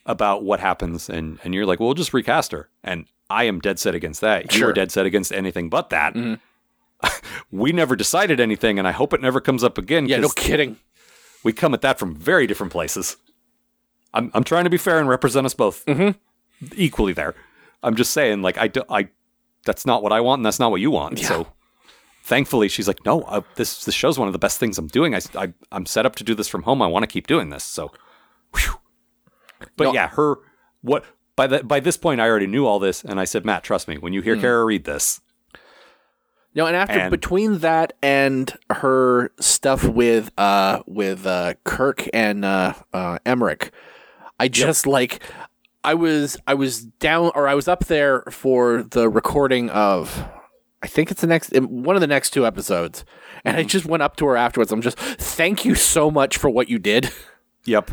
Speaker 2: about what happens and and you're like well, we'll just recast her and i am dead set against that you
Speaker 3: Sure.
Speaker 2: are dead set against anything but that we never decided anything and i hope it never comes up again
Speaker 3: Yeah. No
Speaker 2: 'cause
Speaker 3: kidding.
Speaker 2: we come at that from very different places i'm, I'm trying to be fair and represent us both
Speaker 3: Mm-hmm.
Speaker 2: equally there i'm just saying like i do, i that's not what i want and that's not what you want so thankfully she's like no uh, this this show's one of the best things i'm doing I, I i'm set up to do this from home i want to keep doing this so whew. but
Speaker 3: No.
Speaker 2: yeah her what by the, by this point i already knew all this and i said matt trust me when you hear
Speaker 3: Mm.
Speaker 2: kara read this
Speaker 3: No, and after
Speaker 2: And-
Speaker 3: between that and her stuff with uh with uh Kirk and uh uh Emmerich, I just like I was I was down or I was up there for the recording of I think it's the next in one of the next two episodes. And
Speaker 2: Mm-hmm.
Speaker 3: I just went up to her afterwards. I'm just thank you so much for what you did.
Speaker 2: Yep.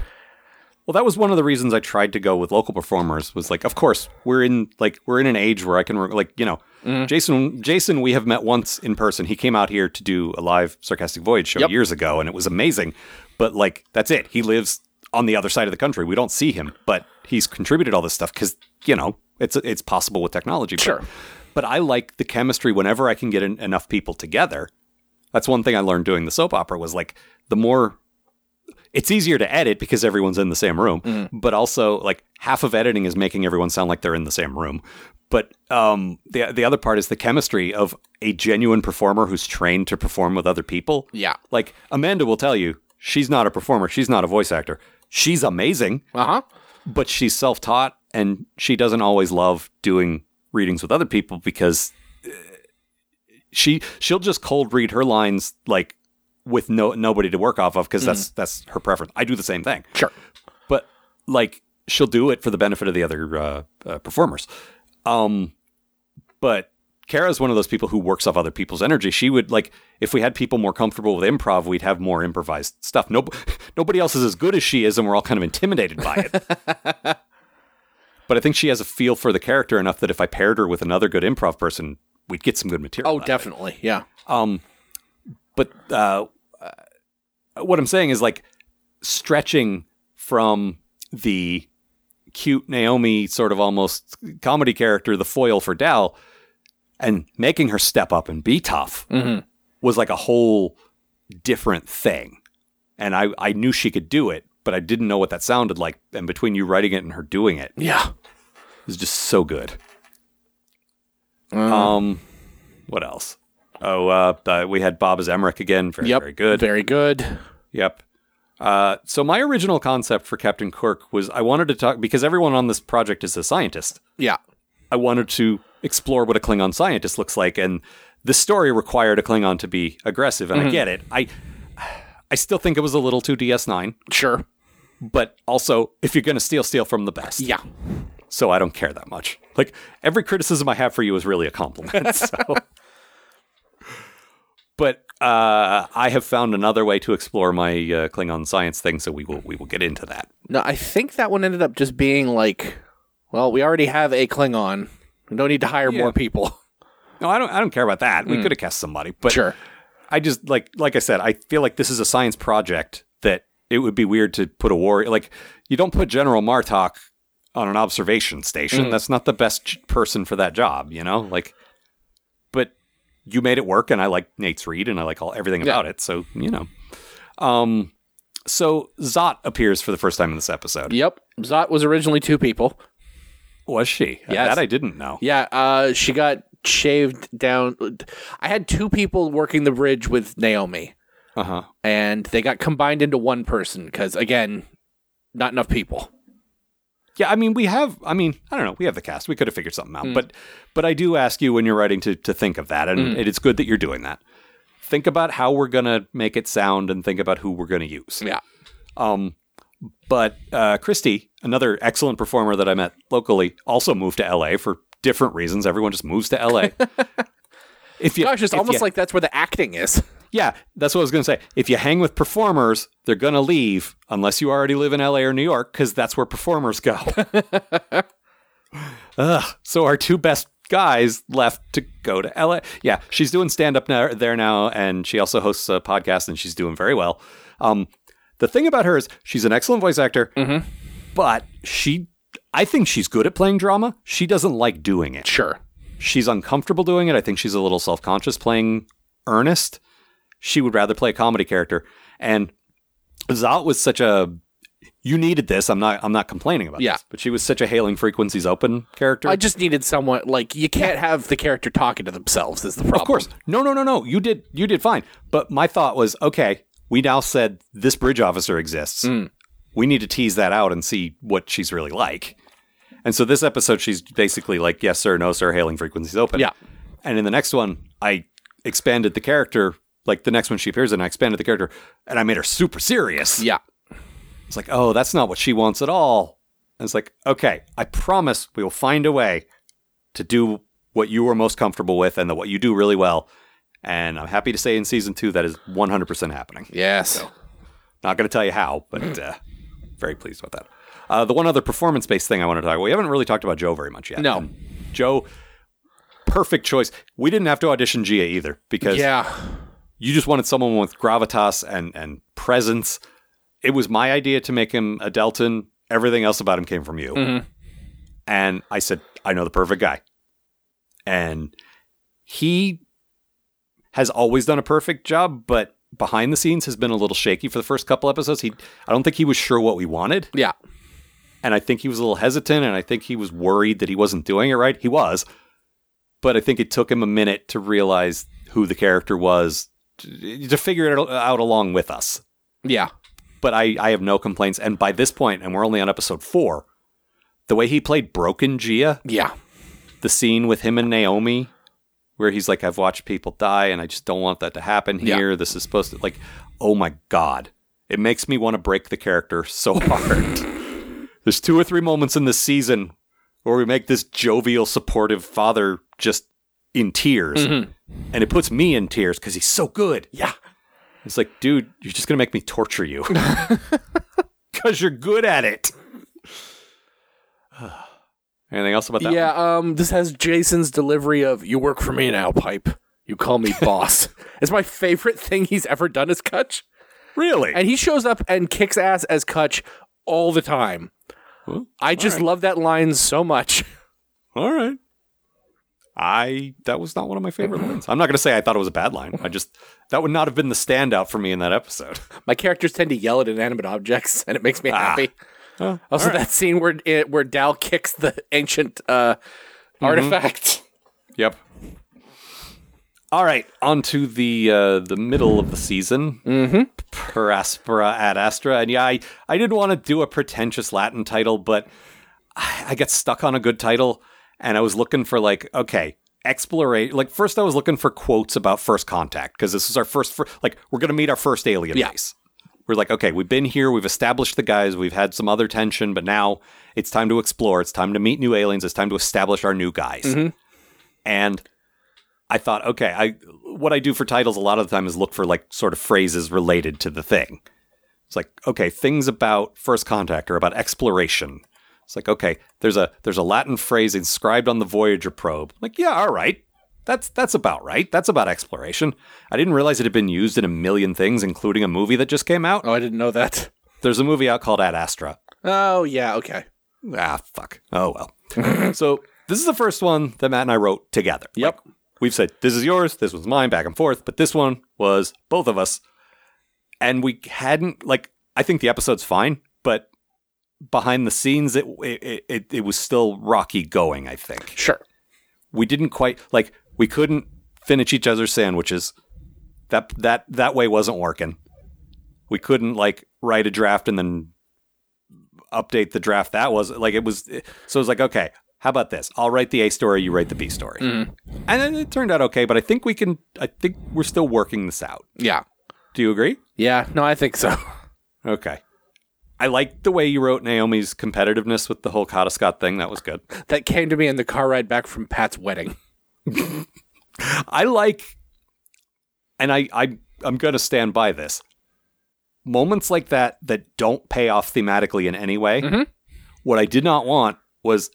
Speaker 2: Well, that was one of the reasons I tried to go with local performers. Was like, of course, we're in like we're in an age where I can re- like you know,
Speaker 3: Mm-hmm.
Speaker 2: Jason. Jason, we have met once in person. He came out here to do a live sarcastic voyage show
Speaker 3: Yep.
Speaker 2: years ago, and it was amazing. But like, that's it. He lives on the other side of the country. We don't see him, but he's contributed all this stuff because you know it's it's possible with technology. But-
Speaker 3: Sure.
Speaker 2: But I like the chemistry whenever I can get en- enough people together. That's one thing I learned doing the soap opera was like the more it's easier to edit because everyone's in the same room, but also like half of editing is making everyone sound like they're in the same room. But um, the the other part is the chemistry of a genuine performer who's trained to perform with other people.
Speaker 3: Yeah.
Speaker 2: like Amanda will tell you, she's not a performer, she's not a voice actor. She's amazing,
Speaker 3: Uh-huh.
Speaker 2: but she's self taught and she doesn't always love doing readings with other people because uh, she she'll just cold read her lines like with no nobody to work off of because that's that's her preference. I do the same thing,
Speaker 3: Sure.
Speaker 2: but like she'll do it for the benefit of the other uh, uh, performers. Um, but Kara's one of those people who works off other people's energy. She would like if we had people more comfortable with improv, we'd have more improvised stuff. No, nobody else is as good as she is, and we're all kind of intimidated by it. but I think she has a feel for the character enough that if I paired her with another good improv person, we'd get some good material.
Speaker 3: Oh,
Speaker 2: out of it.
Speaker 3: definitely. Yeah.
Speaker 2: Um, but uh, uh, what I'm saying is like stretching from the cute Naomi sort of almost comedy character, the foil for Dal, and making her step up and be tough was like a whole different thing. And I, I knew she could do it, but I didn't know what that sounded like. And between you writing it and her doing it,
Speaker 3: Yeah.
Speaker 2: it was just so good.
Speaker 3: Uh-huh.
Speaker 2: Um, what else? Oh, uh, uh, we had Bob as Emmerich again. Very,
Speaker 3: Yep.
Speaker 2: very good.
Speaker 3: Very good.
Speaker 2: Yep. Uh, so my original concept for Captain Kirk was I wanted to talk because everyone on this project is a scientist.
Speaker 3: Yeah.
Speaker 2: I wanted to explore what a Klingon scientist looks like, and this story required a Klingon to be aggressive,
Speaker 3: Mm-hmm.
Speaker 2: and I get it. I I still think it was a little too DS9,
Speaker 3: Sure.
Speaker 2: but also if you're gonna steal, steal from the best.
Speaker 3: Yeah.
Speaker 2: So I don't care that much. Like every criticism I have for you is really a compliment. so. But uh, I have found another way to explore my uh, Klingon science thing, so we will we will get into that.
Speaker 3: No, I think that one ended up just being like, well, we already have a Klingon. We don't need to hire more people.
Speaker 2: No, I don't I don't care about that. We could have cast somebody, but
Speaker 3: sure.
Speaker 2: I just like like I said, I feel like this is a science project that it would be weird to put a war like you don't put General Martok on an observation station. That's not the best ch- person for that job, you know? Like but you made it work and I like Nate's read and I like all everything about it, so you know. Um so Zot appears for the first time in this episode.
Speaker 3: Yep. Zot was originally two people.
Speaker 2: Was she?
Speaker 3: Yes.
Speaker 2: That I didn't know.
Speaker 3: Yeah, uh, she got shaved down. I had two people working the bridge with Naomi,
Speaker 2: Uh-huh.
Speaker 3: and they got combined into one person because, again, not enough people.
Speaker 2: Yeah, I mean, we have. I mean, I don't know. We have the cast. We could have figured something
Speaker 3: Mm.
Speaker 2: out. But, but I do ask you when you're writing to to think of that, and
Speaker 3: Mm.
Speaker 2: it is good that you're doing that. Think about how we're gonna make it sound, and think about who we're gonna use.
Speaker 3: Yeah.
Speaker 2: Um, but uh, Christy, another excellent performer that I met locally, also moved to LA for different reasons. Everyone just moves to LA. if you,
Speaker 3: Gosh, it's
Speaker 2: if
Speaker 3: almost
Speaker 2: you-
Speaker 3: like that's where the acting is.
Speaker 2: yeah, that's what I was gonna say. If you hang with performers, they're gonna leave unless you already live in LA or New York, because that's where performers go. Ugh. So our two best guys left to go to LA. Yeah, she's doing stand up now there now, and she also hosts a podcast, and she's doing very well. Um, the thing about her is she's an excellent voice actor, but she, I think she's good at playing drama. She doesn't like doing it
Speaker 3: Sure.
Speaker 2: she's uncomfortable doing it. I think she's a little self conscious playing Ernest. She would rather play a comedy character. And Zot was such a you needed this. I'm not I'm not complaining about
Speaker 3: Yeah.
Speaker 2: this. But she was such a hailing frequencies open character.
Speaker 3: I just needed someone like you can't have the character talking to themselves is the problem.
Speaker 2: of course. No, no, no, no. You did you did fine. But my thought was, okay, we now said this bridge officer exists.
Speaker 3: Hmm.
Speaker 2: We need to tease that out and see what she's really like. And so this episode she's basically like, yes sir, no sir, hailing frequencies open.
Speaker 3: Yeah.
Speaker 2: And in the next one, I expanded the character. Like the next one she appears in, I expanded the character and I made her super serious.
Speaker 3: Yeah.
Speaker 2: It's like, oh, that's not what she wants at all. And it's like, okay, I promise we will find a way to do what you are most comfortable with and the, what you do really well. And I'm happy to say in season two, that is 100% happening.
Speaker 3: Yes.
Speaker 2: Not going to tell you how, but uh, very pleased with that. Uh, the one other performance based thing I want to talk about, we haven't really talked about Joe very much yet.
Speaker 3: No.
Speaker 2: And Joe, perfect choice. We didn't have to audition Gia either because
Speaker 3: Yeah.
Speaker 2: you just wanted someone with gravitas and and presence. It was my idea to make him a Delton. Everything else about him came from you. And I said, I know the perfect guy. And he has always done a perfect job, but behind the scenes has been a little shaky for the first couple episodes. He I don't think he was sure what we wanted.
Speaker 3: Yeah.
Speaker 2: And I think he was a little hesitant and I think he was worried that he wasn't doing it right. He was. But I think it took him a minute to realize who the character was to, to figure it out along with us.
Speaker 3: Yeah.
Speaker 2: But I, I have no complaints. And by this point, and we're only on episode four, the way he played Broken Gia,
Speaker 3: Yeah.
Speaker 2: the scene with him and Naomi, where he's like, I've watched people die and I just don't want that to happen
Speaker 3: Yeah.
Speaker 2: here. This is supposed to, like, oh my God. It makes me want to break the character so hard. There's two or three moments in this season where we make this jovial, supportive father just in tears.
Speaker 3: Mm-hmm.
Speaker 2: And it puts me in tears because he's so good.
Speaker 3: Yeah.
Speaker 2: It's like, dude, you're just going to make me torture you because you're good at it. Anything else about that? one?
Speaker 3: Yeah, um, this has Jason's delivery of "You work for me now, pipe. You call me boss." it's my favorite thing he's ever done as Kutch,
Speaker 2: Really?
Speaker 3: and he shows up and kicks ass as Kutch all the time.
Speaker 2: Well,
Speaker 3: I just love that line so much.
Speaker 2: All right. I that was not one of my favorite lines. I'm not going to say I thought it was a bad line. I just that would not have been the standout for me in that episode.
Speaker 3: My characters tend to yell at inanimate objects, and it makes me happy.
Speaker 2: Oh,
Speaker 3: Also, that scene where it, where Dal kicks the ancient uh, artifact.
Speaker 2: Yep. All right, on to the uh, the middle of the season. Mm-hmm. Per aspera ad astra, and yeah, I, I didn't want to do a pretentious Latin title, but I, I got stuck on a good title, and I was looking for like okay exploration. Like first, I was looking for quotes about first contact because this is our first fir- like we're gonna meet our first alien
Speaker 3: Yeah.
Speaker 2: race. We're like, okay, we've been here, we've established the guys, we've had some other tension, but now it's time to explore. It's time to meet new aliens. It's time to establish our new guys. And I thought, okay, I what I do for titles a lot of the time is look for like sort of phrases related to the thing. It's like, okay, things about first contact or about exploration. It's like, okay, there's a there's a Latin phrase inscribed on the Voyager probe. Like, yeah, all right. That's that's about right. That's about exploration. I didn't realize it had been used in a million things, including a movie that just came out.
Speaker 3: Oh, I didn't know that.
Speaker 2: There's a movie out called Ad Astra.
Speaker 3: Oh, yeah, okay.
Speaker 2: Ah, fuck. Oh well. so this is the first one that Matt and I wrote together.
Speaker 3: Yep.
Speaker 2: Like, we've said this is yours, this was mine, back and forth, but this one was both of us, and we hadn't like. I think the episode's fine, but behind the scenes, it it it, it was still rocky going. I think
Speaker 3: Sure.
Speaker 2: we didn't quite like we couldn't finish each other's sandwiches. That that that way wasn't working. We couldn't like write a draft and then update the draft. That was like it was. So it was like okay, how about this? I'll write the A story, you write the B story, and then it turned out okay. But I think we can. I think we're still working this out.
Speaker 3: Yeah.
Speaker 2: Do you agree?
Speaker 3: Yeah, no, I think so.
Speaker 2: Okay. I liked the way you wrote Naomi's competitiveness with the whole Scott thing. That was good.
Speaker 3: that came to me in the car ride back from Pat's wedding.
Speaker 2: I like, and I, I I'm going to stand by this. Moments like that that don't pay off thematically in any way. What I did not want was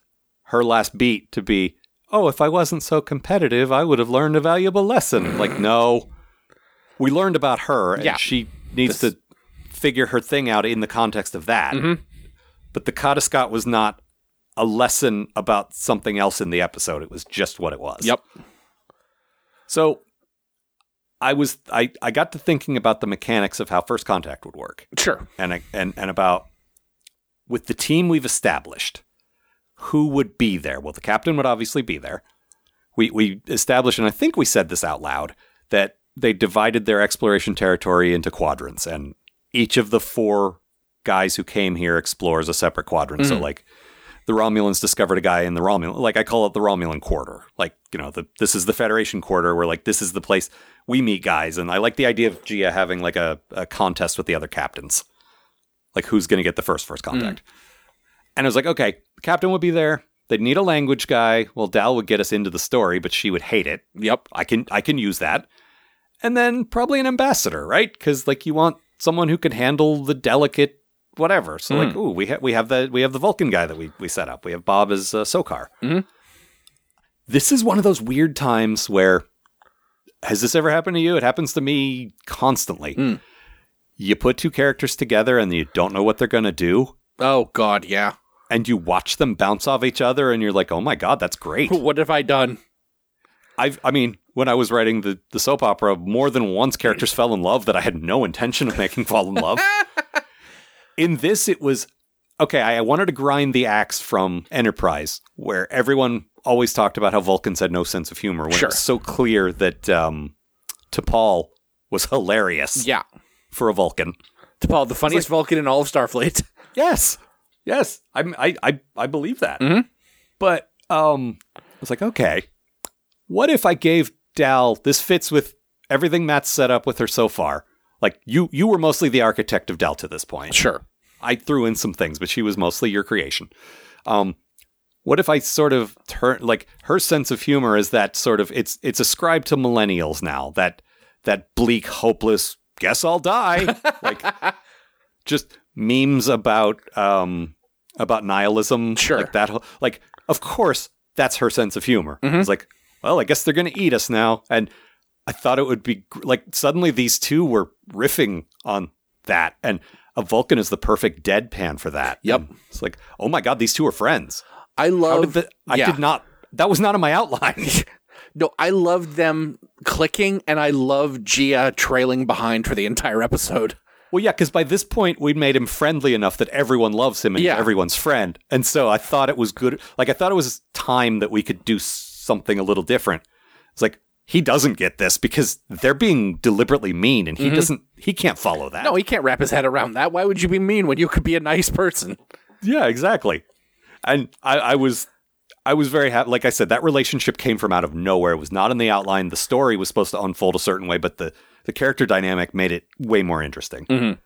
Speaker 2: her last beat to be, "Oh, if I wasn't so competitive, I would have learned a valuable lesson." like, no, we learned about her, and
Speaker 3: Yeah.
Speaker 2: she needs to figure her thing out in the context of that. But the Cottiscott was not a lesson about something else in the episode. It was just what it was. So I was I, I got to thinking about the mechanics of how first contact would work
Speaker 3: Sure.
Speaker 2: and I, and and about with the team we've established who would be there? Well, the captain would obviously be there. We we established and I think we said this out loud that they divided their exploration territory into quadrants and each of the four guys who came here explores a separate quadrant. So like the Romulans discovered a guy in the Romulan, like I call it the Romulan quarter. Like, you know, the, this is the Federation quarter where like this is the place we meet guys. And I like the idea of Gia having like a, a contest with the other captains. Like who's going to get the first first contact. And I was like, okay, the captain would be there. They'd need a language guy. Well, Dal would get us into the story, but she would hate it.
Speaker 3: Yep.
Speaker 2: I can I can use that. And then probably an ambassador, right? Cuz like you want someone who can handle the delicate whatever. So like, ooh, we ha- we have the we have the Vulcan guy that we we set up. We have Bob as uh, Sokar. This is one of those weird times where has this ever happened to you? It happens to me constantly. You put two characters together and you don't know what they're going to do
Speaker 3: Oh God, yeah.
Speaker 2: and you watch them bounce off each other and you're like, "Oh my god, that's great."
Speaker 3: What have I done?
Speaker 2: I've, I mean, when I was writing the, the soap opera, more than once characters fell in love that I had no intention of making fall in love. in this, it was okay, I wanted to grind the axe from Enterprise, where everyone always talked about how Vulcans had no sense of humor when
Speaker 3: Sure.
Speaker 2: it's so clear that um, T'Pol was hilarious
Speaker 3: Yeah.
Speaker 2: for a Vulcan.
Speaker 3: To Paul, the funniest Vulcan in all of Starfleet.
Speaker 2: Yes. Yes. I'm, I, I, I believe that. But um, I was like, okay, what if I gave Dal, this fits with everything Matt's set up with her so far. Like you, you were mostly the architect of Dal to this point.
Speaker 3: Sure.
Speaker 2: I threw in some things, but she was mostly your creation. Um, what if I sort of turn like her sense of humor is that sort of it's it's ascribed to millennials now that that bleak, hopeless. Guess I'll die. like just memes about um about nihilism.
Speaker 3: Sure.
Speaker 2: like that. whole- Like of course that's her sense of humor.
Speaker 3: Mm-hmm.
Speaker 2: It's like well, I guess they're gonna eat us now. And I thought it would be gr- like suddenly these two were riffing on that, and a Vulcan is the perfect deadpan for that.
Speaker 3: Yep.
Speaker 2: And it's like, oh my god, these two are friends.
Speaker 3: I
Speaker 2: How did
Speaker 3: love.
Speaker 2: the, I
Speaker 3: yeah.
Speaker 2: did not. That was not in my outline.
Speaker 3: No, I loved them clicking, and I love Gia trailing behind for the entire episode.
Speaker 2: well, yeah, because by this point we'd made him friendly enough that everyone loves him and
Speaker 3: Yeah.
Speaker 2: everyone's friend, and so I thought it was good. Like I thought it was time that we could do something a little different. It's like he doesn't get this because they're being deliberately mean, and he doesn't. He can't follow that.
Speaker 3: Mm-hmm. No, he can't wrap his head around that. Why would you be mean when you could be a nice person?
Speaker 2: Yeah, exactly. And I, I was I was very happy. Like I said, that relationship came from out of nowhere. It was not in the outline. The story was supposed to unfold a certain way, but the the character dynamic made it way more interesting.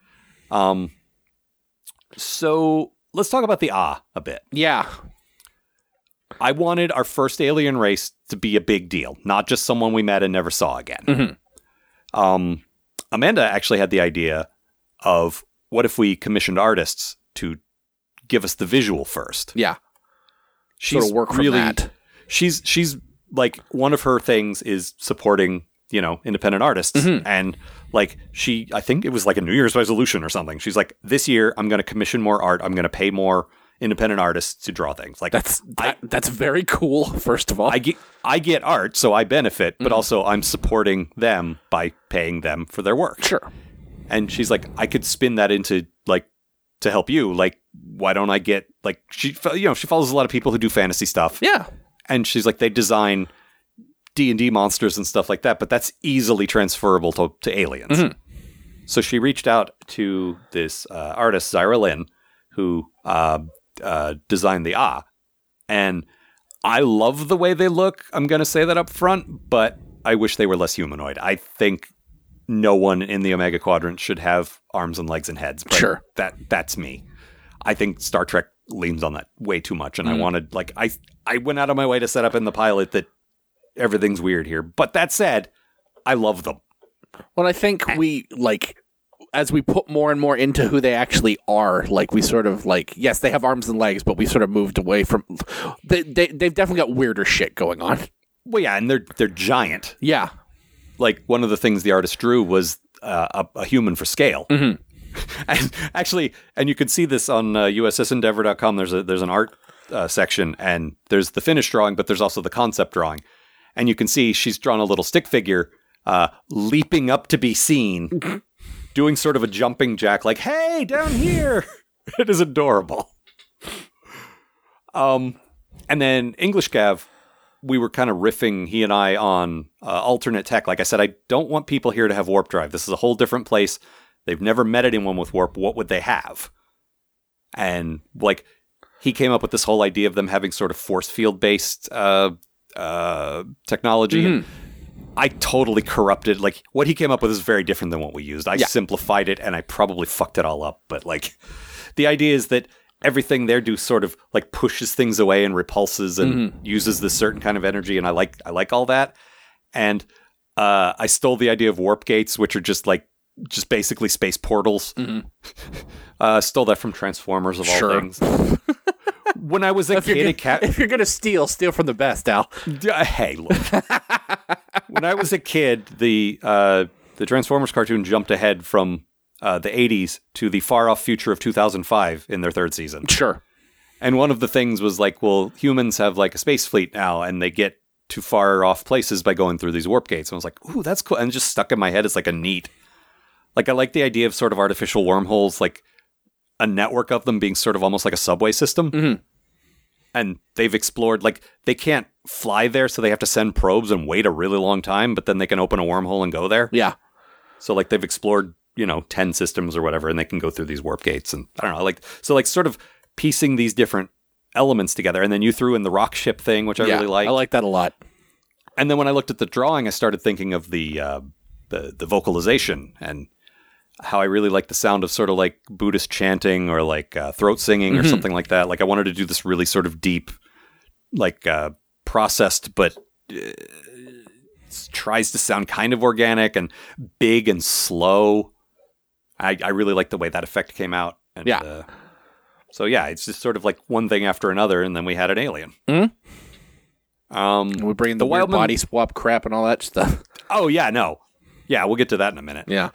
Speaker 2: Um, so let's talk about the ah a bit.
Speaker 3: Yeah.
Speaker 2: I wanted our first alien race to be a big deal, not just someone we met and never saw again. Um, Amanda actually had the idea of what if we commissioned artists to give us the visual first.
Speaker 3: Yeah.
Speaker 2: She's
Speaker 3: sort of work from
Speaker 2: really
Speaker 3: that.
Speaker 2: she's she's like one of her things is supporting you know independent artists
Speaker 3: Mm-hmm.
Speaker 2: and like she i think it was like a new year's resolution or something she's like this year i'm going to commission more art i'm going to pay more independent artists to draw things like
Speaker 3: That's that, that's very cool. First of all,
Speaker 2: i get i get art so i benefit
Speaker 3: Mm-hmm.
Speaker 2: but also i'm supporting them by paying them for their work
Speaker 3: sure.
Speaker 2: and she's like i could spin that into like to help you like why don't i get like she you know she follows a lot of people who do fantasy stuff
Speaker 3: Yeah,
Speaker 2: and she's like they design d&d monsters and stuff like that but that's easily transferable to, to aliens so she reached out to this uh, artist zyra lynn who uh, uh, designed the ah and i love the way they look i'm going to say that up front but i wish they were less humanoid i think no one in the omega quadrant should have arms and legs and heads but
Speaker 3: Sure.
Speaker 2: that that's me I think Star Trek leans on that way too much, and I wanted like I I went out of my way to set up in the pilot that everything's weird here. But that said, I love them.
Speaker 3: Well, I think we like as we put more and more into who they actually are, like we sort of like yes, they have arms and legs, but we sort of moved away from they, they they've definitely got weirder shit going on.
Speaker 2: Well, yeah, and they're they're giant.
Speaker 3: Yeah.
Speaker 2: Like one of the things the artist drew was uh, a, a human for scale. And actually, and you can see this on uh, USSEndeavor.com. There's a there's an art uh, section, and there's the finished drawing, but there's also the concept drawing, and you can see she's drawn a little stick figure uh, leaping up to be seen, doing sort of a jumping jack, like "Hey, down here!" it is adorable. Um, and then English Gav, we were kind of riffing he and I on uh, alternate tech. Like I said, I don't want people here to have warp drive. This is a whole different place. They've never met anyone with warp. What would they have? And like he came up with this whole idea of them having sort of force field based uh, uh, technology. And
Speaker 3: Mm-hmm.
Speaker 2: I totally corrupted. Like what he came up with is very different than what we used. I
Speaker 3: Yeah.
Speaker 2: simplified it and I probably fucked it all up. But like the idea is that everything there do sort of like pushes things away and repulses and
Speaker 3: Mm-hmm.
Speaker 2: uses this certain kind of energy and i like i like all that and uh, i stole the idea of warp gates which are just like just basically space portals uh, stole that from transformers of all
Speaker 3: Mm-hmm. Sure.
Speaker 2: things when i was a
Speaker 3: If you're,
Speaker 2: kid
Speaker 3: gonna,
Speaker 2: it ca-
Speaker 3: if you're gonna steal, steal from the best, Al.
Speaker 2: uh, hey, look. when I was a kid, the uh, the Transformers cartoon jumped ahead from uh, the 80s to the far off future of 2005 in their third season.
Speaker 3: Sure.
Speaker 2: And one of the things was like, well, humans have like a space fleet now, and they get to far off places by going through these warp gates. And I was like, ooh, that's cool. And just stuck in my head as like a neat, like I like the idea of sort of artificial wormholes, like a network of them being sort of almost like a subway system. And they've explored like they can't fly there, so they have to send probes and wait a really long time. But then they can open a wormhole and go there.
Speaker 3: Yeah.
Speaker 2: So like they've explored, you know, 10 systems or whatever and they can go through these warp gates and I don't know, like so like sort of piecing these different elements together and then you threw in the rock ship thing which I
Speaker 3: yeah.
Speaker 2: really liked.
Speaker 3: I like that a lot.
Speaker 2: And then when I looked at the drawing I started thinking of the uh the the vocalization and how I really like the sound of sort of like Buddhist chanting or like uh, throat singing or something like that. Like I wanted to do this really sort of deep like uh processed but uh, tries to sound kind of organic and big and slow. I, I really like the way that effect came out. And,
Speaker 3: Yeah.
Speaker 2: Uh, so yeah, it's just sort of like one thing after another, and then we had an alien.
Speaker 3: Mhm.
Speaker 2: Um.
Speaker 3: We bring in the,
Speaker 2: The
Speaker 3: weird
Speaker 2: Wildman-
Speaker 3: body swap crap and all that stuff.
Speaker 2: Oh yeah. No. Yeah, we'll get to that in a minute.
Speaker 3: Yeah.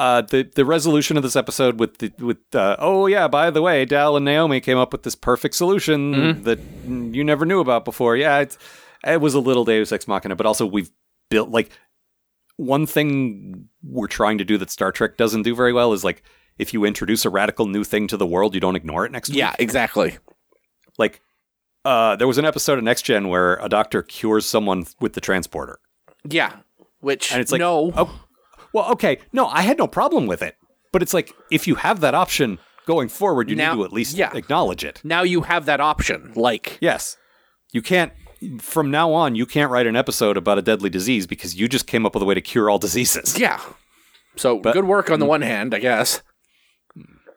Speaker 2: Uh, the the resolution of this episode with the with uh, oh yeah, by the way, Dal and Naomi came up with this perfect solution that you never knew about before. Yeah, it's, it was a little Deus Ex Machina, but also we've built like one thing we're trying to do that Star Trek doesn't do very well is like if you introduce a radical new thing to the world, you don't ignore it next
Speaker 3: Yeah.
Speaker 2: week.
Speaker 3: Exactly.
Speaker 2: Like uh, there was an episode of Next Gen where a doctor cures someone with the transporter,
Speaker 3: Yeah. Which
Speaker 2: and it's like
Speaker 3: no.
Speaker 2: oh, well, okay, no, I had no problem with it, but it's like if you have that option going forward, you
Speaker 3: Now-
Speaker 2: need to at least
Speaker 3: yeah.
Speaker 2: acknowledge it.
Speaker 3: Now you have that option. Like.
Speaker 2: Yes, you can't. From now on, you can't write an episode about a deadly disease because you just came up with a way to cure all diseases.
Speaker 3: Yeah. So good work on the one hand, I guess.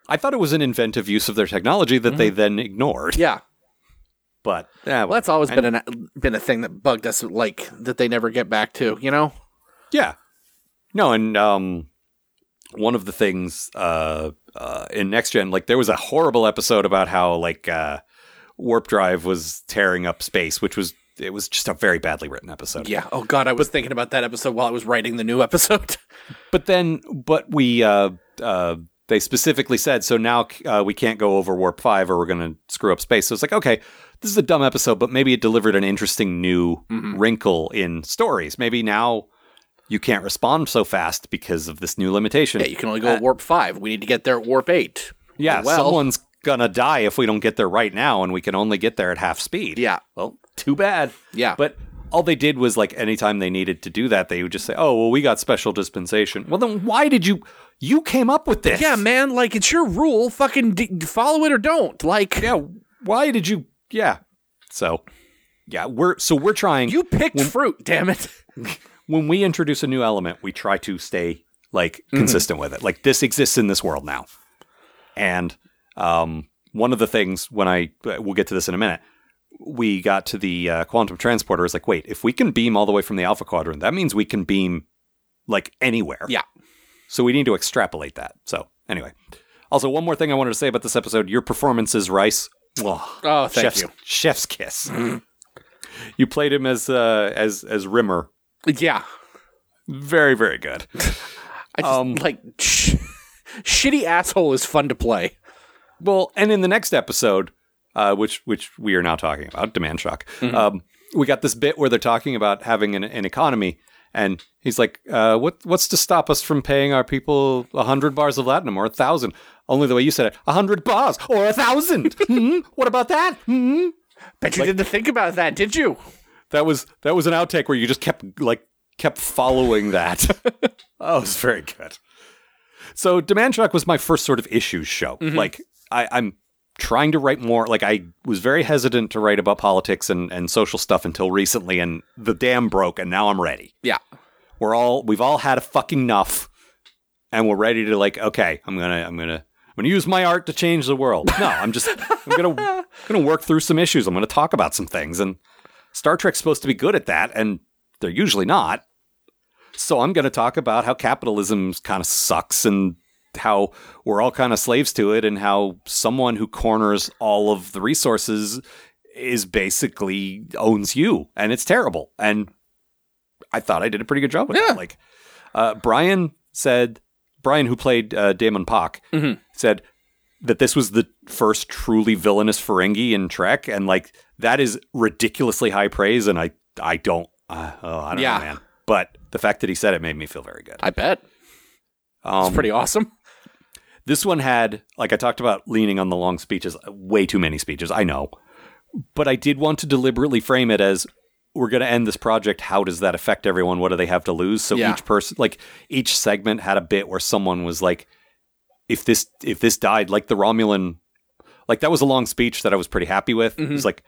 Speaker 2: I thought it was an inventive use of their technology that they then ignored.
Speaker 3: Mm-hmm. Yeah.
Speaker 2: But yeah,
Speaker 3: Well, that's always been an, been a thing that bugged us, like that they never get back to. You know,
Speaker 2: Yeah. No, and um, one of the things uh, uh, in Next Gen, like there was a horrible episode about how like uh, warp drive was tearing up space, which was it was just a very badly written episode.
Speaker 3: yeah. Oh God, I was thinking about that episode while I was writing the new episode.
Speaker 2: But then, but we uh, uh, they specifically said so now uh, we can't go over warp five or we're going to screw up space. So it's like okay, this is a dumb episode, but maybe it delivered an interesting new
Speaker 3: Mm-hmm.
Speaker 2: wrinkle in stories. Maybe now. You can't respond so fast because of this new limitation.
Speaker 3: yeah, you can only go at warp five. We need to get there at warp eight.
Speaker 2: Yeah,
Speaker 3: Well-
Speaker 2: someone's gonna die if we don't get there right now, and we can only get there at half speed.
Speaker 3: Yeah.
Speaker 2: Well, too bad.
Speaker 3: Yeah.
Speaker 2: But all they did was like anytime they needed to do that, they would just say, "Oh, well, we got special dispensation." Well, then why did you? You came up with this.
Speaker 3: Yeah, man. Like it's your rule. Fucking d- follow it or don't. Like
Speaker 2: Yeah. Why did you? Yeah. So. Yeah, we're so we're trying
Speaker 3: you picked fruit. Damn it.
Speaker 2: when we introduce a new element, we try to stay like
Speaker 3: Mm-hmm.
Speaker 2: consistent with it. Like this exists in this world now. And um, one of the things when I we'll get to this in a minute, we got to the uh, quantum transporter. Is like, wait, if we can beam all the way from the alpha quadrant, that means we can beam like anywhere.
Speaker 3: Yeah.
Speaker 2: So we need to extrapolate that. So anyway, also one more thing I wanted to say about this episode: your performances, Rice. Ugh
Speaker 3: Oh, thank
Speaker 2: chef's,
Speaker 3: you. Mm-hmm.
Speaker 2: Chef's kiss. you played him as uh, as as Rimmer.
Speaker 3: Yeah.
Speaker 2: Very very good.
Speaker 3: I just like Um, sh- shitty asshole is fun to play.
Speaker 2: Well, and in the next episode, uh, which which we are now talking about, demand shock. Um, we got this bit where they're talking about having an, an economy, and he's like, uh, "What what's to stop us from paying our people a hundred bars of latinum or a thousand? Only the way you said it, a hundred bars or a thousand. hmm? What about that? Hmm?
Speaker 3: Bet you didn't think about that, did you?
Speaker 2: That was that was an outtake where you just kept like kept following that. oh, it was very good. So Demand Shock was my first sort of issues show. Like I, I'm trying to write more. Like I was very hesitant to write about politics and, and social stuff until recently, and the dam broke, and now I'm ready.
Speaker 3: Yeah.
Speaker 2: We're all we've all had a fucking enough, and we're ready to like okay, I'm gonna I'm gonna. I'm gonna use my art to change the world. No, I'm just I'm gonna gonna work through some issues. I'm gonna talk about some things, and Star Trek's supposed to be good at that, and they're usually not. So I'm going to talk about how capitalism kind of sucks and how we're all kind of slaves to it, and how someone who corners all of the resources is basically owns you, and it's terrible. And I thought I did a pretty good job with
Speaker 3: Yeah.
Speaker 2: that. Like uh, Brian said, Brian who played uh, Damon Pock
Speaker 3: Mm-hmm.
Speaker 2: said that this was the first truly villainous Ferengi in Trek, and like that is ridiculously high praise. And I, I don't, uh, oh, I don't
Speaker 3: Yeah.
Speaker 2: know, man. But the fact that he said it made me feel very good.
Speaker 3: I bet.
Speaker 2: Um,
Speaker 3: It's pretty awesome.
Speaker 2: this one had, like I talked about, leaning on the long speeches, uh, way too many speeches. I know, but I did want to deliberately frame it as we're going to end this project. How does that affect everyone? What do they have to lose? So
Speaker 3: Yeah.
Speaker 2: each person, like each segment, had a bit where someone was like, "If this, if this died, like the Romulan, like that was a long speech that I was pretty happy with.
Speaker 3: Mm-hmm.
Speaker 2: It was like."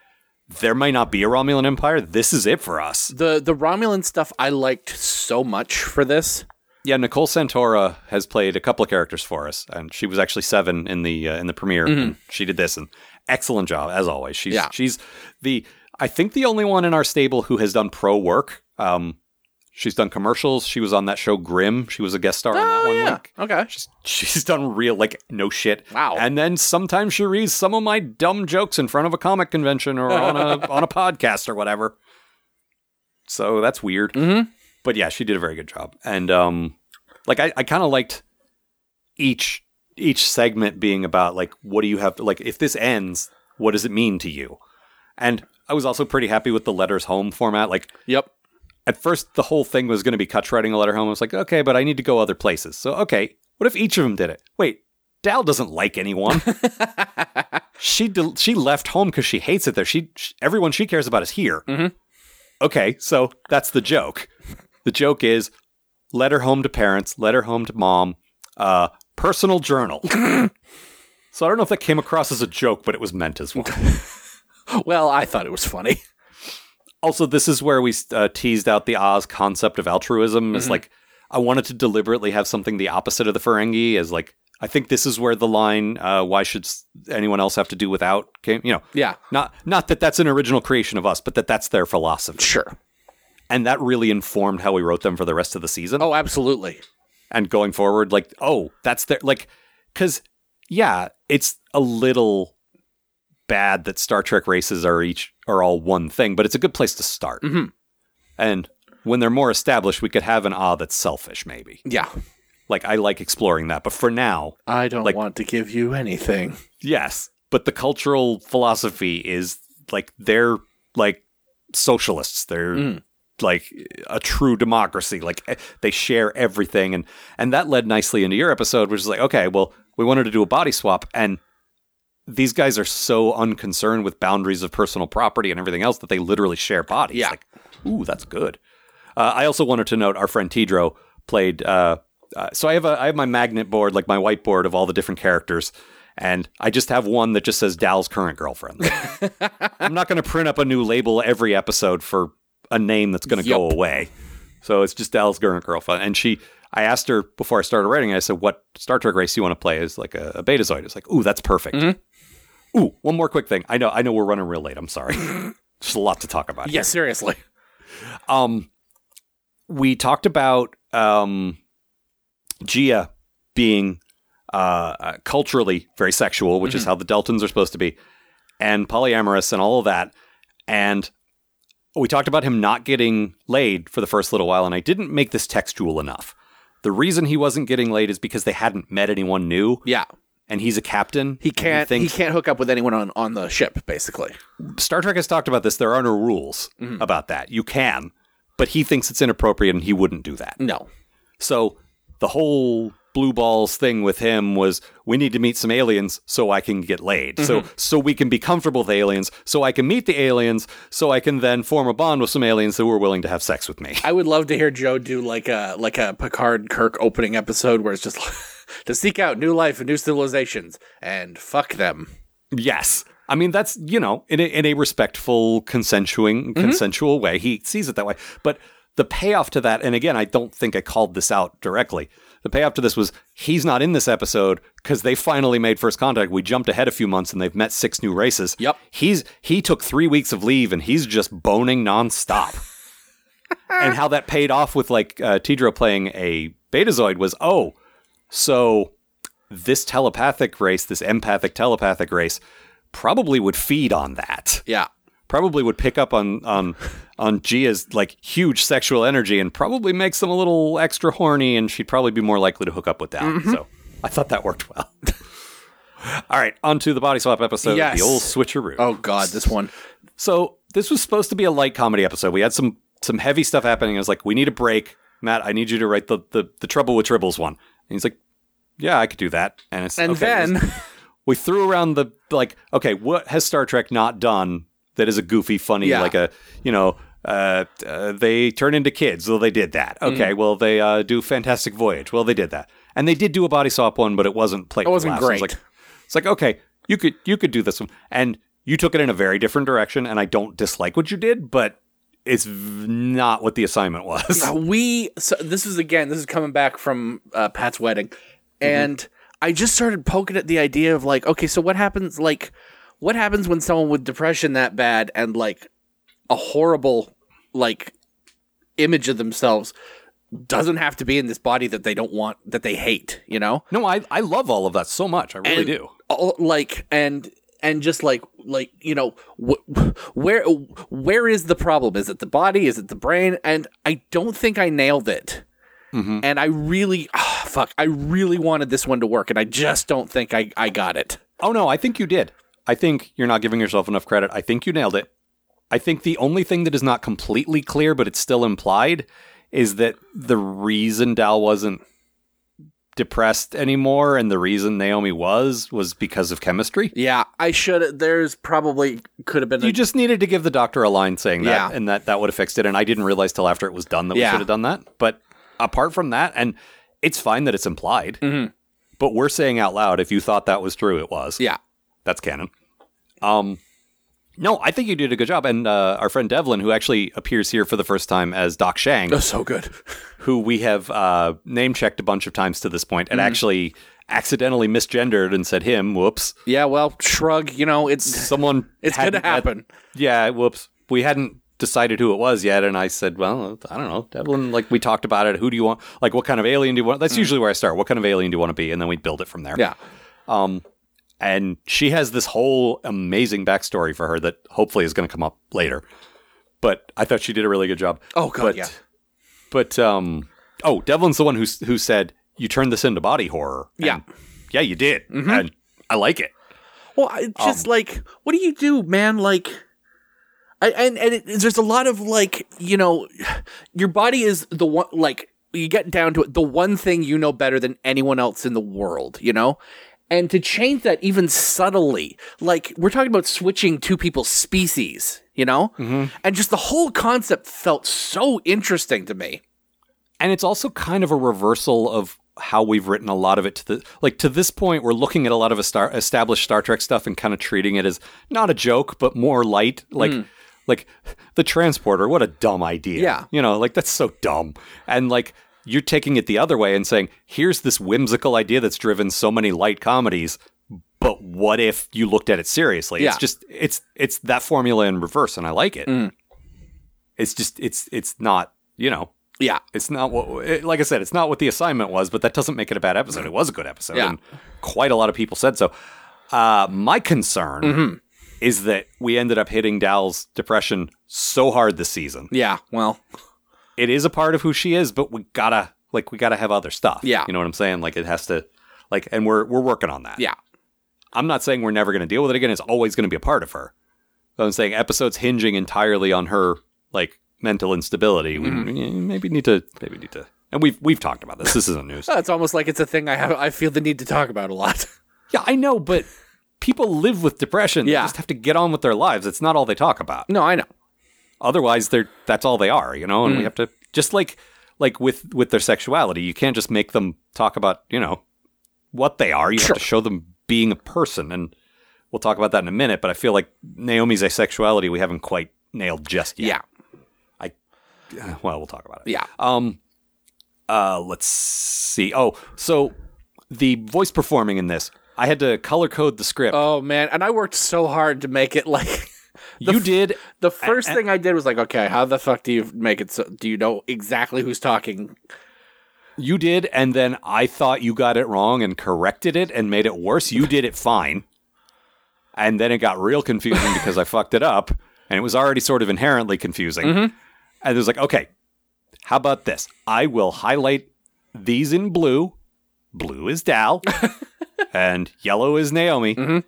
Speaker 2: There might not be a Romulan Empire. This is it for us.
Speaker 3: The the Romulan stuff I liked so much for this.
Speaker 2: Yeah, Nicole Santora has played a couple of characters for us, and she was actually seven in the uh, in the premiere. And she did this, and excellent job as always. She's
Speaker 3: Yeah.
Speaker 2: she's the I think the only one in our stable who has done pro work. Um, she's done commercials. She was on that show Grimm. She was a guest star on that one. week.
Speaker 3: Oh, Okay.
Speaker 2: She's, she's done real like no shit.
Speaker 3: Wow.
Speaker 2: And then sometimes she reads some of my dumb jokes in front of a comic convention or on a on a podcast or whatever. So that's weird.
Speaker 3: Mhm.
Speaker 2: But yeah, she did a very good job. And um like I, I kinda liked each each segment being about like what do you have to like if this ends, what does it mean to you? And I was also pretty happy with the letters home format. Like
Speaker 3: Yep.
Speaker 2: at first the whole thing was going to be Kutch writing a letter home. I was like, okay, but I need to go other places. So okay, what if each of them did it? Wait, Dal doesn't like anyone. she del- she left home because she hates it there. She, sh everyone she cares about is here. Okay, so that's the joke. The joke is letter home to parents, letter home to mom, uh, personal journal. so I don't know if that came across as a joke, but it was meant as one.
Speaker 3: Well, I thought it was funny.
Speaker 2: also this is where we uh, teased out the oz concept of altruism is like i wanted to deliberately have something the opposite of the ferengi as like I think this is where the line uh, "Why should s- anyone else have to do without?" came. You know,
Speaker 3: Yeah.
Speaker 2: not not that that's an original creation of us, but that that's their philosophy,
Speaker 3: Sure.
Speaker 2: and that really informed how we wrote them for the rest of the season
Speaker 3: Oh, absolutely.
Speaker 2: and going forward. Like, oh, that's their like, because yeah, it's a little bad that Star Trek races are each are all one thing, but it's a good place to start.
Speaker 3: Mhm.
Speaker 2: And when they're more established, we could have an ah that's selfish, maybe.
Speaker 3: Yeah.
Speaker 2: Like I like exploring that, but for now,
Speaker 3: I don't
Speaker 2: Like-
Speaker 3: want to give you anything.
Speaker 2: Yes, but the cultural philosophy is like they're like socialists. They're
Speaker 3: Mm.
Speaker 2: like a true democracy. Like eh, they share everything, and and that led nicely into your episode, which is like, okay, well, we wanted to do a body swap, and these guys are so unconcerned with boundaries of personal property and everything else that they literally share bodies.
Speaker 3: Yeah.
Speaker 2: Like, ooh, that's good. Uh, I also wanted to note our friend Tidro played. Uh, uh, so I have a I have my magnet board, like my whiteboard of all the different characters, and I just have one that just says Dal's current girlfriend. I'm not going to print up a new label every episode for a name that's going to go
Speaker 3: Yup.
Speaker 2: away. So it's just Dal's current girlfriend, and she. I asked her before I started writing. I said, "What Star Trek race do you want to play?" Is like a, a Betazoid. It's like, "Ooh, that's perfect." Ooh, one more quick thing. I know, I know, we're running real late. I'm sorry. There's a lot to talk about.
Speaker 3: Yeah, seriously.
Speaker 2: Um, we talked about um, Gia being uh, uh, culturally very sexual, which
Speaker 3: Mm-hmm.
Speaker 2: is how the Deltons are supposed to be, and polyamorous and all of that. And we talked about him not getting laid for the first little while, and I didn't make this textual enough. The reason he wasn't getting laid is because they hadn't met anyone new,
Speaker 3: Yeah.
Speaker 2: and he's a captain.
Speaker 3: He can't he,
Speaker 2: thinks-
Speaker 3: can't hook up with anyone on, on the ship, basically.
Speaker 2: Star Trek has talked about this. There are no rules about that. You can, but he thinks it's inappropriate, and he wouldn't do that.
Speaker 3: No.
Speaker 2: So the whole blue balls thing with him was we need to meet some aliens so I can get laid. So so we can be comfortable with aliens, so I can meet the aliens, so I can then form a bond with some aliens who are willing to have sex with me.
Speaker 3: I would love to hear Joe do like a like a Picard Kirk opening episode where it's just to seek out new life and new civilizations and fuck them.
Speaker 2: yes. I mean that's you know in a, in a respectful consensuing consensual way he sees it that way but the payoff to that and again I don't think I called this out directly the payoff to this was he's not in this episode cuz they finally made first contact we jumped ahead a few months and they've met six new races
Speaker 3: Yep.
Speaker 2: he's he took three weeks of leave and he's just boning nonstop. and how that paid off with like uh, Tidro playing a Betazoid was oh, so this telepathic race, this empathic telepathic race, probably would feed on that.
Speaker 3: Yeah.
Speaker 2: Probably would pick up on on on Gia's like huge sexual energy and probably makes them a little extra horny, and she'd probably be more likely to hook up with that.
Speaker 3: Mm-hmm.
Speaker 2: So I thought that worked well. All right, on to the body swap episode,
Speaker 3: Yes.
Speaker 2: the old switcheroo.
Speaker 3: Oh god, this one.
Speaker 2: So this was supposed to be a light comedy episode. We had some some heavy stuff happening. I was like, we need a break. Matt, I need you to write the the, the trouble with tribbles one. And he's like, yeah, I could do that. And it's
Speaker 3: And
Speaker 2: okay,
Speaker 3: then
Speaker 2: we threw around the like okay what has star trek not done that is a goofy funny
Speaker 3: Yeah.
Speaker 2: like a you know uh, uh they turn into kids well they did that
Speaker 3: Mm.
Speaker 2: okay well they uh do fantastic voyage well they did that and they did do a body swap one but it wasn't played
Speaker 3: It wasn't
Speaker 2: with laughs. It was
Speaker 3: great.
Speaker 2: like, it's like okay you could you could do this one and you took it in a very different direction and i don't dislike what you did but it's v- not what the assignment was
Speaker 3: we so this is again this is coming back from uh, pat's wedding and i just started poking at the idea of like okay so what happens like what happens when someone with depression that bad and like a horrible like image of themselves doesn't have to be in this body that they don't want that they hate you know
Speaker 2: no i i love all of that so much i really
Speaker 3: And-
Speaker 2: do
Speaker 3: all, like and and just like like you know wh- where where is the problem is it the body is it the brain and i don't think i nailed it
Speaker 2: mm-hmm.
Speaker 3: and I really, ah, fuck, I really wanted this one to work, and I just don't think I, I got it.
Speaker 2: Oh no, I think you did. I think you're not giving yourself enough credit. I think you nailed it. I think the only thing that is not completely clear, but it's still implied, is that the reason Dal wasn't depressed anymore and the reason Naomi was was because of chemistry.
Speaker 3: Yeah, I should. There's probably could have been.
Speaker 2: You just needed to give the doctor a line saying that,
Speaker 3: Yeah.
Speaker 2: and that that would have fixed it. And I didn't realize till after it was done that we
Speaker 3: Yeah.
Speaker 2: should have done that. But apart from that, and it's fine that it's implied, but we're saying out loud if you thought that was true, it was.
Speaker 3: Mm-hmm. yeah,
Speaker 2: That's canon. Um, no, I think you did a good job. And uh, our friend Devlin, who actually appears here for the first time as Doc Shang,
Speaker 3: that's Oh, so good. Mm-hmm.
Speaker 2: who we have uh, name checked a bunch of times to this point, and actually accidentally misgendered and said him. Whoops.
Speaker 3: Yeah, well, shrug. You know, it's
Speaker 2: Someone.
Speaker 3: it's gonna
Speaker 2: hadn't- had-
Speaker 3: happen.
Speaker 2: yeah. Whoops. We hadn't decided who it was yet, and I said, "Well, I don't know, Devlin." Like we talked about it. Who do you want? Like what kind of alien do you want? That's usually where I start. What kind of alien do you want to be? And then we build it from there.
Speaker 3: Mm-hmm. yeah,
Speaker 2: Um, and she has this whole amazing backstory for her that hopefully is going to come up later. But I thought she did a really good job.
Speaker 3: Oh, God,
Speaker 2: but,
Speaker 3: yeah.
Speaker 2: But um, oh, Devlin's the one who s- who said you turned this into body horror. And
Speaker 3: yeah. Mm-hmm.
Speaker 2: yeah, you did, and I like it.
Speaker 3: Well, I just like, what do you do, man? Like, I, and and it, there's a lot of like, you know, your body is the one. Like, you get down to it, the one thing you know better than anyone else in the world. You know. And to change that even subtly, like we're talking about switching two people's species, you know? And just the whole concept felt so interesting to me.
Speaker 2: and it's also kind of a reversal of how we've written a lot of it to the like to this point we're looking at a lot of a star, established star trek stuff and kind of treating it as not a joke but more light like like the transporter what a dumb idea
Speaker 3: Mm. Yeah.
Speaker 2: you know like that's so dumb and like you're taking it the other way and saying here's this whimsical idea that's driven so many light comedies but what if you looked at it seriously
Speaker 3: Yeah. Mm.
Speaker 2: it's just it's it's that formula in reverse and i like it it's just it's it's not you know
Speaker 3: Yeah.
Speaker 2: it's not what, it, like I said, it's not what the assignment was, but that doesn't make it a bad episode. It was a good episode,
Speaker 3: Yeah.
Speaker 2: and quite a lot of people said so. Uh, my concern is that we ended up hitting Dal's depression so hard this season.
Speaker 3: Yeah. Well,
Speaker 2: It is a part of who she is, but we gotta like we gotta have other stuff.
Speaker 3: Yeah.
Speaker 2: you know what I'm saying? Like it has to, like, and we're we're working on that.
Speaker 3: yeah.
Speaker 2: I'm not saying we're never going to deal with it again. It's always going to be a part of her. But I'm saying episodes hinging entirely on her like mental instability. We eh, maybe need to maybe need to. And we've we've talked about this. This isn't news.
Speaker 3: It's almost like it's a thing I have I feel the need to talk about a lot.
Speaker 2: yeah, I know, but people live with depression. They
Speaker 3: Yeah.
Speaker 2: just have to get on with their lives. It's not all they talk about.
Speaker 3: no, I know.
Speaker 2: Otherwise, they're that's all they are, you know. And
Speaker 3: Mm.
Speaker 2: we have to just like like with with their sexuality, you can't just make them talk about you know what they are. You
Speaker 3: Sure.
Speaker 2: have to show them being a person, and we'll talk about that in a minute. But I feel like Naomi's asexuality we haven't quite nailed just yet.
Speaker 3: Yeah.
Speaker 2: Yeah. Well, we'll talk about it.
Speaker 3: Yeah.
Speaker 2: Um. Uh. Let's see. Oh, so the voice performing in this, I had to color code the script.
Speaker 3: Oh man, and I worked so hard to make it like
Speaker 2: you did
Speaker 3: the first thing I did was like, okay, how the fuck do you make it so do you know exactly who's talking?
Speaker 2: You did, and then I thought you got it wrong and corrected it and made it worse. You did it fine. And then it got real confusing because I fucked it up and it was already sort of inherently confusing.
Speaker 3: Mm-hmm.
Speaker 2: And it was like, okay, how about this? I will highlight these in blue. Blue is Dal and yellow is Naomi.
Speaker 3: Mm-hmm.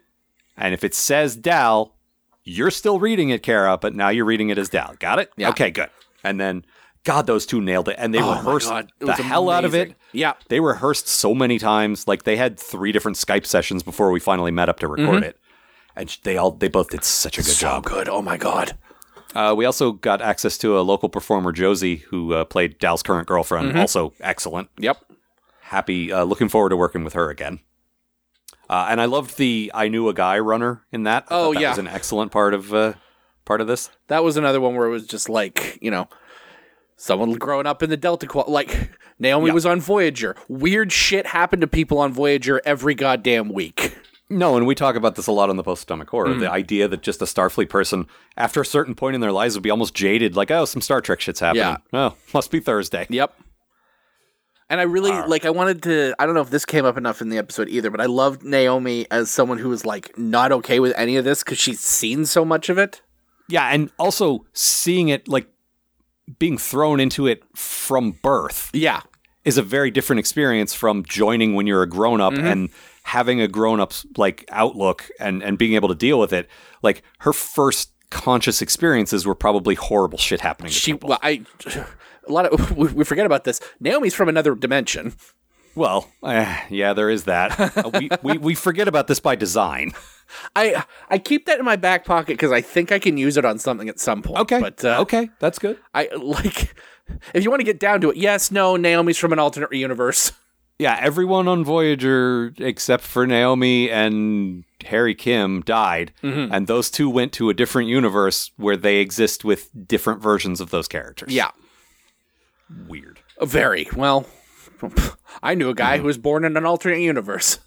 Speaker 2: And if it says Dal, you're still reading it, Kara, but now you're reading it as Dal. Got it?
Speaker 3: Yeah.
Speaker 2: Okay, good. And then, God, those two nailed it. And they
Speaker 3: Oh my
Speaker 2: rehearsed
Speaker 3: God, it
Speaker 2: the
Speaker 3: was
Speaker 2: hell out of it.
Speaker 3: amazing. Yeah.
Speaker 2: They rehearsed so many times. Like they had three different Skype sessions before we finally met up to record it. And sh- they all they both did such a Mm-hmm. good
Speaker 3: So
Speaker 2: job.
Speaker 3: good. Oh my god.
Speaker 2: Uh, we also got access to a local performer, Josie, who uh, played Dal's current girlfriend. Also excellent.
Speaker 3: Yep.
Speaker 2: Happy. Uh, looking forward to working with her again. Uh, and I loved the "I knew a guy" runner in that. I
Speaker 3: Oh,
Speaker 2: thought that
Speaker 3: yeah.
Speaker 2: was an excellent part of uh, part of this.
Speaker 3: That was another one where it was just like, you know, someone growing up in the Delta Quad like Naomi was on Voyager. Weird shit happened to people on Voyager every goddamn week.
Speaker 2: No, and we talk about this a lot on the post atomic horror. The idea that just a Starfleet person, after a certain point in their lives, would be almost jaded, like, oh, some Star Trek shit's happening. Oh, must be Thursday.
Speaker 3: Yep. And I really like I wanted to I don't know if this came up enough in the episode either, but I loved Naomi as someone who was like not okay with any of this cuz she's seen so much of it.
Speaker 2: Yeah, and also seeing it like being thrown into it from birth
Speaker 3: Yeah.
Speaker 2: is a very different experience from joining when you're a grown up and having a grown up's like outlook and and being able to deal with it. Like her first conscious experiences were probably horrible shit happening. to
Speaker 3: She well, I a lot of we, we forget about this. Naomi's from another dimension.
Speaker 2: Well, eh, yeah, there is that. Uh, we, we we forget about this by design.
Speaker 3: I I keep that in my back pocket cuz I think I can use it on something at some point.
Speaker 2: Okay,
Speaker 3: But uh,
Speaker 2: okay, that's good.
Speaker 3: I like if you want to get down to it. Yes, no, Naomi's from an alternate universe.
Speaker 2: Yeah, everyone on Voyager except for Naomi and Harry Kim died, and those two went to a different universe where they exist with different versions of those characters.
Speaker 3: Yeah.
Speaker 2: weird.
Speaker 3: Very. Well, I knew a
Speaker 2: Mm-hmm.
Speaker 3: guy who was born in an alternate universe.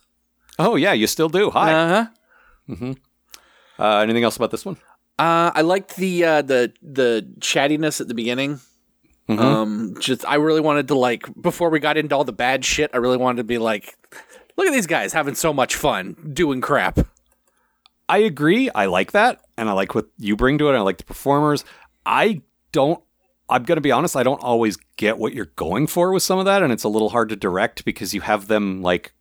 Speaker 2: Oh yeah, you still do. Hi. Uh,
Speaker 3: Uh-huh.
Speaker 2: anything else about this one?
Speaker 3: Uh, I liked the uh, the the chattiness at the beginning. Um, just I really wanted to like before we got into all the bad shit. I really wanted to be like, look at these guys having so much fun doing crap.
Speaker 2: I agree. I like that, and I like what you bring to it. And I like the performers. I don't. I'm gonna be honest. I don't always get what you're going for with some of that, and it's a little hard to direct because you have them like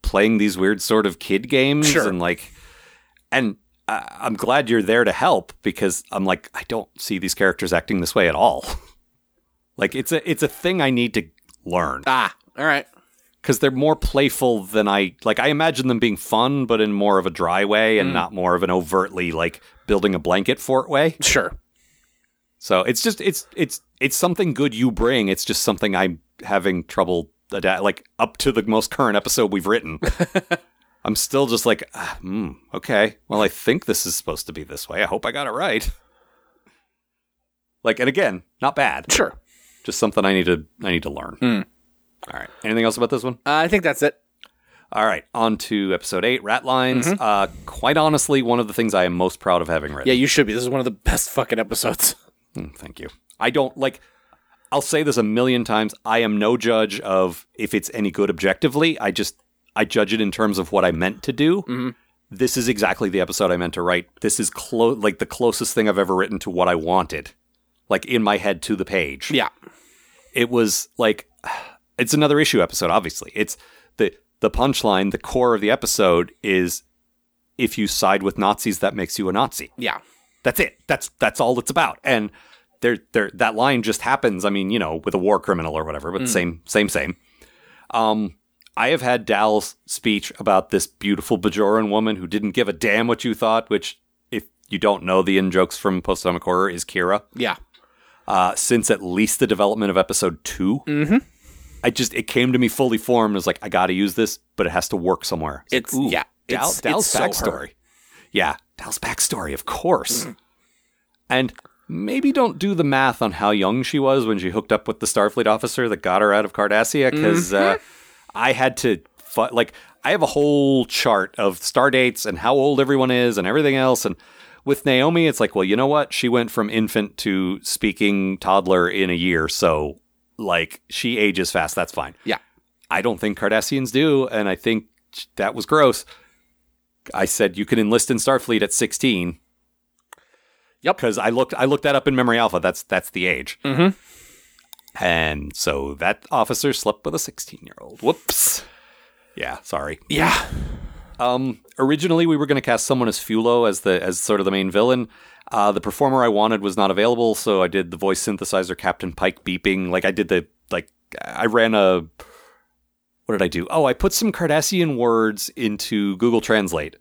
Speaker 2: playing these weird sort of kid games
Speaker 3: Sure.
Speaker 2: and like, and I, I'm glad you're there to help because I'm like I don't see these characters acting this way at all. like it's a it's a thing I need to learn
Speaker 3: Ah, all right.
Speaker 2: because they're more playful than I like. I imagine them being fun, but in more of a dry way and not more of an overtly like building a blanket fort way.
Speaker 3: Sure.
Speaker 2: So it's just it's it's it's something good you bring. It's just something I'm having trouble adapt. Like up to the most current episode we've written, I'm still just like, ah, hmm, okay. Well, I think this is supposed to be this way. I hope I got it right. Like, and again, not bad.
Speaker 3: Sure.
Speaker 2: Just something I need to I need to learn. All right. Anything else about this one?
Speaker 3: Uh, I think that's it.
Speaker 2: All right, on to episode eight, Rat Lines. Uh, quite honestly, one of the things I am most proud of having read.
Speaker 3: Yeah, you should be. This is one of the best fucking episodes.
Speaker 2: Mm, thank you. I don't like. I'll say this a million times. I am no judge of if it's any good objectively. I just I judge it in terms of what I meant to do. This is exactly the episode I meant to write. This is close, like the closest thing I've ever written to what I wanted, like in my head to the page.
Speaker 3: Yeah.
Speaker 2: it was like it's another issue episode obviously it's the the punchline the core of the episode is if you side with nazis that makes you a nazi
Speaker 3: Yeah.
Speaker 2: that's it that's that's all it's about and there there that line just happens i mean you know with a war criminal or whatever but same same same um i have had dal's speech about this beautiful bajoran woman who didn't give a damn what you thought which if you don't know the in jokes from post atomic horror is kira
Speaker 3: Yeah.
Speaker 2: uh, since at least the development of episode 2 Mm-hmm. I just it came to me fully formed. I was like, I got to use this, but it has to work somewhere.
Speaker 3: It's-
Speaker 2: like, ooh,
Speaker 3: yeah,
Speaker 2: Dal,
Speaker 3: it's-
Speaker 2: Dal's
Speaker 3: it's so her.
Speaker 2: backstory. yeah, Dal's backstory, of course.
Speaker 3: Mm-hmm.
Speaker 2: And maybe don't do the math on how young she was when she hooked up with the Starfleet officer that got her out of Cardassia, because uh,
Speaker 3: Mm-hmm.
Speaker 2: I had to fu- like I have a whole chart of star dates and how old everyone is and everything else and. With Naomi, it's like, well, you know what? She went from infant to speaking toddler in a year. So, like, she ages fast. That's fine.
Speaker 3: Yeah.
Speaker 2: I don't think Cardassians do, and I think that was gross. I said you can enlist in Starfleet at 16.
Speaker 3: Yep.
Speaker 2: Because I looked, I looked that up in Memory Alpha. That's that's the age. Mm-hmm. And so that officer slept with a 16 year old. Whoops. Yeah, sorry.
Speaker 3: Yeah.
Speaker 2: Um, originally, we were going to cast someone as Fulo as the as sort of the main villain. Uh, the performer I wanted was not available, so I did the voice synthesizer Captain Pike beeping. Like I did the like I ran a what did I do? Oh, I put some Cardassian words into Google Translate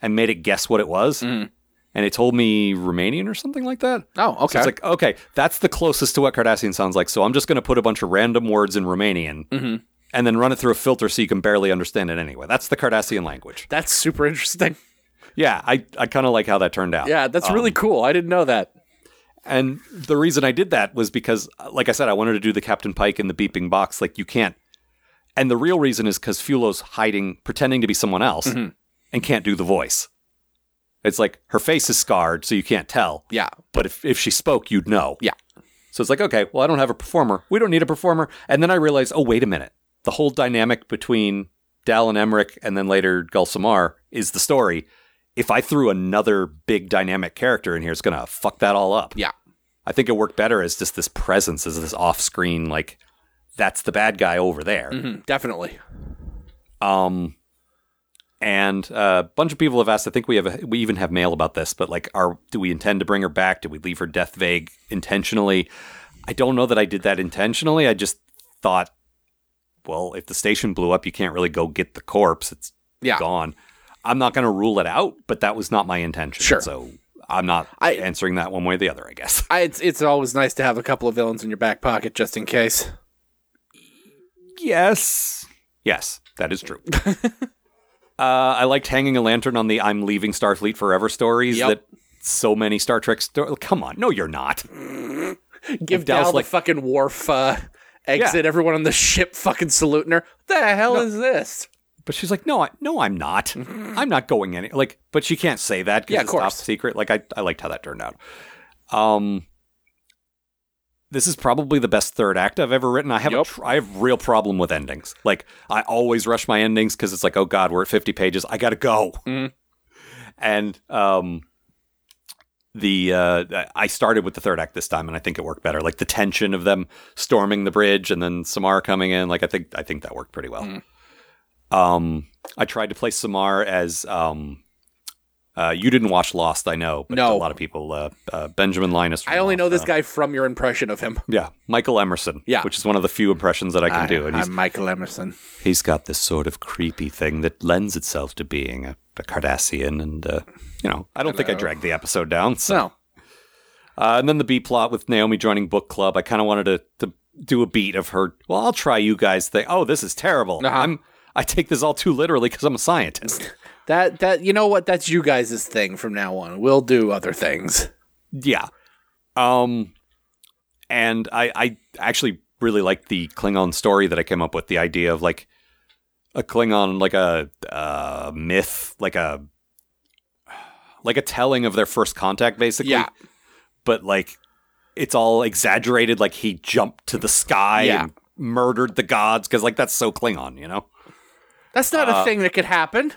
Speaker 2: and made it guess what it was, and it told me Romanian or something like that.
Speaker 3: Oh, okay.
Speaker 2: So it's like, okay, that's the closest to what Cardassian sounds like. So I'm just going to put a bunch of random words in Romanian
Speaker 3: Mm-hmm.
Speaker 2: and then run it through a filter so you can barely understand it anyway. That's the Cardassian language.
Speaker 3: that's super interesting. Um,
Speaker 2: Yeah, I, I kind of like how that turned out. Uh,
Speaker 3: Yeah, that's really cool. I didn't know that.
Speaker 2: And the reason I did that was because, uh, like I said, I wanted to do the Captain Pike and the beeping box. Like, you can't. And the real reason is because Fulo's hiding, pretending to be someone else,
Speaker 3: Mm-hmm.
Speaker 2: and can't do the voice. It's like her face is scarred, so you can't tell.
Speaker 3: Yeah.
Speaker 2: But if, if she spoke, you'd know.
Speaker 3: Yeah.
Speaker 2: So it's like, okay, well, I don't have a performer. We don't need a performer. And then I realized, oh, wait a minute. The whole dynamic between Dal and Emmerich and then later Gulsimar is the story. If I threw another big dynamic character in here, it's going to fuck that all up.
Speaker 3: Yeah.
Speaker 2: I think it worked better as just this presence, as this off screen, like, that's the bad guy over there.
Speaker 3: Mhm, Definitely.
Speaker 2: Um, and uh, a bunch of people have asked. I think we have a, we even have mail about this, but like, are do we intend to bring her back? Do we leave her death vague intentionally? I don't know that I did that intentionally. I just thought, well, if the station blew up, you can't really go get the corpse. It's
Speaker 3: Yeah.
Speaker 2: gone. I'm not going to rule it out, but that was not my intention.
Speaker 3: Sure.
Speaker 2: So I'm not
Speaker 3: I-
Speaker 2: answering that one way or the other. I guess.
Speaker 3: I, it's it's always nice to have a couple of villains in your back pocket just in case.
Speaker 2: Yes. Yes, that is true. uh, I liked hanging a lantern on the I'm leaving Starfleet forever stories
Speaker 3: Yep.
Speaker 2: that so many Star Trek stories. Come on. No, you're not.
Speaker 3: Give
Speaker 2: Dal's
Speaker 3: Dal the
Speaker 2: like-
Speaker 3: fucking wharf uh, exit, everyone on the ship fucking saluting her. What the hell is this?
Speaker 2: But she's like, no, I, no, I'm not. I'm not going any. Like, but she can't say that because
Speaker 3: Yeah, of
Speaker 2: it's top
Speaker 3: course.
Speaker 2: secret. Like, I, I liked how that turned out. Um, this is probably the best third act I've ever written. I have a
Speaker 3: Yup.
Speaker 2: tr- I have real problem with endings. Like, I always rush my endings because it's like, oh god, we're at 50 pages. I gotta go.
Speaker 3: Mhm.
Speaker 2: And um, the uh, I started with the third act this time, and I think it worked better. Like the tension of them storming the bridge and then Samar coming in. Like I think I think that worked pretty well.
Speaker 3: Mm.
Speaker 2: Um, I tried to play Samar as um, uh, you didn't watch Lost, I know, but
Speaker 3: No.
Speaker 2: a lot of people. Uh, uh, Benjamin Linus. from
Speaker 3: I only
Speaker 2: Lost,
Speaker 3: know this
Speaker 2: uh,
Speaker 3: guy from your impression of him.
Speaker 2: Yeah, Michael Emerson.
Speaker 3: Yeah.
Speaker 2: which is one of the few impressions that I can
Speaker 3: I,
Speaker 2: do, and he's
Speaker 3: am Michael Emerson.
Speaker 2: he's got this sort of creepy thing that lends itself to being a, a Cardassian, and uh, you know, I don't think I
Speaker 3: Hello.
Speaker 2: dragged the episode down. So.
Speaker 3: No,
Speaker 2: Uh, and then the B plot with Naomi joining book club. I kind of wanted to, to do a beat of her. Well, I'll try you guys. Thing. Oh, this is terrible.
Speaker 3: Uh-huh.
Speaker 2: I'm I take this all too literally because I'm a scientist.
Speaker 3: that that you know what? That's you guys' thing from now on. We'll do other things.
Speaker 2: yeah. Um, and I I actually really like the Klingon story that I came up with. The idea of like a Klingon like a uh, myth, like a like a telling of their first contact, basically.
Speaker 3: Yeah.
Speaker 2: But like it's all exaggerated. Like he jumped to the sky
Speaker 3: Yeah.
Speaker 2: and murdered the gods because like that's so Klingon, you know?
Speaker 3: That's not
Speaker 2: Uh,
Speaker 3: a thing that could happen.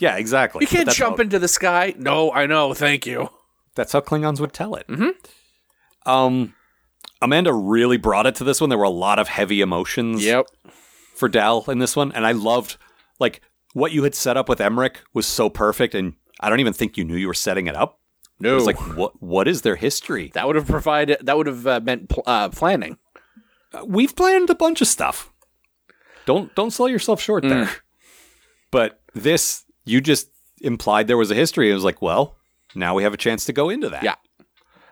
Speaker 2: Yeah, exactly.
Speaker 3: You
Speaker 2: But
Speaker 3: can't
Speaker 2: that's
Speaker 3: jump
Speaker 2: how,
Speaker 3: into the sky. No, I know. Thank you.
Speaker 2: That's how Klingons would tell it. Mm-hmm. Um, Amanda really brought it to this one. There were a lot of heavy emotions. for Dal in this one, and I loved like what you had set up with Emmerich was so perfect, and I don't even think you knew you were setting it up. It
Speaker 3: No.
Speaker 2: was like, what what is their history?
Speaker 3: that would have provided. That would have uh, meant pl- uh, planning.
Speaker 2: Uh, We've planned a bunch of stuff. Don't don't sell yourself short there. But this, you just implied there was a history. It was like, well, now we have a chance to go into that.
Speaker 3: Yeah.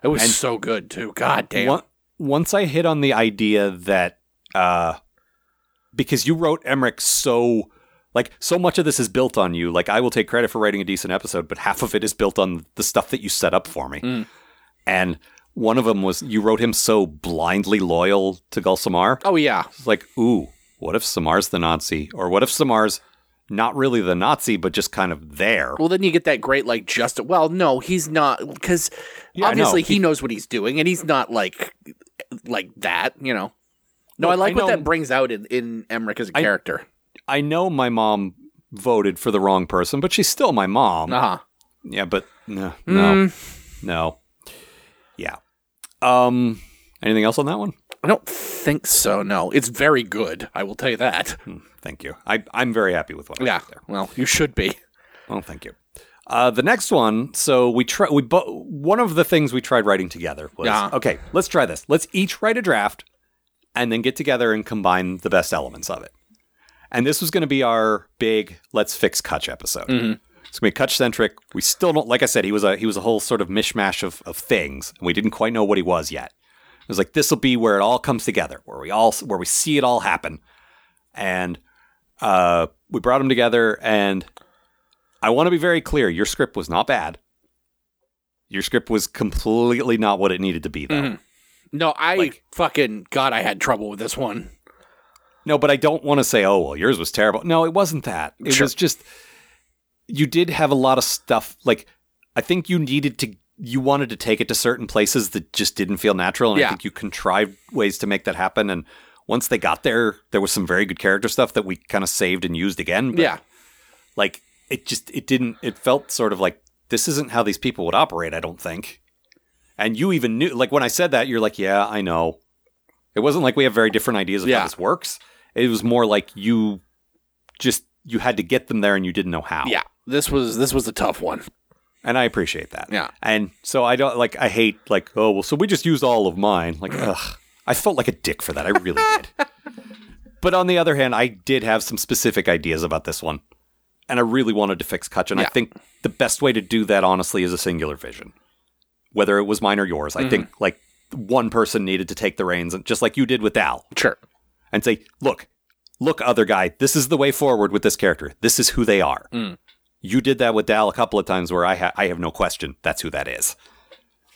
Speaker 3: It was
Speaker 2: And-
Speaker 3: so good too. God damn.
Speaker 2: Once, once I hit on the idea that uh, because you wrote Emmerich so like so much of this is built on you. Like I will take credit for writing a decent episode, but half of it is built on the stuff that you set up for me.
Speaker 3: Mm.
Speaker 2: And one of them was you wrote him so blindly loyal to Gulsamar.
Speaker 3: Oh yeah.
Speaker 2: It's like, ooh, what if Samar's the Nazi, or what if Samar's not really the Nazi, but just kind of there?
Speaker 3: Well, then you get that great like just. Well, no, he's not because
Speaker 2: Yeah, I
Speaker 3: obviously
Speaker 2: know.
Speaker 3: he, knows what he's doing, and he's not like like that. You know. No,
Speaker 2: No,
Speaker 3: I like
Speaker 2: I
Speaker 3: what
Speaker 2: know-
Speaker 3: that brings out in in Emmerich as a character.
Speaker 2: I know my mom voted for the wrong person, but she's still my mom.
Speaker 3: Uh huh.
Speaker 2: Yeah, but no, no, no. Yeah. Um. Anything else on that one?
Speaker 3: I don't think so. No, it's very good. I will tell you that.
Speaker 2: Hmm, Thank you. I I'm very happy with what I
Speaker 3: Yeah.
Speaker 2: did there.
Speaker 3: Well, you should be.
Speaker 2: Well, Oh, thank you. Uh, the next one. So we try. We bo- one of the things we tried writing together was
Speaker 3: Yeah.
Speaker 2: okay. Let's try this. Let's each write a draft, and then get together and combine the best elements of it. And this was going to be our big let's fix Kutch episode. It's gonna be Kutch centric. We still don't like I said, he was a he was a whole sort of mishmash of, of things, and we didn't quite know what he was yet. It was like this'll be where it all comes together, where we all where we see it all happen. And uh we brought him together and I wanna be very clear, your script was not bad. Your script was completely not what it needed to be though.
Speaker 3: Mm-hmm. No, I
Speaker 2: Like-
Speaker 3: fucking God, I had trouble with this one.
Speaker 2: No, but I don't want to say, oh, well, yours was terrible. No, it wasn't that. It
Speaker 3: Sure.
Speaker 2: was just, you did have a lot of stuff. Like, I think you needed to, you wanted to take it to certain places that just didn't feel natural. And I
Speaker 3: Yeah.
Speaker 2: think you contrived ways to make that happen. And once they got there, there was some very good character stuff that we kind of saved and used again. But,
Speaker 3: Yeah.
Speaker 2: Like, it just, it didn't, it felt sort of like, this isn't how these people would operate, I don't think. And you even knew, like, when I said that, you're like, yeah, I know. It wasn't like we have very different ideas of how
Speaker 3: Yeah.
Speaker 2: this works. It was more like you just you had to get them there and you didn't know how.
Speaker 3: Yeah. This was this was a tough one.
Speaker 2: And I appreciate that.
Speaker 3: Yeah.
Speaker 2: And so I don't like I hate like, oh well, so we just used all of mine. Like, ugh. I felt like a dick for that. I really did. But on the other hand, I did have some specific ideas about this one. And I really wanted to fix Kutch. And I
Speaker 3: Yeah.
Speaker 2: think the best way to do that honestly is a singular vision. Whether it was mine or yours.
Speaker 3: Mm-hmm.
Speaker 2: I think like one person needed to take the reins and just like you did with Al
Speaker 3: Sure.
Speaker 2: and say, look, look, other guy, this is the way forward with this character. This is who they are. You did that with Dal a couple of times where I, ha- I have no question that's who that is.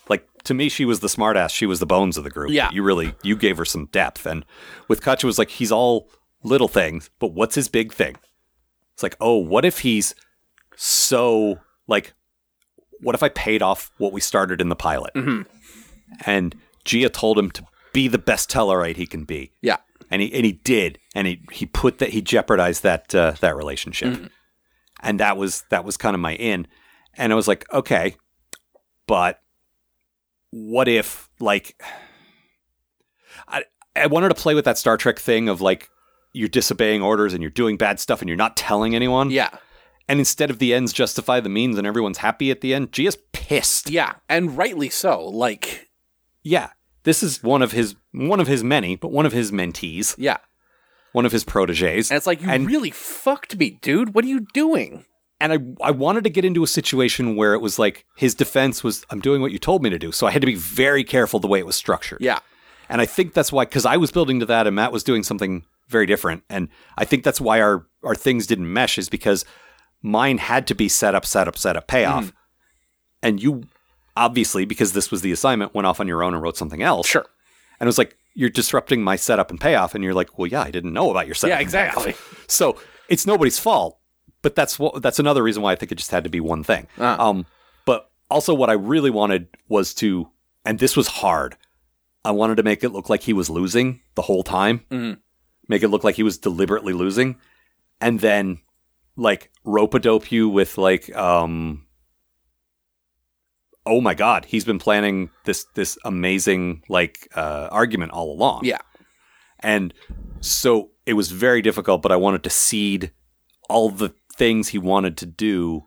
Speaker 2: Like, to me, she was the smartass. She was the bones of the group.
Speaker 3: Yeah.
Speaker 2: You really you gave her some depth. And with Kutch, it was like he's all little things, but what's his big thing? It's like, oh, what if he's so like what if I paid off what we started in the pilot? And Gia told him to be the best Tellarite he can be.
Speaker 3: Yeah.
Speaker 2: And he and he did. And he, he put that he jeopardized that uh, that relationship.
Speaker 3: Mm-hmm.
Speaker 2: And that was that was kind of my in. And I was like, okay, but what if like I I wanted to play with that Star Trek thing of like you're disobeying orders and you're doing bad stuff and you're not telling anyone.
Speaker 3: Yeah.
Speaker 2: And instead of the ends justify the means and everyone's happy at the end, Gia's pissed.
Speaker 3: Yeah. And rightly so. Like,
Speaker 2: Yeah. This is one of his one of his many, but one of his mentees,
Speaker 3: yeah.
Speaker 2: one of his proteges.
Speaker 3: And it's like, you
Speaker 2: And-
Speaker 3: really fucked me, dude. What are you doing?
Speaker 2: and I I wanted to get into a situation where it was like his defense was I'm doing what you told me to do. So I had to be very careful the way it was structured.
Speaker 3: Yeah.
Speaker 2: And I think that's why cuz I was building to that and Matt was doing something very different and I think that's why our our things didn't mesh is because mine had to be set up set up set up payoff.
Speaker 3: Mm-hmm.
Speaker 2: And you obviously because this was the assignment went off on your own and wrote something else.
Speaker 3: Sure.
Speaker 2: And it was like, you're disrupting my setup and payoff. And you're like, well, yeah, I didn't know about your setup.
Speaker 3: Yeah,
Speaker 2: and payoff.
Speaker 3: exactly.
Speaker 2: So it's nobody's fault. But that's what that's another reason why I think it just had to be one thing.
Speaker 3: Ah.
Speaker 2: Um, but also what I really wanted was to, and this was hard. I wanted to make it look like he was losing the whole time.
Speaker 3: Mhm.
Speaker 2: Make it look like he was deliberately losing, and then like rope a dope you with like um oh my god he's been planning this this amazing like uh argument all along
Speaker 3: Yeah.
Speaker 2: and so it was very difficult but i wanted to seed all the things he wanted to do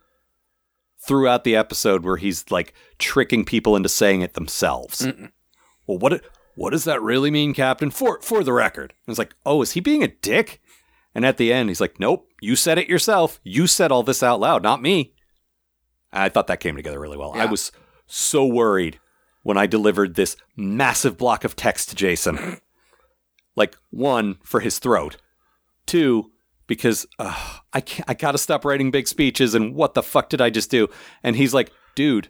Speaker 2: throughout the episode where he's like tricking people into saying it themselves well what what does that really mean captain for for the record and it's like oh is he being a dick and at the end he's like nope you said it yourself you said all this out loud not me and i thought that came together really well i
Speaker 3: Yeah.
Speaker 2: was so worried when i delivered this massive block of text to jason like one for his throat two because uh, i can't, i gotta stop writing big speeches and what the fuck did i just do and he's like dude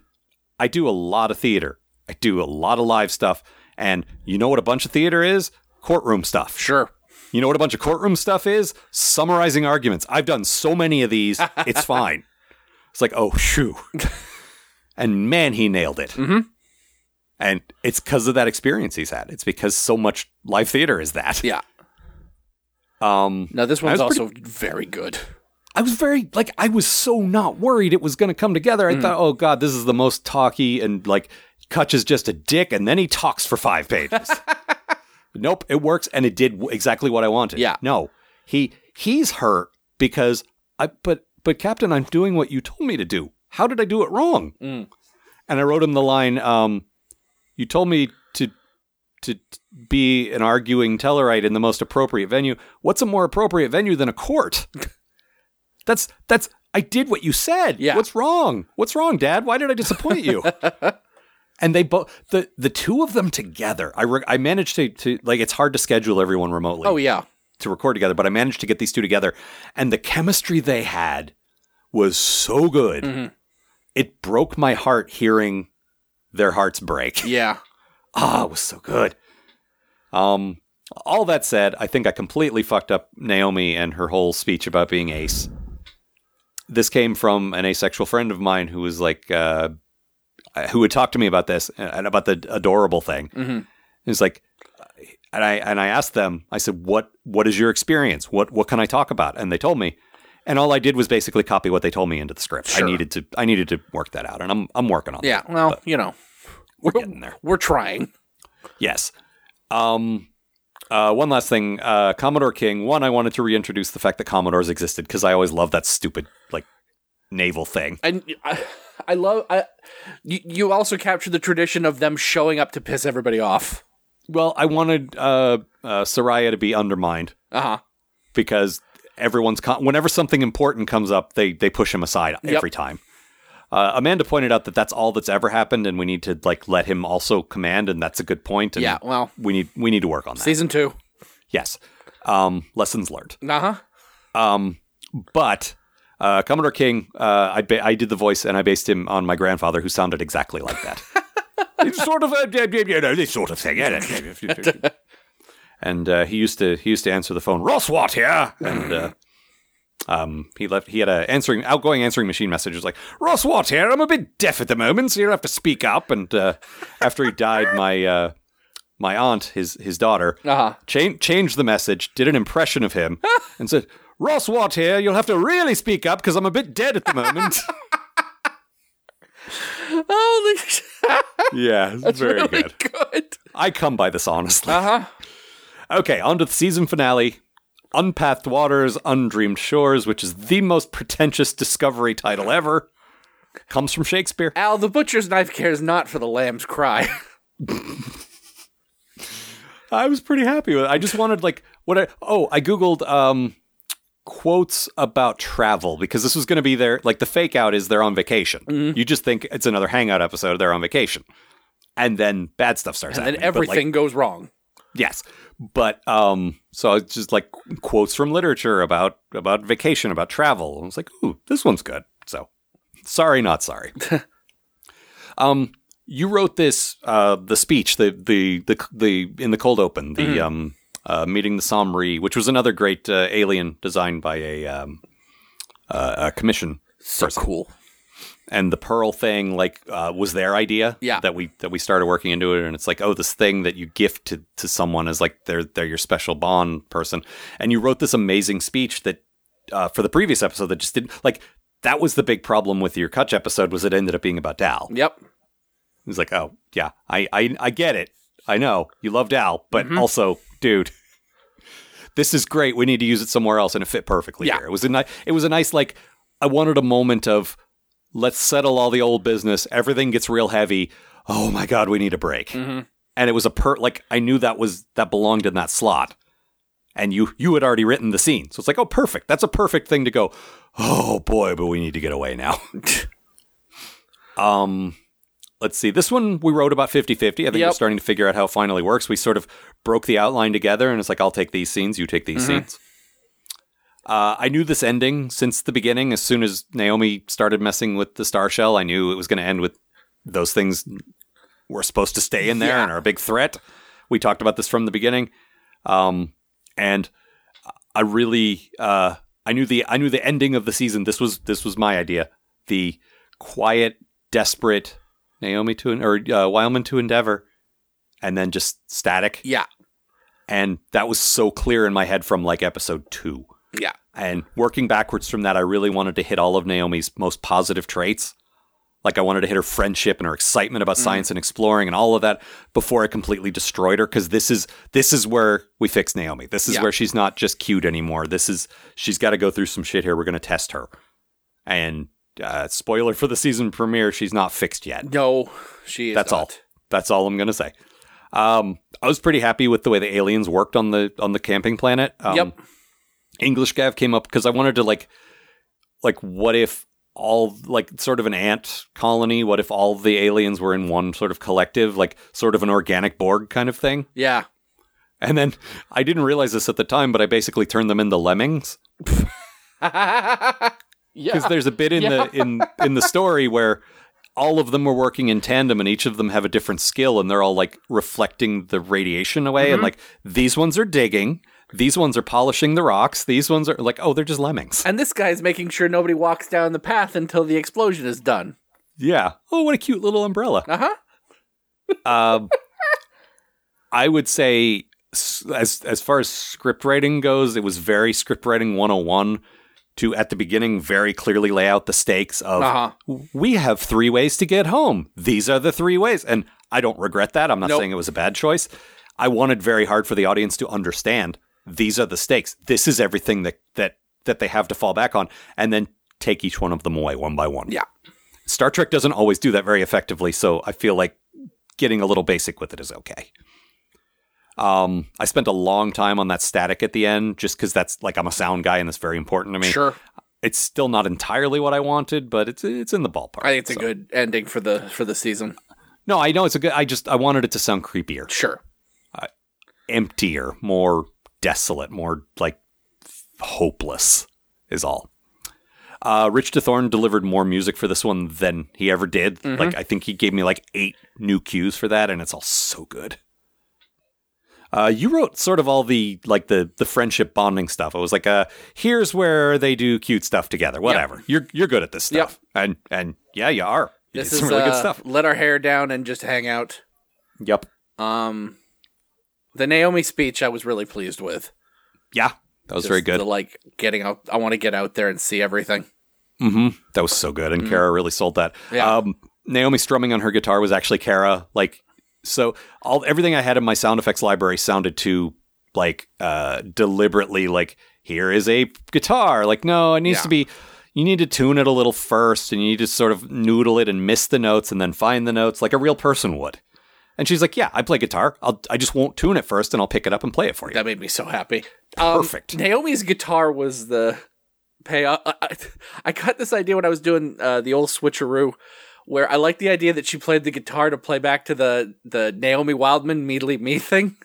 Speaker 2: i do a lot of theater i do a lot of live stuff and you know what a bunch of theater is courtroom stuff
Speaker 3: Sure.
Speaker 2: you know what a bunch of courtroom stuff is summarizing arguments i've done so many of these it's fine it's like oh shoo and man he nailed it
Speaker 3: Mhm.
Speaker 2: and it's because of that experience he's had it's because so much live theater is that
Speaker 3: Yeah.
Speaker 2: um
Speaker 3: Now, this one's
Speaker 2: I was
Speaker 3: also very good.
Speaker 2: I was very like I was so not worried it was going to come together.
Speaker 3: Mm.
Speaker 2: I thought, oh god, this is the most talky and like Kutch is just a dick, and then he talks for five pages. nope, it works, and it did w- exactly what I wanted.
Speaker 3: Yeah.
Speaker 2: no, he he's hurt because I but but Captain, I'm doing what you told me to do. How did I do it wrong?
Speaker 3: Mm.
Speaker 2: And I wrote him the line, um, "You told me to." To t- be an arguing Tellarite in the most appropriate venue. What's a more appropriate venue than a court? That's that's I did what you said.
Speaker 3: Yeah.
Speaker 2: What's wrong? What's wrong, Dad? Why did I disappoint you? and they both the the two of them together. I re- I managed to to like it's hard to schedule everyone remotely
Speaker 3: Oh, yeah.
Speaker 2: to record together, but I managed to get these two together, and the chemistry they had was so good.
Speaker 3: Mm-hmm.
Speaker 2: It broke my heart hearing their hearts break.
Speaker 3: Yeah.
Speaker 2: Ah, it was so good. Um, all that said, I think I completely fucked up Naomi and her whole speech about being ace. This came from an asexual friend of mine who was like, uh, who had talked to me about this uh, and about the adorable thing.
Speaker 3: Mhm.
Speaker 2: It was like, and I and I asked them. I said, "What what is your experience? What what can I talk about?" And they told me. And all I did was basically copy what they told me into the script.
Speaker 3: Sure.
Speaker 2: I needed to I needed to work that out, and I'm I'm working on that.
Speaker 3: Yeah. Well, you know, we're,
Speaker 2: getting there.
Speaker 3: we're trying.
Speaker 2: Yes. Um, uh, one last thing, uh, Commodore King. One, I wanted to reintroduce the fact that Commodores existed because I always love that stupid like naval thing.
Speaker 3: And I, I love, I, you, you also captured the tradition of them showing up to piss everybody off.
Speaker 2: Well, I wanted uh, uh, Soraya to be undermined
Speaker 3: Uh huh.
Speaker 2: because everyone's con- whenever something important comes up, they they push him aside
Speaker 3: Yep.
Speaker 2: every time. Uh, Amanda pointed out that that's all that's ever happened, and we need to like let him also command, and that's a good point. And
Speaker 3: Yeah. Well,
Speaker 2: we need we need to work on that.
Speaker 3: season two.
Speaker 2: Yes, um, lessons learned.
Speaker 3: Uh huh.
Speaker 2: Um, but uh, Commodore King, uh, I ba- I did the voice and I based him on my grandfather, who sounded exactly like that. it's sort of a you know this sort of thing. and uh, he used to he used to answer the phone. Ross Watt here, and uh, um, he left. He had a answering outgoing answering machine message. It was like Ross Watt here. I'm a bit deaf at the moment, so you'll have to speak up. And uh, after he died, my uh, my aunt, his his daughter,
Speaker 3: Uh-huh.
Speaker 2: cha- changed the message, did an impression of him, and said, "Ross Watt here. You'll have to really speak up because I'm a bit dead at the moment."
Speaker 3: Holy shit.
Speaker 2: yeah, it's very
Speaker 3: really
Speaker 2: good.
Speaker 3: good.
Speaker 2: I come by this honestly.
Speaker 3: Uh huh.
Speaker 2: Okay, on to the season finale. Unpathed Waters, Undreamed Shores, which is the most pretentious discovery title ever, comes from Shakespeare.
Speaker 3: Al, the butcher's knife cares not for the lamb's cry.
Speaker 2: I was pretty happy with it. I just wanted like what I oh, I googled um quotes about travel because this was going to be their like the fake out is they're on vacation.
Speaker 3: Mm-hmm.
Speaker 2: You just think it's another hangout episode, they're on vacation. And then bad stuff starts
Speaker 3: and
Speaker 2: happening.
Speaker 3: then
Speaker 2: but, like,
Speaker 3: everything goes wrong.
Speaker 2: Yes, but um, so it's just like quotes from literature about about vacation, about travel. I was like, ooh, this one's good. So, sorry, not sorry. um, you wrote this uh the speech the the the the in the cold open the um uh meeting the Somri, which was another great uh, alien designed by a um uh, a commission
Speaker 3: So cool.
Speaker 2: and the pearl thing like uh, was their idea
Speaker 3: Yeah.
Speaker 2: that we that we started working into it and it's like oh this thing that you gift to, to someone is like they're they're your special bond person and you wrote this amazing speech that uh, for the previous episode that just didn't like that was the big problem with your Kutch episode was it ended up being about Dal
Speaker 3: Yep.
Speaker 2: he's like oh yeah I I, I get it I know you love Dal but also dude this is great we need to use it somewhere else and it fit perfectly
Speaker 3: Yeah.
Speaker 2: here it was a nice it was a nice like I wanted a moment of let's settle all the old business. Everything gets real heavy. Oh my god, we need a break. And it was a per like I knew that was that belonged in that slot. And you you had already written the scene. So it's like, oh perfect. That's a perfect thing to go, oh boy, but we need to get away now. um let's see. This one we wrote about 50-50. I think we're
Speaker 3: Yep.
Speaker 2: starting to figure out how it finally works. We sort of broke the outline together and it's like I'll take these scenes, you take these scenes. Uh, I knew this ending since the beginning. As soon as Naomi started messing with the star shell, I knew it was going to end with those things were supposed to stay in there
Speaker 3: Yeah.
Speaker 2: and are a big threat. We talked about this from the beginning, um, and I really uh, I knew the I knew the ending of the season. This was this was my idea. The quiet, desperate Naomi to or uh, Wildman to endeavor, and then just static.
Speaker 3: Yeah.
Speaker 2: And that was so clear in my head from like episode two.
Speaker 3: Yeah.
Speaker 2: And working backwards from that, I really wanted to hit all of Naomi's most positive traits. Like I wanted to hit her friendship and her excitement
Speaker 3: Mm-hmm.
Speaker 2: about science and exploring and all of that before I completely destroyed her because this is this is where we fix Naomi. This is
Speaker 3: Yeah.
Speaker 2: where she's not just cute anymore. This is she's got to go through some shit here. We're going to test her. And uh, spoiler for the season premiere, she's not fixed yet.
Speaker 3: No, she is.
Speaker 2: That's all. That's all I'm gonna say. Um, I was pretty happy with the way the aliens worked on the on the camping planet. Um,
Speaker 3: Yep.
Speaker 2: English Gav came up because I wanted to like, like, what if all like sort of an ant colony? What if all the aliens were in one sort of collective, like sort of an organic Borg kind of thing?
Speaker 3: Yeah.
Speaker 2: And then I didn't realize this at the time, but I basically turned them into lemmings because
Speaker 3: yeah.
Speaker 2: there's a bit in the in in the story where all of them are working in tandem and each of them have a different skill and they're all like reflecting the radiation away
Speaker 3: Mm-hmm.
Speaker 2: and like these ones are digging these ones are polishing the rocks these ones are like oh they're just lemmings
Speaker 3: And this guy's making sure nobody walks down the path until the explosion is done.
Speaker 2: yeah oh what a cute little umbrella
Speaker 3: Uh huh.
Speaker 2: um, i would say s- as as far as script writing goes it was very script writing 101 to at the beginning very clearly lay out the stakes of
Speaker 3: Uh huh.
Speaker 2: we have three ways to get home. These are the three ways. And I don't regret that. I'm not
Speaker 3: Nope.
Speaker 2: saying it was a bad choice. I wanted very hard for the audience to understand these are the stakes. This is everything that that that they have to fall back on and then take each one of them away one by one.
Speaker 3: Yeah.
Speaker 2: Star Trek doesn't always do that very effectively, so I feel like getting a little basic with it is okay. Um, I spent a long time on that static at the end just cuz that's like I'm a sound guy and that's very important to me.
Speaker 3: Sure.
Speaker 2: It's still not entirely what I wanted, but it's it's in the ballpark.
Speaker 3: I think it's a
Speaker 2: so.
Speaker 3: good ending for the for the season.
Speaker 2: No, I know it's a good. I just I wanted it to sound creepier,
Speaker 3: Sure.
Speaker 2: emptier, more desolate, more like hopeless is all. Uh, Rich DeThorne delivered more music for this one than he ever did.
Speaker 3: Mm-hmm.
Speaker 2: Like I think he gave me like eight new cues for that, and it's all so good. Uh, you wrote sort of all the like the the friendship bonding stuff. It was like, uh, here's where they do cute stuff together. Whatever. You're you're good at this
Speaker 3: Yep.
Speaker 2: stuff, and and yeah, you are. You
Speaker 3: This
Speaker 2: did
Speaker 3: is
Speaker 2: some really
Speaker 3: uh,
Speaker 2: good stuff.
Speaker 3: Let our hair down and just hang out.
Speaker 2: Yep.
Speaker 3: Um, the Naomi speech I was really pleased with.
Speaker 2: Yeah, that was
Speaker 3: Just
Speaker 2: very good.
Speaker 3: The, like getting out, I want to get out there and see everything.
Speaker 2: hmm That was so good, and Kara really sold that.
Speaker 3: Mm-hmm. Yeah.
Speaker 2: Um, Naomi strumming on her guitar was actually Kara. Like, so all everything I had in my sound effects library sounded to like uh, deliberately like here is a guitar. Like, no, it needs
Speaker 3: Yeah.
Speaker 2: to be. You need to tune it a little first, and you need to sort of noodle it and miss the notes, and then find the notes like a real person would. And she's like, "Yeah, I play guitar. I'll, I just won't tune it first, and I'll pick it up and play it for you."
Speaker 3: That made me so happy. Um,
Speaker 2: Perfect.
Speaker 3: Naomi's guitar was the payoff. I, I, I got this idea when I was doing uh, the old switcheroo, where I liked the idea that she played the guitar to play back to the the Naomi Wildman "Meedly Me" thing.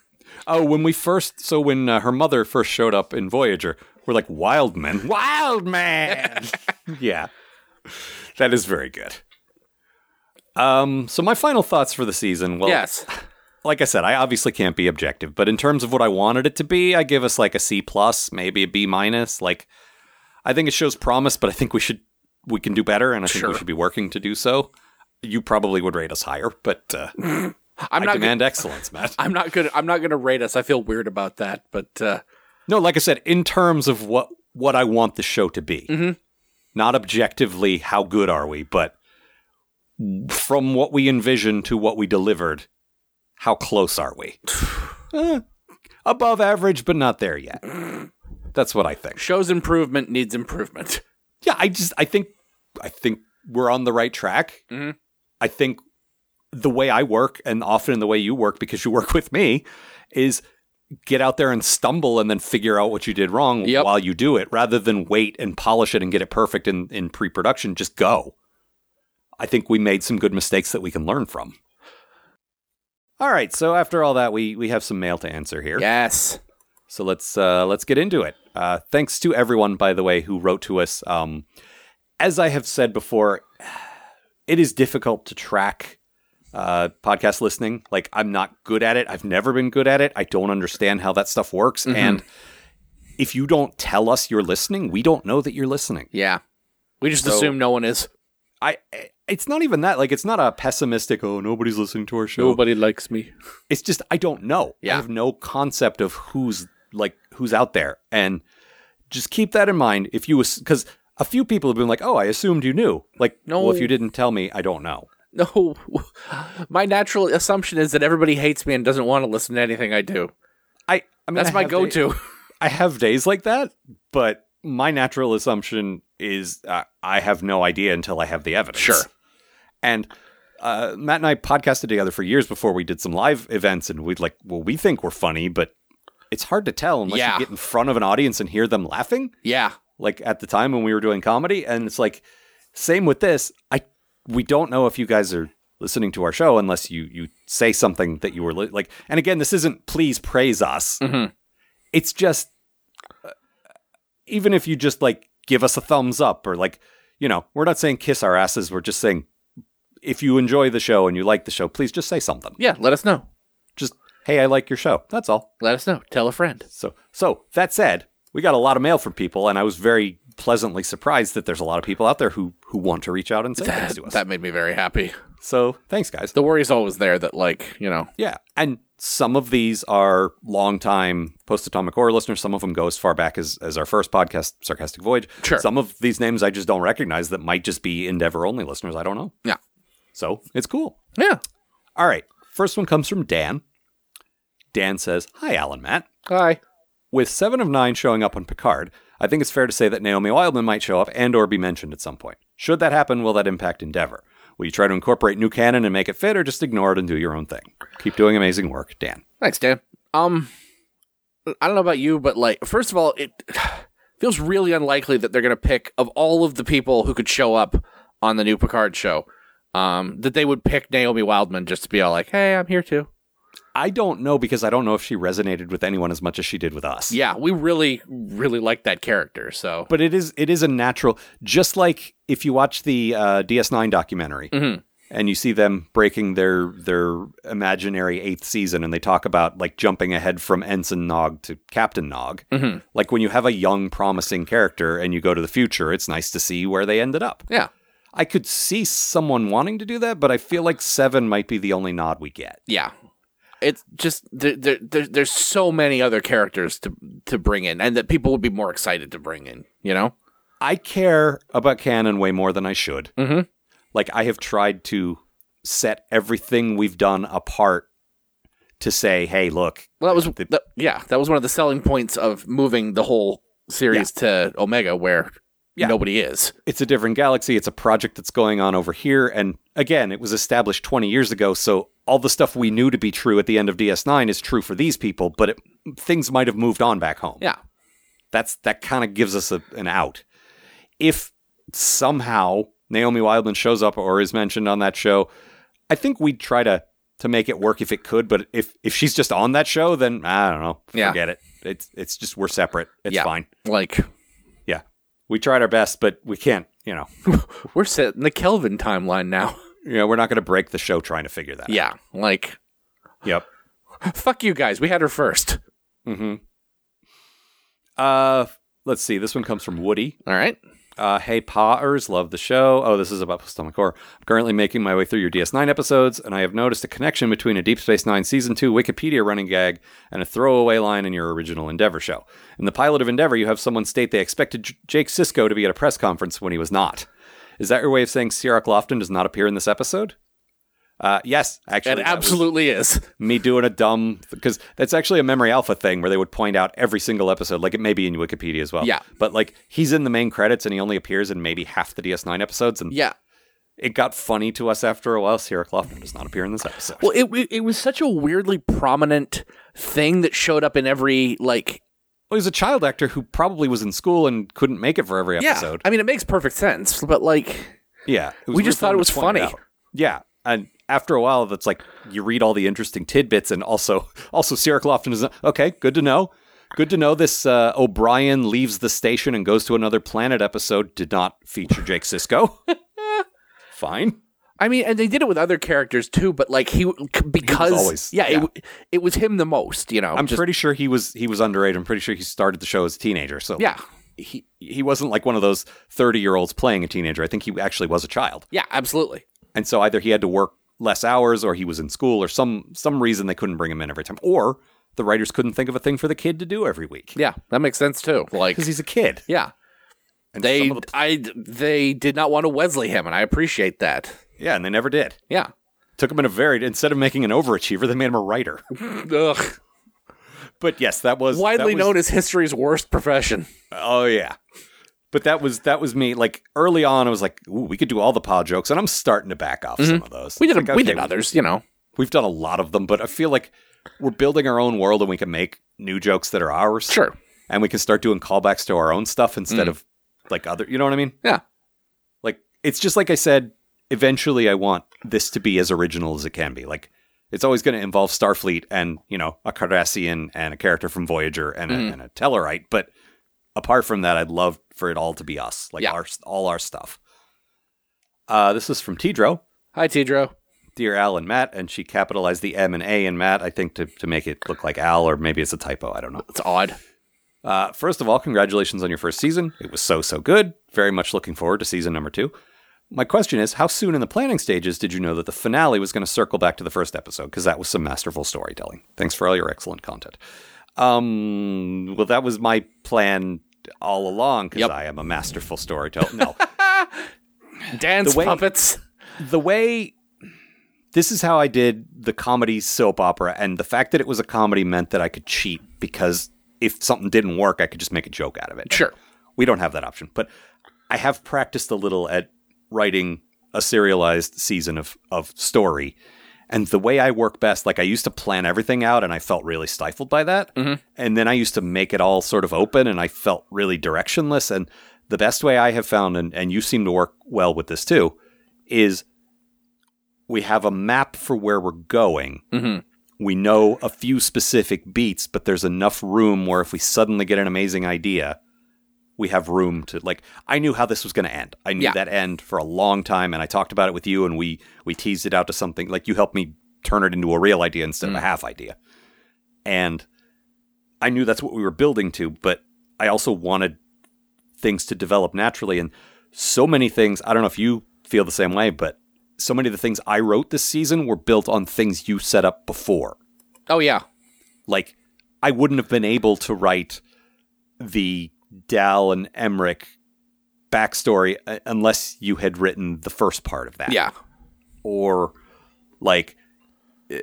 Speaker 2: Oh, when we first, so when uh, her mother first showed up in Voyager, we're like, Wildman. Wildman! yeah. That is very good. Um, so my final thoughts for the season. Well,
Speaker 3: yes,
Speaker 2: like I said, I obviously can't be objective, but in terms of what I wanted it to be, I give us like a C plus, maybe a B minus. Like, I think it shows promise, but I think we should we can do better, and I think
Speaker 3: Sure.
Speaker 2: we should be working to do so. You probably would rate us higher, but uh,
Speaker 3: I'm
Speaker 2: I
Speaker 3: not.
Speaker 2: demand excellence, Matt.
Speaker 3: gonna, I'm not gonna. I'm not gonna rate us. I feel weird about that, but uh,
Speaker 2: No, like I said, in terms of what what I want the show to be, not objectively how good are we, but from what we envisioned to what we delivered, how close are we? Eh, above average, but not there yet. That's what I think.
Speaker 3: shows improvement needs improvement.
Speaker 2: Yeah, I just I think I think we're on the right track.
Speaker 3: Mhm.
Speaker 2: I think the way I work, and often the way you work, because you work with me, is get out there and stumble and then figure out what you did wrong
Speaker 3: Yep.
Speaker 2: while you do it, rather than wait and polish it and get it perfect in, in pre production. Just go. I think we made some good mistakes that we can learn from. All right, so after all that, we we have some mail to answer here.
Speaker 3: Yes,
Speaker 2: So let's uh, let's get into it. Uh, thanks to everyone, by the way, who wrote to us. Um, as I have said before, it is difficult to track uh, podcast listening. Like I'm not good at it. I've never been good at it. I don't understand how that stuff works. And if you don't tell us you're listening, we don't know that you're listening.
Speaker 3: yeah. We just
Speaker 2: So-
Speaker 3: assume no one is.
Speaker 2: I. It's not even that. Like it's not a pessimistic. Oh, nobody's listening to our show.
Speaker 3: likes me.
Speaker 2: it's just I don't know.
Speaker 3: Yeah.
Speaker 2: I have no concept of who's like who's out there, and just keep that in mind. If you because a few people have been like, "Oh, I assumed you knew." Like,
Speaker 3: No.
Speaker 2: well, if you didn't tell me, I don't know.
Speaker 3: No, my natural assumption is that everybody hates me and doesn't want to listen to anything I do.
Speaker 2: I, I mean,
Speaker 3: That's
Speaker 2: I
Speaker 3: my
Speaker 2: have da-
Speaker 3: go-to.
Speaker 2: I have days like that, but my natural assumption is uh, I have no idea until I have the evidence.
Speaker 3: Sure.
Speaker 2: And uh, Matt and I podcasted together for years before we did some live events, and we'd like, well, we think we're funny, but it's hard to tell unless
Speaker 3: Yeah.
Speaker 2: you get in front of an audience and hear them laughing.
Speaker 3: yeah,
Speaker 2: like at the time when we were doing comedy and it's like same with this i we don't know if you guys are listening to our show unless you you say something that you were li- like and again this isn't please praise us it's just uh, even if you just like give us a thumbs up or like you know we're not saying kiss our asses we're just saying if you enjoy the show and you like the show please just say something
Speaker 3: yeah. Let us know.
Speaker 2: just hey i like your show that's all
Speaker 3: Let us know. Tell a friend.
Speaker 2: so, so that said, we got a lot of mail from people, and I was very pleasantly surprised that there's a lot of people out there who who want to reach out and say things to us.
Speaker 3: That made me very happy.
Speaker 2: so, thanks, guys.
Speaker 3: The worry's always there that, like, you know,
Speaker 2: Yeah, and some of these are longtime post atomic horror listeners. Some of them go as far back as as our first podcast, Sarcastic Voyage.
Speaker 3: Sure.
Speaker 2: Some of these names I just don't recognize that might just be Endeavor only listeners. I don't know.
Speaker 3: yeah,
Speaker 2: So it's cool.
Speaker 3: yeah.
Speaker 2: All right. First one comes from Dan. Dan says, "Hi, Alan, Matt."
Speaker 3: Hi.
Speaker 2: With seven of nine showing up on Picard, I think it's fair to say that Naomi Wildman might show up and or be mentioned at some point. Should that happen, will that impact Endeavor? Will you try to incorporate new canon and make it fit, or just ignore it and do your own thing? Keep doing amazing work, Dan.
Speaker 3: Thanks, Dan. Um, I don't know about you, but like, first of all, it feels really unlikely that they're going to pick of all of the people who could show up on the new Picard show. Um, that they would pick Naomi Wildman just to be all like, "Hey, I'm here too."
Speaker 2: I don't know because I don't know if she resonated with anyone as much as she did with us.
Speaker 3: Yeah, we really, really like that character. So,
Speaker 2: But it is it is a natural just like if you watch the uh, DS9 documentary and you see them breaking their their imaginary eighth season and they talk about like jumping ahead from Ensign Nog to Captain Nog. Like when you have a young promising character and you go to the future, it's nice to see where they ended up.
Speaker 3: yeah,
Speaker 2: I could see someone wanting to do that, but I feel like 7 might be the only nod we get.
Speaker 3: yeah. It's just there, there, there, there's so many other characters to to bring in, and that people would be more excited to bring in. You know?
Speaker 2: I care about canon way more than I should.
Speaker 3: Mhm.
Speaker 2: Like I have tried to set everything we've done apart to say, "Hey, look,
Speaker 3: Well, that was
Speaker 2: The-
Speaker 3: that- yeah, that was one of the selling points of moving the whole series to Omega, where
Speaker 2: Yeah.
Speaker 3: nobody is.
Speaker 2: it's a different galaxy. It's a project that's going on over here." And again, it was established 20 years ago, so all the stuff we knew to be true at the end of DS9 is true for these people, but it, things might have moved on back home.
Speaker 3: Yeah,
Speaker 2: That's that kind of gives us a, an out. If somehow Naomi Wildman shows up or is mentioned on that show, I think we'd try to to make it work if it could. But if if she's just on that show, then I don't know.
Speaker 3: Yeah.
Speaker 2: Forget it. It's it's just we're separate. It's
Speaker 3: Yeah.
Speaker 2: fine.
Speaker 3: like
Speaker 2: Yeah, we tried our best, but we can't. You know,
Speaker 3: we're setting the Kelvin timeline now.
Speaker 2: you know, we're not going to break the show trying to figure that.
Speaker 3: Yeah, like
Speaker 2: out. Yep.
Speaker 3: fuck you guys. We had her first.
Speaker 2: Mm-hmm. Uh, let's see. This one comes from Woody.
Speaker 3: All right.
Speaker 2: Uh, hey, Potters, love the show. Oh, this is about Postomac Core. I'm currently making my way through your DS9 episodes, and I have noticed a connection between a Deep Space Nine Season 2 Wikipedia running gag and a throwaway line in your original Endeavor show. In the pilot of Endeavor, you have someone state they expected J- Jake Sisko to be at a press conference when he was not. Is that your way of saying Sierra Lofton does not appear in this episode? Uh, yes, actually.
Speaker 3: It
Speaker 2: that was-
Speaker 3: absolutely is.
Speaker 2: me doing a dumb because that's actually a memory alpha thing where they would point out every single episode like it may be in wikipedia as well
Speaker 3: Yeah.
Speaker 2: but like he's in the main credits and he only appears in maybe half the ds9 episodes and
Speaker 3: Yeah.
Speaker 2: it got funny to us after a while sierra Cloughlin does not appear in this episode
Speaker 3: Well, it, it it was such a weirdly prominent thing that showed up in every like
Speaker 2: Well, he's a child actor who probably was in school and couldn't make it for every episode
Speaker 3: I mean, it makes perfect sense, but like
Speaker 2: yeah it was
Speaker 3: We just
Speaker 2: weird
Speaker 3: thought
Speaker 2: for
Speaker 3: it
Speaker 2: them
Speaker 3: was
Speaker 2: to point
Speaker 3: funny.
Speaker 2: out. yeah and after a while that's like you read all the interesting tidbits and also also sierra Cloughlin is not, okay good to know Good to know this uh, O'Brien leaves the station and goes to another planet episode did not feature Jake Sisko. Fine.
Speaker 3: I mean, and they did it with other characters too, but like he because
Speaker 2: always-
Speaker 3: yeah,
Speaker 2: yeah.
Speaker 3: It, it was him the most, you know.
Speaker 2: I'm
Speaker 3: just-
Speaker 2: pretty sure he was he was underage. I'm pretty sure he started the show as a teenager. So
Speaker 3: yeah,
Speaker 2: he he wasn't like one of those 30 year olds playing a teenager. I think he actually was a child.
Speaker 3: yeah, absolutely.
Speaker 2: And so either he had to work less hours or he was in school or some some reason they couldn't bring him in every time or the writers couldn't think of a thing for the kid to do every week
Speaker 3: Yeah, that makes sense too. Like
Speaker 2: because he's a kid.
Speaker 3: yeah,
Speaker 2: And
Speaker 3: they
Speaker 2: some of the-
Speaker 3: I they did not want to Wesley him, and I appreciate that.
Speaker 2: yeah, and they never did.
Speaker 3: Yeah.
Speaker 2: Took him in a very instead of making an overachiever, they made him a writer.
Speaker 3: Ugh.
Speaker 2: But yes, that was that
Speaker 3: Widely
Speaker 2: was-
Speaker 3: known as history's worst profession.
Speaker 2: Oh yeah. But that was that was me. Like early on, I was like, "Ooh, we could do all the pod jokes," and I'm starting to back off some of those.
Speaker 3: Mm-hmm. We did
Speaker 2: It's like,
Speaker 3: we
Speaker 2: okay,
Speaker 3: did others, you know.
Speaker 2: We've done a lot of them, but I feel like we're building our own world, and we can make new jokes that are ours.
Speaker 3: Sure.
Speaker 2: and we can start doing callbacks to our own stuff instead of like other. You know what I mean?
Speaker 3: Mm. Yeah.
Speaker 2: Like it's just like I said. Eventually, I want this to be as original as it can be. Like it's always going to involve Starfleet and you know a Cardassian and a character from Voyager and a,
Speaker 3: Mm-hmm.
Speaker 2: and a Tellarite. But apart from that, I'd love for it all to be us, like
Speaker 3: Yeah.
Speaker 2: our all our stuff. Uh, this is from Tidro
Speaker 3: Hi, Tidro.
Speaker 2: dear Al and Matt, and she capitalized the M and A in Matt, I think, to, to make it look like Al, or maybe it's a typo. I don't know.
Speaker 3: It's odd.
Speaker 2: Uh, first of all, congratulations on your first season. It was so, so good. Very much looking forward to season number two. My question is how soon in the planning stages did you know that the finale was going to circle back to the first episode? Because that was some masterful storytelling. Thanks for all your excellent content. Um, well, that was my plan all along because
Speaker 3: Yep.
Speaker 2: I am a masterful storyteller. No.
Speaker 3: Dance
Speaker 2: The way-
Speaker 3: puppets.
Speaker 2: the way this is how I did the comedy soap opera, and the fact that it was a comedy meant that I could cheat because if something didn't work, I could just make a joke out of it.
Speaker 3: Sure.
Speaker 2: We don't have that option, but I have practiced a little at writing a serialized season of of story. And the way I work best, like I used to plan everything out and I felt really stifled by that. And then I used to make it all sort of open and I felt really directionless. And the best way I have found, and, and you seem to work well with this too, is we have a map for where we're going. We know a few specific beats, but there's enough room where if we suddenly get an amazing idea, we have room to like I knew how this was going to end. I knew
Speaker 3: Yeah.
Speaker 2: that end for a long time and I talked about it with you and we we teased it out to something like you helped me turn it into a real idea instead of a half idea. And I knew that's what we were building to, but I also wanted things to develop naturally and so many things, I don't know if you feel the same way, but so many of the things I wrote this season were built on things you set up before
Speaker 3: Oh yeah.
Speaker 2: like I wouldn't have been able to write the Dal and Emmerich backstory uh, unless you had written the first part of that.
Speaker 3: Yeah.
Speaker 2: Or like uh,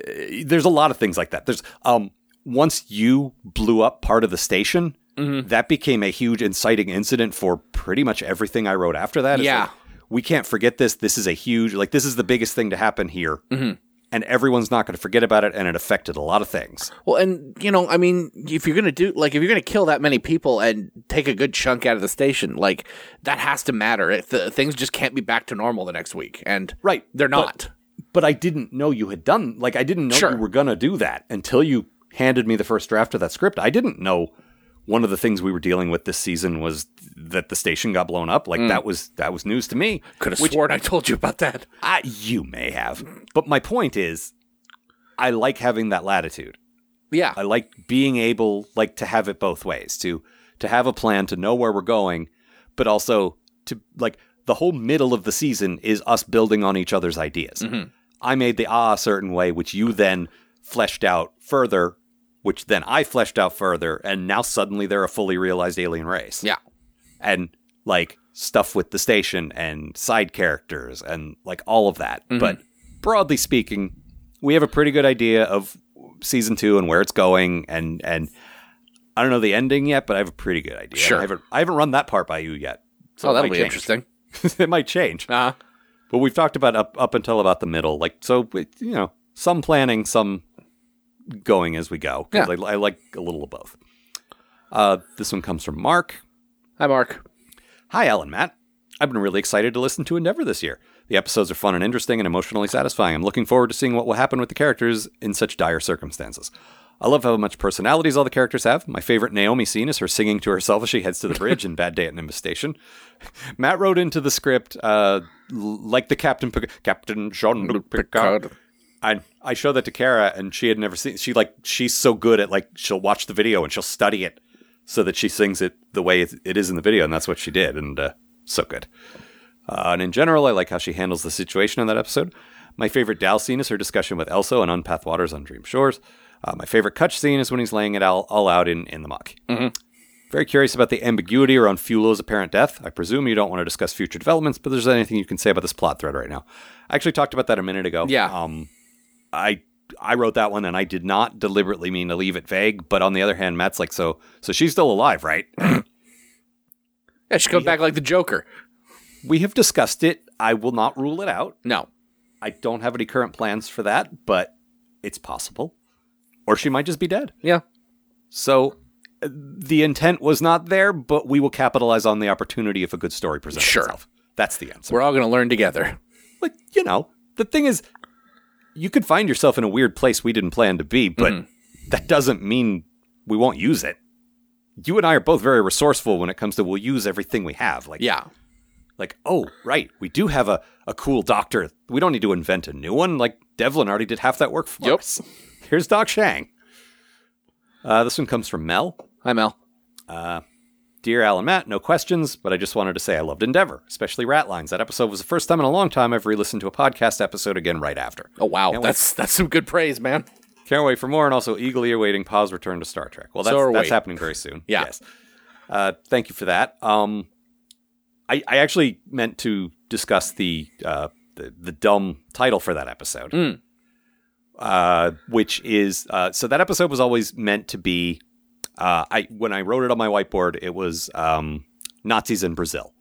Speaker 2: there's a lot of things like that. There's um once you blew up part of the station,
Speaker 3: Mm-hmm.
Speaker 2: that became a huge inciting incident for pretty much everything I wrote after that. It's
Speaker 3: Yeah.
Speaker 2: like, we can't forget this. This is a huge like this is the biggest thing to happen here.
Speaker 3: Mm-hmm.
Speaker 2: And everyone's not going to forget about it, and it affected a lot of things.
Speaker 3: Well, and you know, I mean, if you're gonna do like if you're gonna kill that many people and take a good chunk out of the station, like that has to matter. If the, things just can't be back to normal the next week, and
Speaker 2: Right,
Speaker 3: they're
Speaker 2: but-
Speaker 3: not.
Speaker 2: but I didn't know you had done like I didn't know
Speaker 3: Sure.
Speaker 2: you were gonna do that until you handed me the first draft of that script. I didn't know one of the things we were dealing with this season was that the station got blown up. Like that was that was news to me.
Speaker 3: Could have
Speaker 2: Which-
Speaker 3: sworn I told you about that.
Speaker 2: I, you may have, but my point is, I like having that latitude.
Speaker 3: Yeah,
Speaker 2: I like being able like to have it both ways to to have a plan to know where we're going, but also to like the whole middle of the season is us building on each other's ideas. I made the ah a certain way, which you then fleshed out further, which then I fleshed out further, and now suddenly they're a fully realized alien race
Speaker 3: yeah,
Speaker 2: and like stuff with the station and side characters and like all of that.
Speaker 3: Mm-hmm.
Speaker 2: But broadly speaking, we have a pretty good idea of season two and where it's going and and I don't know the ending yet, but I have a pretty good idea.
Speaker 3: Sure.
Speaker 2: I haven't I haven't run that part by you yet. So
Speaker 3: oh,
Speaker 2: it
Speaker 3: that'll
Speaker 2: might
Speaker 3: be
Speaker 2: change.
Speaker 3: interesting.
Speaker 2: it might change.
Speaker 3: Uh,
Speaker 2: But we've talked about up up until about the middle. Like so it, you know, some planning, some going as we go. 'Cause I, I like a little of both. Uh, this one comes from Mark.
Speaker 3: hi, Mark.
Speaker 2: Hi, Alan Matt. I've been really excited to listen to Endeavor this year. The episodes are fun and interesting and emotionally satisfying. I'm looking forward to seeing what will happen with the characters in such dire circumstances. I love how much personalities all the characters have. My favorite Naomi scene is her singing to herself as she heads to the bridge in Bad Day at Nimbus Station. Matt wrote into the script, uh, l- like the Captain Pic- Captain Jean Luc Picard. I I showed that to Kara, and she had never seen. She like she's so good at like she'll watch the video and she'll study it so that she sings it the way it it is in the video, and that's what she did, and uh, so good. Uh, and in general, I like how she handles the situation in that episode. My favorite Dal scene is her discussion with Elso and Unpath Waters on Dream Shores. Uh, my favorite Kutch scene is when he's laying it all, all out in, in the muck. Very curious about the ambiguity around Fulo's apparent death. I presume you don't want to discuss future developments, but there's anything you can say about this plot thread right now. I actually talked about that a minute ago.
Speaker 3: Yeah.
Speaker 2: Um, I I wrote that one, and I did not deliberately mean to leave it vague. But on the other hand, Matt's like, so so she's still alive, right?
Speaker 3: Yeah, she comes back like the Joker.
Speaker 2: we have discussed it. I will not rule it out.
Speaker 3: No,
Speaker 2: I don't have any current plans for that, but it's possible. Or she might just be dead.
Speaker 3: yeah,
Speaker 2: So uh, the intent was not there, but we will capitalize on the opportunity if a good story presents
Speaker 3: Sure.
Speaker 2: itself. That's the answer.
Speaker 3: we're all gonna learn together.
Speaker 2: like, you know, the thing is, you could find yourself in a weird place we didn't plan to be, but that doesn't mean we won't use it. You and I are both very resourceful when it comes to we'll use everything we have. Like,
Speaker 3: Yeah,
Speaker 2: like, oh, right, we do have a, a cool doctor. We don't need to invent a new one. Like, Devlin already did half that work for
Speaker 3: Yep.
Speaker 2: us. Here's Doc Shang. Uh, this one comes from Mel.
Speaker 3: hi, Mel.
Speaker 2: Dear Alan Matt, no questions, but I just wanted to say I loved Endeavor, especially Ratlines. That episode was the first time in a long time I've re listened to a podcast episode again right after.
Speaker 3: Oh wow,
Speaker 2: wait.
Speaker 3: that's that's some good praise, man.
Speaker 2: Can't wait for more, and also eagerly awaiting Pa's return to Star Trek. Well, that's,
Speaker 3: So are
Speaker 2: that's
Speaker 3: we.
Speaker 2: happening very soon.
Speaker 3: Yeah.
Speaker 2: Yes. Uh, thank you for that. Um, I, I actually meant to discuss the, uh, the the dumb title for that episode,
Speaker 3: Hmm.
Speaker 2: uh, which is uh, so that episode was always meant to be. Uh, I when I wrote it on my whiteboard, it was um, Nazis in Brazil.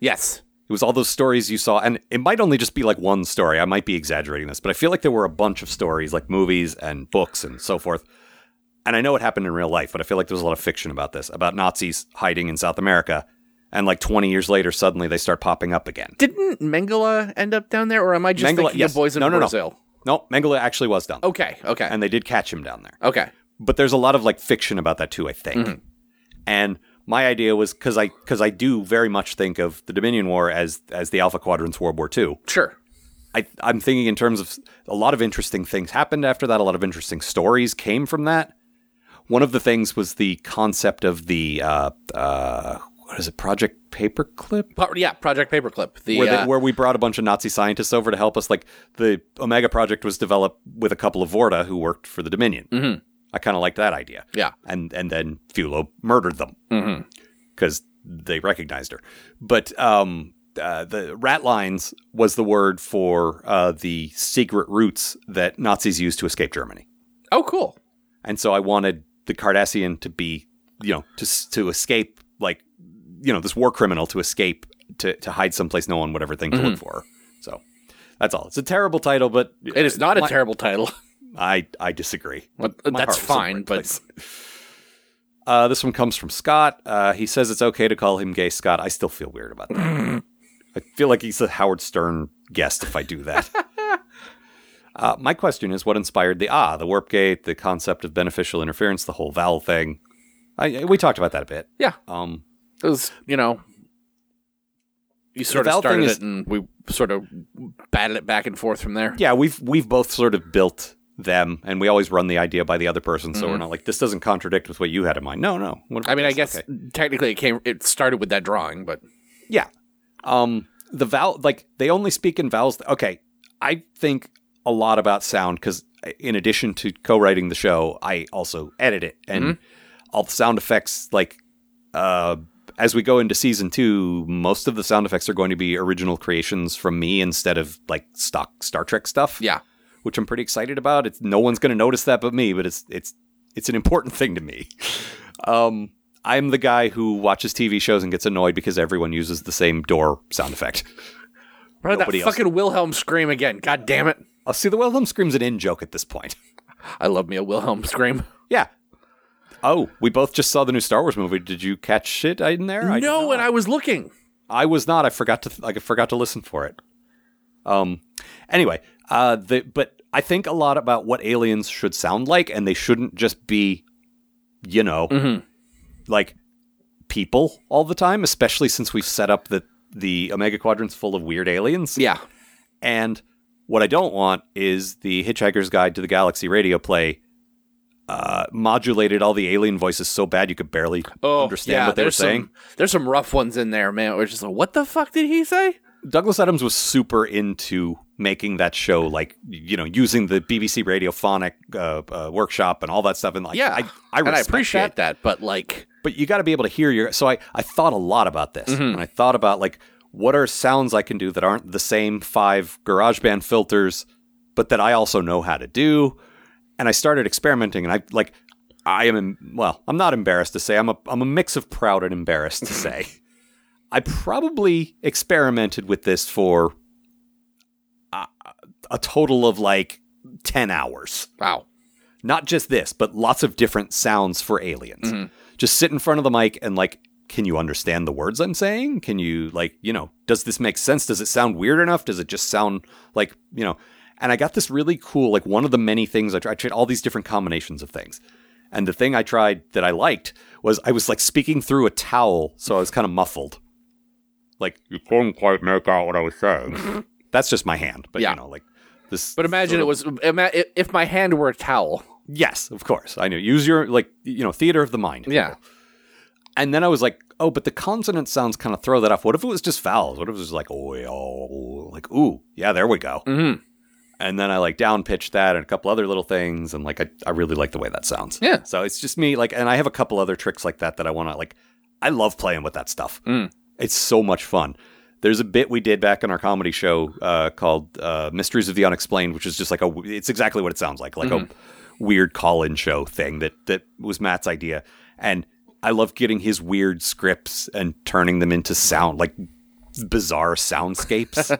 Speaker 3: Yes,
Speaker 2: It was all those stories you saw, and it might only just be like one story. I might be exaggerating this, but I feel like there were a bunch of stories, like movies and books and so forth. And I know it happened in real life, but I feel like there's a lot of fiction about this, about Nazis hiding in South America, and like 20 years later, suddenly they start popping up again.
Speaker 3: didn't Mengele end up down there, or am I just
Speaker 2: Mengele-
Speaker 3: thinking
Speaker 2: yes.
Speaker 3: of Boys in
Speaker 2: No, no, no.
Speaker 3: Brazil?
Speaker 2: No, Mengele actually was down. there.
Speaker 3: Okay. Okay.
Speaker 2: And they did catch him down there.
Speaker 3: okay.
Speaker 2: But there's a lot of like fiction about that too, I think. And my idea was cuz I cuz I do very much think of the Dominion War as as the Alpha Quadrant's World War II.
Speaker 3: Sure.
Speaker 2: I, I'm thinking in terms of a lot of interesting things happened after that. A lot of interesting stories came from that. One of the things was the concept of the uh, uh, what is it, Project Paperclip,
Speaker 3: Po- yeah. Project Paperclip. The
Speaker 2: where, they,
Speaker 3: uh,
Speaker 2: where we brought a bunch of Nazi scientists over to help us. Like the Omega Project was developed with a couple of Vorta who worked for the Dominion. Mm-hmm. I kind of liked that idea.
Speaker 3: yeah. Mm-hmm.
Speaker 2: and and then Fulo murdered them because they recognized her. But um, uh, the ratlines was the word for uh, the secret routes that Nazis used to escape Germany,
Speaker 3: Oh, cool.
Speaker 2: and so I wanted the Cardassian to be, you know, to s- to escape like, you know, this war criminal to escape to to hide someplace no one would ever think to look for. her. So. That's all. It's a terrible title, but
Speaker 3: Mm-hmm. It is not a
Speaker 2: my-
Speaker 3: terrible title.
Speaker 2: I I disagree.
Speaker 3: Well,
Speaker 2: My heart
Speaker 3: that's
Speaker 2: was in the
Speaker 3: fine,
Speaker 2: right
Speaker 3: but
Speaker 2: place. Uh, this one comes from Scott. Uh, he says it's okay to call him gay Scott. I still feel weird about that. I feel like he's a Howard Stern guest if I do that. uh, my question is what inspired the ah, the warp gate, the concept of beneficial interference, the whole vowel thing? I, we talked about that a bit.
Speaker 3: Yeah.
Speaker 2: Um,
Speaker 3: it was you know you sort of
Speaker 2: Valve thing
Speaker 3: started
Speaker 2: is-
Speaker 3: it and we sort of batted it back and forth from there.
Speaker 2: yeah, we've we've both sort of built them, and we always run the idea by the other person, so we're not like this doesn't contradict with what you had in mind. No, no. What
Speaker 3: Mm-hmm. I mean, I
Speaker 2: this?
Speaker 3: guess
Speaker 2: Okay.
Speaker 3: technically it came. It started with that drawing, but
Speaker 2: Yeah. Um the vowel like they only speak in vowels. Okay. I think a lot about sound cuz in addition to co-writing the show, I also edit it and all the sound effects like uh as we go into season 2, most of the sound effects are going to be original creations from me instead of like stock Star Trek stuff,
Speaker 3: yeah,
Speaker 2: which I'm pretty excited about. It's no one's going to notice that but me, but it's it's it's an important thing to me. Um, I'm the guy who watches TV shows and gets annoyed because everyone uses the same door sound effect.
Speaker 3: Bro, that
Speaker 2: Nobody else-
Speaker 3: fucking Wilhelm scream again. God damn it!
Speaker 2: I'll Uh, see the Wilhelm scream's an in joke at this point.
Speaker 3: I love me a Wilhelm scream.
Speaker 2: Yeah. Oh, we both just saw the new Star Wars movie. Did you catch it in there? I did
Speaker 3: no,
Speaker 2: not.
Speaker 3: when I was looking,
Speaker 2: I was not. I forgot to. I forgot to listen for it. Um. Anyway, uh, the but I think a lot about what aliens should sound like, and they shouldn't just be, you know,
Speaker 3: Mm-hmm.
Speaker 2: like people all the time. Especially since we've set up that the Omega Quadrant's full of weird aliens.
Speaker 3: yeah,
Speaker 2: And what I don't want is the Hitchhiker's Guide to the Galaxy radio play. Uh, modulated all the alien voices so bad you could barely
Speaker 3: oh,
Speaker 2: understand
Speaker 3: yeah,
Speaker 2: what they were
Speaker 3: there's some-
Speaker 2: saying.
Speaker 3: There's some rough ones in there, man. We're just like, what the fuck did he say?
Speaker 2: Douglas Adams was super into making that show, like you know, using the BBC Radiophonic uh, uh, workshop and all that stuff. And like,
Speaker 3: Yeah,
Speaker 2: I, I,
Speaker 3: and I
Speaker 2: respect
Speaker 3: appreciate that.
Speaker 2: that,
Speaker 3: but like,
Speaker 2: but you got to be able to hear your. So I, I thought a lot about this, and I thought about like what are sounds I can do that aren't the same five GarageBand filters, but that I also know how to do. And I started experimenting, and I like, I am em- well, I'm not embarrassed to say I'm a I'm a mix of proud and embarrassed to say. I probably experimented with this for a, a total of like 10 hours.
Speaker 3: wow,
Speaker 2: Not just this, but lots of different sounds for aliens.
Speaker 3: Mm-hmm.
Speaker 2: Just sit in front of the mic and like, can you understand the words I'm saying? Can you, like, you know, does this make sense? Does it sound weird enough? Does it just sound like, you know? And I got this really cool, like, one of the many things I tried, I tried all these different combinations of things. And the thing I tried that I liked was I was like speaking through a towel, so I was kind of muffled. Like,
Speaker 1: you couldn't quite make out what I was saying.
Speaker 2: that's just my hand, but
Speaker 3: Yeah.
Speaker 2: you know, like this.
Speaker 3: but
Speaker 2: sort
Speaker 3: imagine it
Speaker 2: of-
Speaker 3: was ima- i- if my hand were a towel.
Speaker 2: yes, of course. I knew. Use your like you know theater of the mind.
Speaker 3: Yeah,
Speaker 2: And then I was like, oh, but the consonant sounds kind of throw that off. What if it was just vowels? What if it was like oh, yeah, oh like ooh yeah there we go.
Speaker 3: Mhm.
Speaker 2: And then I like down pitched that and a couple other little things and like I I really like the way that sounds.
Speaker 3: Yeah.
Speaker 2: So it's just me like and I have a couple other tricks like that that I want to like. I love playing with that stuff.
Speaker 3: Mm.
Speaker 2: It's so much fun. There's a bit we did back on our comedy show uh, called uh, "Mysteries of the Unexplained," which is just like a. It's exactly what it sounds like, like a weird call-in show thing that that was Matt's idea, and I love getting his weird scripts and turning them into sound like bizarre soundscapes.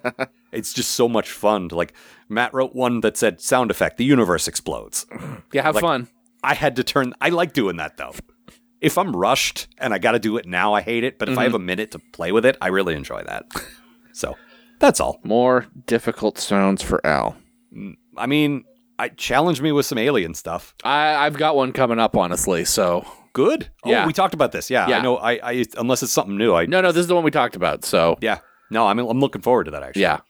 Speaker 2: it's just so much fun. To, like Matt wrote one that said "sound effect: the universe explodes."
Speaker 3: yeah, have
Speaker 2: Like-
Speaker 3: fun.
Speaker 2: I had to turn. I like doing that though. If I'm rushed and I got to do it now, I hate it. But if I have a
Speaker 3: Mm-hmm.
Speaker 2: minute to play with it, I really enjoy that. so that's all.
Speaker 3: More difficult sounds for Al.
Speaker 2: I mean, I challenge me with some alien stuff.
Speaker 3: I, I've got one coming up, honestly. So
Speaker 2: Good.
Speaker 3: Yeah.
Speaker 2: Oh, we talked about this. Yeah.
Speaker 3: Yeah.
Speaker 2: I know. I, I unless it's something new. I
Speaker 3: no, no, this is the one we talked about. So
Speaker 2: yeah. No, I'm I'm looking forward to that actually.
Speaker 3: yeah.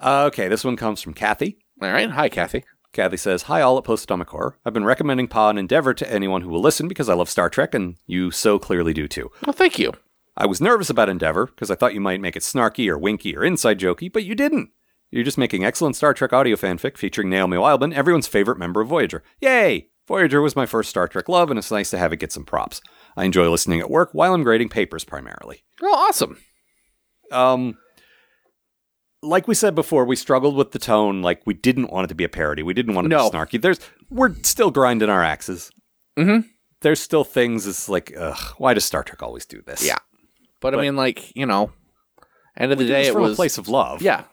Speaker 2: Uh, okay. This one comes from Kathy.
Speaker 3: All right. Hi, Kathy.
Speaker 2: Kathy says, Hi, all at Post Atomic Horror. I've been recommending Pa and Endeavor to anyone who will listen because I love Star Trek, and you so clearly do too.
Speaker 3: Well, thank you.
Speaker 2: I was nervous about Endeavor because I thought you might make it snarky or winky or inside jokey, but you didn't. You're just making excellent Star Trek audio fanfic featuring Naomi Wildman, everyone's favorite member of Voyager. Yay! Voyager was my first Star Trek love, and it's nice to have it get some props. I enjoy listening at work while I'm grading papers primarily.
Speaker 3: Well, awesome.
Speaker 2: Um, like we said before, we struggled with the tone. Like we didn't want it to be a parody. We didn't want it to
Speaker 3: No.
Speaker 2: be snarky. There's we're still grinding our axes.
Speaker 3: Mhm.
Speaker 2: There's still things. It's like, ugh, why does Star Trek always do this?
Speaker 3: Yeah. But, I
Speaker 2: But-
Speaker 3: mean, like you know, end of the
Speaker 2: We do
Speaker 3: day,
Speaker 2: this
Speaker 3: it
Speaker 2: from
Speaker 3: was
Speaker 2: a place of love.
Speaker 3: yeah.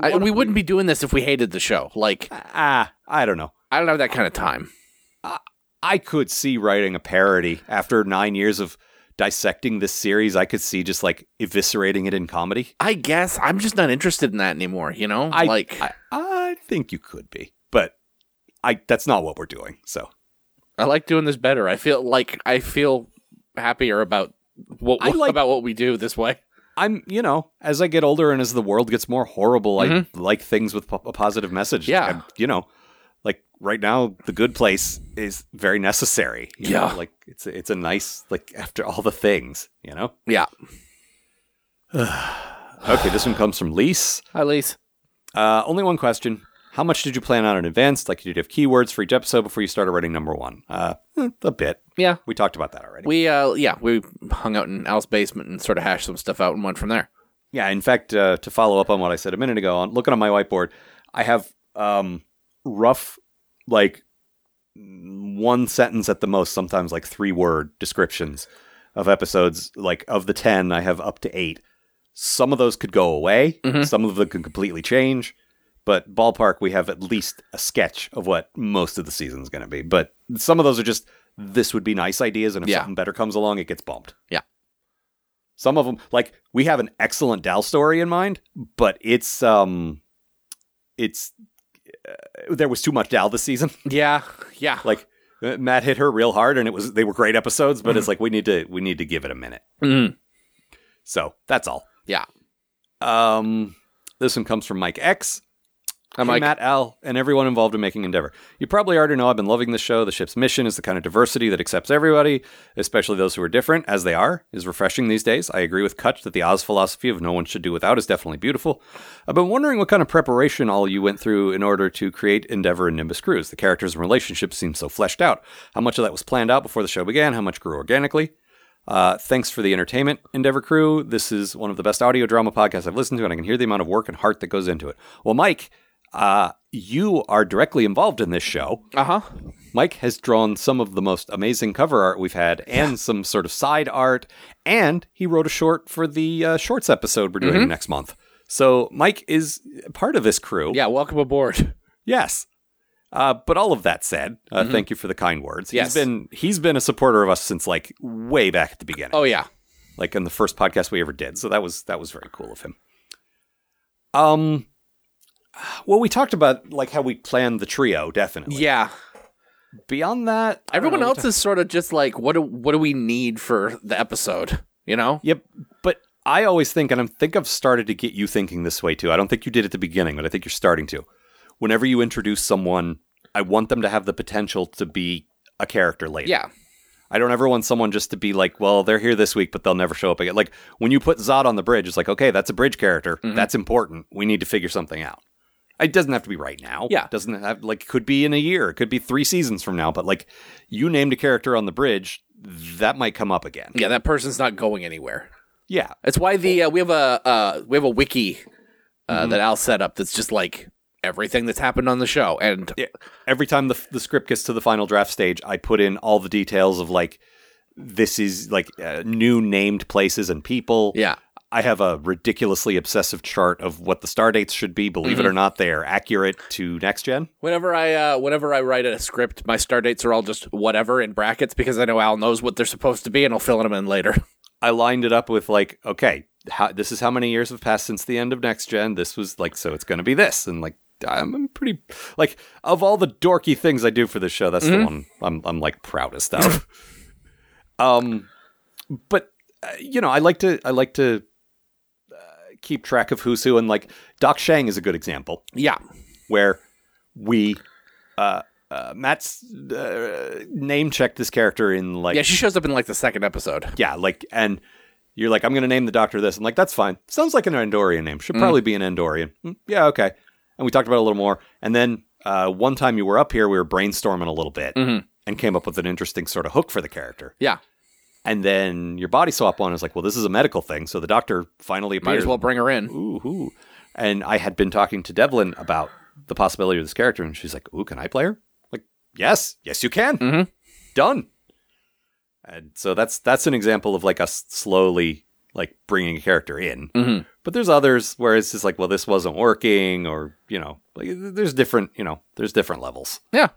Speaker 3: I,
Speaker 2: wanna-
Speaker 3: we wouldn't be doing this if we hated the show. Like
Speaker 2: Ah, I don't know.
Speaker 3: I don't have that kind of time.
Speaker 2: I could see writing a parody after nine years of dissecting this series. I could see just like eviscerating it in comedy.
Speaker 3: I guess I'm just not interested in that anymore. You know,
Speaker 2: I
Speaker 3: like
Speaker 2: I, I think you could be, but I that's not what we're doing. So
Speaker 3: I like doing this better. I feel like I feel happier about what
Speaker 2: I like-
Speaker 3: about what we do this way.
Speaker 2: I'm, you know, as I get older and as the world gets more horrible, I like things with po- a positive message.
Speaker 3: Mm-hmm. Yeah.
Speaker 2: I'm- you know, like right now, the good place is very necessary. you know,
Speaker 3: Yeah.
Speaker 2: like it's a, it's a nice like after all the things, you know.
Speaker 3: Yeah.
Speaker 2: Okay, this one comes from Lise.
Speaker 3: Hi, Lise.
Speaker 2: Uh, only one question: How much did you plan on in advance? Like, did you have keywords for each episode before you started writing number one? Uh, eh, a bit.
Speaker 3: Yeah.
Speaker 2: We talked about that already.
Speaker 3: We uh yeah, we hung out in Al's basement and sort of hashed some stuff out and went from there.
Speaker 2: Yeah, in fact, uh, to follow up on what I said a minute ago, on looking on my whiteboard, I have um, rough, like one sentence at the most, sometimes like three word descriptions of episodes. Like of the ten, I have up to eight. Some of those could go away.
Speaker 3: Mm-hmm.
Speaker 2: Some of them could completely change. But ballpark, we have at least a sketch of what most of the season is going to be. But some of those are just this would be nice ideas, and if
Speaker 3: Yeah.
Speaker 2: something better comes along, it gets bumped.
Speaker 3: Yeah.
Speaker 2: Some of them, like we have an excellent Dal story in mind, but it's um, it's uh, there was too much Dal this season.
Speaker 3: Yeah. Yeah.
Speaker 2: Like uh, Matt hit her real hard, and it was they were great episodes, but it's like we need to we need to give it a minute.
Speaker 3: Mm.
Speaker 2: So that's all.
Speaker 3: Yeah.
Speaker 2: Um, this one comes from Mike X.
Speaker 3: I'm
Speaker 2: Hey,
Speaker 3: like
Speaker 2: Matt, Al, and everyone involved in making Endeavor. You probably already know I've been loving this show. The ship's mission is the kind of diversity that accepts everybody, especially those who are different, as they are, is refreshing these days. I agree with Kutch that the Oz philosophy of no one should do without is definitely beautiful. I've been wondering what kind of preparation all you went through in order to create Endeavor and Nimbus Cruise. The characters and relationships seem so fleshed out. How much of that was planned out before the show began? How much grew organically? Uh, thanks for the entertainment, Endeavor Crew. This is one of the best audio drama podcasts I've listened to, and I can hear the amount of work and heart that goes into it. Well, Mike, uh, you are directly involved in this show.
Speaker 3: Uh-huh.
Speaker 2: Mike has drawn some of the most amazing cover art we've had, and some sort of side art, and he wrote a short for the uh, shorts episode we're doing
Speaker 3: Mm-hmm.
Speaker 2: next month. So Mike is part of this crew.
Speaker 3: Yeah, welcome aboard.
Speaker 2: Yes. Uh, but all of that said, uh, thank you for the kind words.
Speaker 3: Mm-hmm. Yes.
Speaker 2: He's been he's been a supporter of us since like way back at the beginning
Speaker 3: Oh yeah.
Speaker 2: like in the first podcast we ever did. So that was that was very cool of him. Um well we talked about like how we planned the trio definitely.
Speaker 3: Yeah.
Speaker 2: Beyond that, I don't
Speaker 3: Everyone
Speaker 2: know, we
Speaker 3: else
Speaker 2: talked-
Speaker 3: is sort of just like what do what do we need for the episode, you know?
Speaker 2: Yep, but I always think and I think I've started to get you thinking this way too. I don't think you did at the beginning, but I think you're starting to. Whenever you introduce someone, I want them to have the potential to be a character later.
Speaker 3: Yeah.
Speaker 2: I don't ever want someone just to be like, well, they're here this week, but they'll never show up again. Like when you put Zod on the bridge, it's like, okay, that's a bridge character.
Speaker 3: Mm-hmm.
Speaker 2: That's important. We need to figure something out. It doesn't have to be right now.
Speaker 3: Yeah.
Speaker 2: It doesn't have like it could be in a year. It could be three seasons from now. But like you named a character on the bridge, that might come up again.
Speaker 3: Yeah, that person's not going anywhere.
Speaker 2: Yeah.
Speaker 3: That's why the uh, we have a uh, we have a wiki uh, that Al set up that's just like everything that's happened on the show and
Speaker 2: Yeah. Every time the the script gets to the final draft stage, I put in all the details of like this is like uh, new named places and people.
Speaker 3: yeah.
Speaker 2: I have a ridiculously obsessive chart of what the star dates should be. Believe it or not, they are accurate to next gen.
Speaker 3: Whenever I uh, whenever I write a script, my star dates are all just whatever in brackets because I know Al knows what they're supposed to be and I'll fill them in later.
Speaker 2: I lined it up with like, okay, how, this is how many years have passed since the end of next gen. This was like, so it's going to be this, and like I'm I'm pretty like of all the dorky things I do for this show, that's the one I'm I'm like proudest of. um, but uh, you know, I like to I like to uh, keep track of who's who, and like Doc Shang is a good example
Speaker 3: Yeah.
Speaker 2: where we uh, uh Matt's uh, name checked this character in like
Speaker 3: Yeah, she shows up in like the second episode.
Speaker 2: yeah, like, and you're like, I'm going to name the doctor this. I'm like, that's fine. Sounds like an Andorian name.
Speaker 3: Mm-hmm.
Speaker 2: Should probably be an Andorian. "Mm, yeah, okay. And we talked about it a little more. And then uh, one time you were up here, we were brainstorming a little bit
Speaker 3: Mm-hmm.
Speaker 2: and came up with an interesting sort of hook for the character.
Speaker 3: Yeah.
Speaker 2: And then your body swap one is like, well, this is a medical thing. So the doctor finally appears.
Speaker 3: Might as well bring her in.
Speaker 2: Ooh, ooh. And I had been talking to Devlin about the possibility of this character, and she's like, "Ooh, can I play her?" like, yes, yes, you can.
Speaker 3: Mhm.
Speaker 2: Done. And so that's that's an example of like us slowly like bringing a character in.
Speaker 3: Mhm.
Speaker 2: But there's others where it's just like, well, this wasn't working, or you know, like there's different, you know, there's different levels.
Speaker 3: Yeah.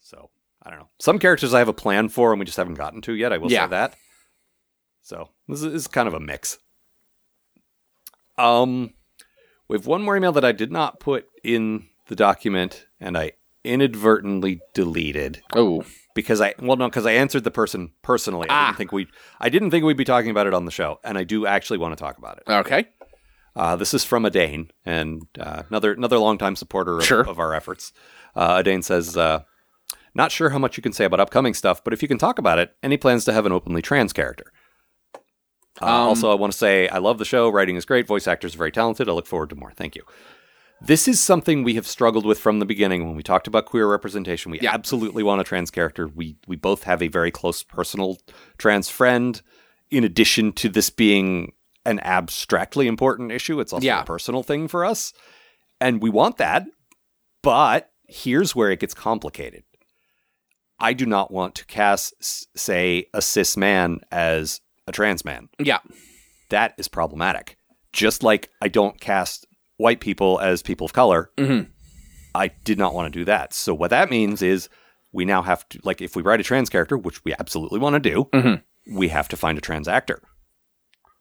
Speaker 2: So I don't know. Some characters I have a plan for, and we just haven't gotten to yet. I will
Speaker 3: Yeah.
Speaker 2: say that. So this is, this is kind of a mix. Um, we have one more email that I did not put in the document, and I inadvertently deleted
Speaker 3: Oh.
Speaker 2: because I well no because I answered the person personally. I
Speaker 3: Ah.
Speaker 2: didn't think we I didn't think we'd be talking about it on the show, and I do actually want to talk about it.
Speaker 3: Okay.
Speaker 2: Uh, this is from a Dane and uh, another another longtime supporter of,
Speaker 3: Sure.
Speaker 2: of our efforts. Uh, Dane says, uh, "Not sure how much you can say about upcoming stuff, but if you can talk about it, any plans to have an openly trans character." Uh,
Speaker 3: Um,
Speaker 2: also, I want to say I love the show. Writing is great. Voice actors are very talented. I look forward to more. Thank you. This is something we have struggled with from the beginning. When we talked about queer representation, we
Speaker 3: Yeah.
Speaker 2: absolutely want a trans character. We we both have a very close personal trans friend. In addition to this being an abstractly important issue, it's also
Speaker 3: Yeah.
Speaker 2: a personal thing for us, and we want that. But here's where it gets complicated. I do not want to cast, s- say, a cis man as a trans man
Speaker 3: Yeah.
Speaker 2: that is problematic. Just like I don't cast white people as people of color,
Speaker 3: Mhm.
Speaker 2: I did not want to do that. So what that means is we now have to like if we write a trans character, which we absolutely want to do,
Speaker 3: Mhm.
Speaker 2: we have to find a trans actor.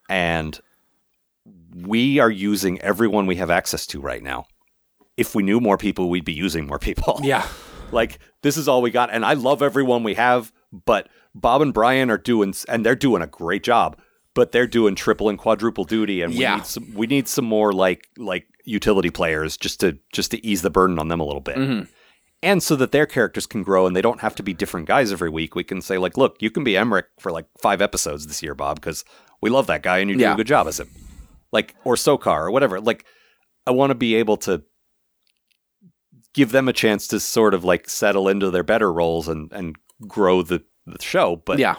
Speaker 2: And we are using everyone we have access to right now. If we knew more people, we'd be using more people.
Speaker 3: Yeah.
Speaker 2: Like this is all we got, and I love everyone we have, but Bob and Brian are doing, and they're doing a great job, but they're doing triple and quadruple duty, and
Speaker 3: Yeah.
Speaker 2: we need some, we need some more like like utility players just to just to ease the burden on them a little bit,
Speaker 3: Mm-hmm.
Speaker 2: and so that their characters can grow and they don't have to be different guys every week. We can say like, look, you can be Emmerich for like five episodes this year, Bob, because we love that guy and you do
Speaker 3: Yeah.
Speaker 2: a good job as him, like or Sokar or whatever. Like, I want to be able to give them a chance to sort of like settle into their better roles and and grow the, the show but
Speaker 3: yeah.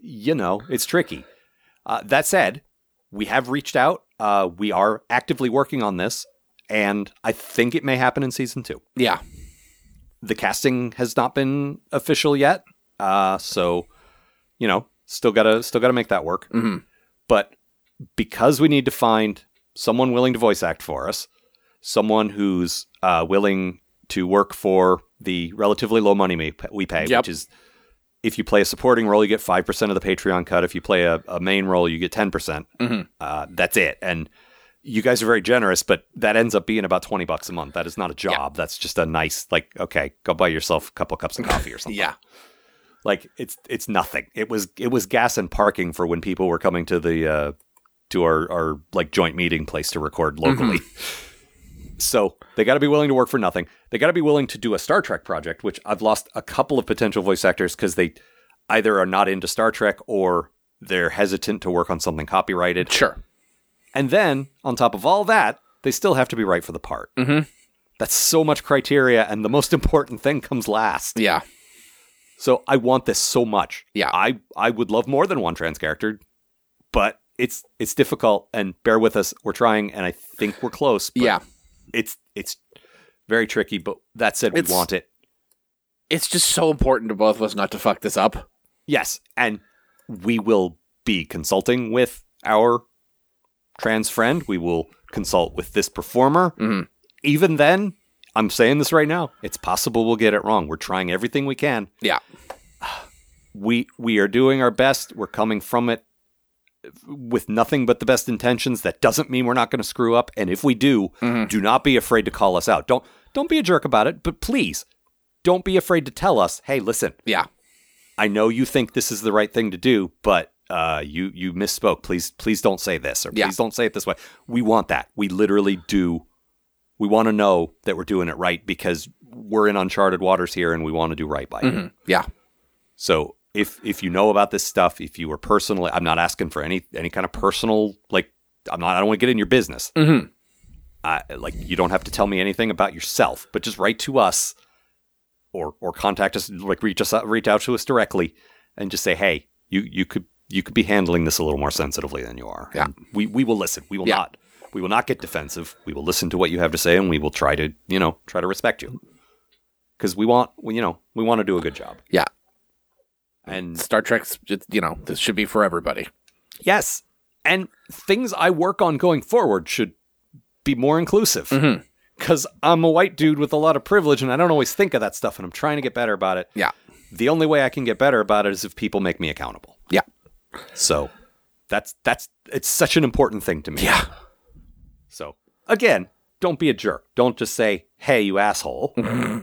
Speaker 2: you know it's tricky uh, that said we have reached out uh, we are actively working on this and i think it may happen in season two
Speaker 3: Yeah.
Speaker 2: the casting has not been official yet uh, so you know still gotta still gotta make that work
Speaker 3: Mhm.
Speaker 2: but because we need to find someone willing to voice act for us someone who's uh, willing to work for the relatively low money we we pay
Speaker 3: Yep.
Speaker 2: which is if you play a supporting role you get 5% of the patreon cut if you play a, a main role you get 10% percent
Speaker 3: Mhm.
Speaker 2: uh, that's it and you guys are very generous but that ends up being about 20 bucks a month that is not a job that's just a nice like okay go buy yourself a couple cups of coffee or something
Speaker 3: Yeah.
Speaker 2: like it's it's nothing it was it was gas and parking for when people were coming to the uh to our our like joint meeting place to record locally so they got to be willing to work for nothing they got to be willing to do a star trek project which i've lost a couple of potential voice actors because they either are not into star trek or they're hesitant to work on something copyrighted
Speaker 3: Sure.
Speaker 2: and then, on top of all that, they still have to be right for the part. Mm-hmm. That's so much criteria, and the most important thing comes last.
Speaker 3: Yeah.
Speaker 2: So I want this so much.
Speaker 3: Yeah.
Speaker 2: I, I would love more than one trans character, but it's it's difficult. And bear with us, we're trying, and I think we're close. But
Speaker 3: Yeah.
Speaker 2: it's it's very tricky. But that said,
Speaker 3: It's-
Speaker 2: we want it.
Speaker 3: It's just so important to both of us not to fuck this up.
Speaker 2: Yes, and we will be consulting with our trans friend. We will consult with this performer.
Speaker 3: Mhm.
Speaker 2: Even then, I'm saying this right now. It's possible we'll get it wrong. We're trying everything we can.
Speaker 3: Yeah.
Speaker 2: We we are doing our best. We're coming from it with nothing but the best intentions. That doesn't mean we're not going to screw up. And if we do, do not be afraid to call us out. Don't don't be a jerk about it, but please don't be afraid to tell us, "Hey, listen,
Speaker 3: Yeah.
Speaker 2: I know you think this is the right thing to do, but uh, you you misspoke. Please please don't say this, or
Speaker 3: Yeah.
Speaker 2: please don't say it this way. We want that. We literally do. We want to know that we're doing it right because we're in uncharted waters here, and we want to do right by you.
Speaker 3: Yeah.
Speaker 2: So if if you know about this stuff, if you were personally, I'm not asking for any any kind of personal like. I'm not. I don't want to get in your business.
Speaker 3: Mhm.
Speaker 2: I, like you don't have to tell me anything about yourself, but just write to us, or or contact us. Like reach us, out- reach out to us directly, and just say, hey, you you could you could be handling this a little more sensitively than you are.
Speaker 3: Yeah.
Speaker 2: And we we will listen. We will
Speaker 3: Yeah.
Speaker 2: not. We will not get defensive. We will listen to what you have to say, and we will try to you know try to respect you, because we want we, you know we want to do a good job.
Speaker 3: Yeah.
Speaker 2: And
Speaker 3: Star Trek's, it's, you know, this should be for everybody.
Speaker 2: Yes. And things I work on going forward should be more inclusive.
Speaker 3: Mhm.
Speaker 2: Because I'm a white dude with a lot of privilege and I don't always think of that stuff and I'm trying to get better about it.
Speaker 3: Yeah.
Speaker 2: The only way I can get better about it is if people make me accountable.
Speaker 3: Yeah.
Speaker 2: So that's, that's, it's such an important thing to me.
Speaker 3: Yeah.
Speaker 2: So again, don't be a jerk. Don't just say, hey, you asshole.
Speaker 3: Mm-hmm.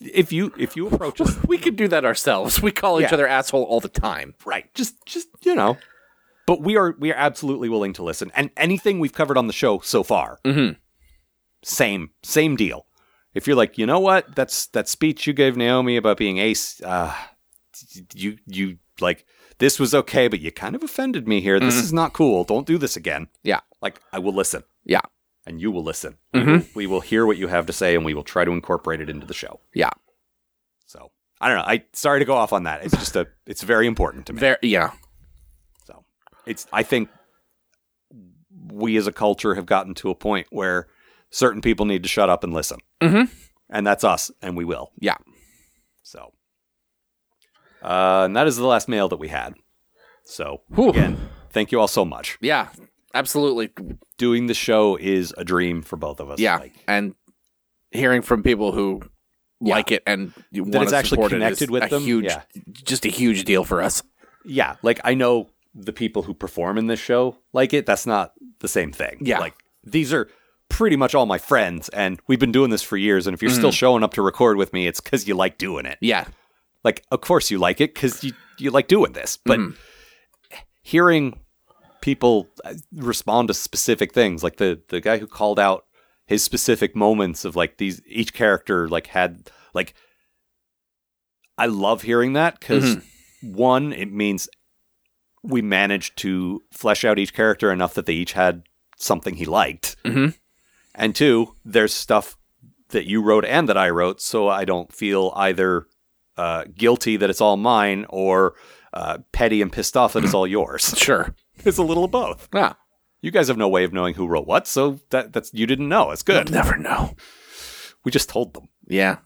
Speaker 2: if you, if you approach us
Speaker 3: We could do that ourselves. We call each
Speaker 2: Yeah.
Speaker 3: other asshole all the time.
Speaker 2: right just just you know but we are we are absolutely willing to listen and anything we've covered on the show so far
Speaker 3: Mm-hmm.
Speaker 2: same same deal if you're like you know what that's that speech you gave naomi about being ace uh you you like this was okay but you kind of offended me here this is not cool don't do this again
Speaker 3: Mm-hmm. Yeah.
Speaker 2: like i will listen
Speaker 3: Yeah. Mm-hmm.
Speaker 2: and you will listen We will- we will hear what you have to say and we will try to incorporate it into the show
Speaker 3: Yeah.
Speaker 2: so i don't know i sorry to go off on that it's just a it's very important to me
Speaker 3: Very, yeah.
Speaker 2: so it's I think we as a culture have gotten to a point where certain people need to shut up and listen.
Speaker 3: Mhm.
Speaker 2: And that's us, and we will.
Speaker 3: Yeah.
Speaker 2: So uh, and that is the last mail that we had. So
Speaker 3: Whew.
Speaker 2: again, thank you all so much.
Speaker 3: Yeah. Absolutely.
Speaker 2: Doing the show is a dream for both of us.
Speaker 3: Yeah.
Speaker 2: Like,
Speaker 3: and hearing from people who
Speaker 2: Yeah.
Speaker 3: like it and want
Speaker 2: it's
Speaker 3: to
Speaker 2: actually
Speaker 3: support it
Speaker 2: connected
Speaker 3: is
Speaker 2: with
Speaker 3: a
Speaker 2: them.
Speaker 3: Huge,
Speaker 2: Yeah.
Speaker 3: Just a huge deal for us.
Speaker 2: yeah, like I know the people who perform in this show like it. That's not the same thing.
Speaker 3: Yeah.
Speaker 2: Like these are pretty much all my friends, and we've been doing this for years. And if you're still showing up to record with me, it's because you like doing it.
Speaker 3: Yeah.
Speaker 2: Like, of course you like it because you, you like doing this. But hearing people uh, respond to specific things, like the, the guy who called out his specific moments of like these, each character like had like, I love hearing that because one, it means we managed to flesh out each character enough that they each had something he liked.
Speaker 3: Mhm.
Speaker 2: And two, there's stuff that you wrote and that I wrote, so I don't feel either uh, guilty that it's all mine or uh, petty and pissed off that it's all yours.
Speaker 3: Sure.
Speaker 2: It's a little of both.
Speaker 3: Yeah.
Speaker 2: You guys have no way of knowing who wrote what, so that that's you didn't know. It's good.
Speaker 3: Never know.
Speaker 2: We just told them.
Speaker 3: Yeah.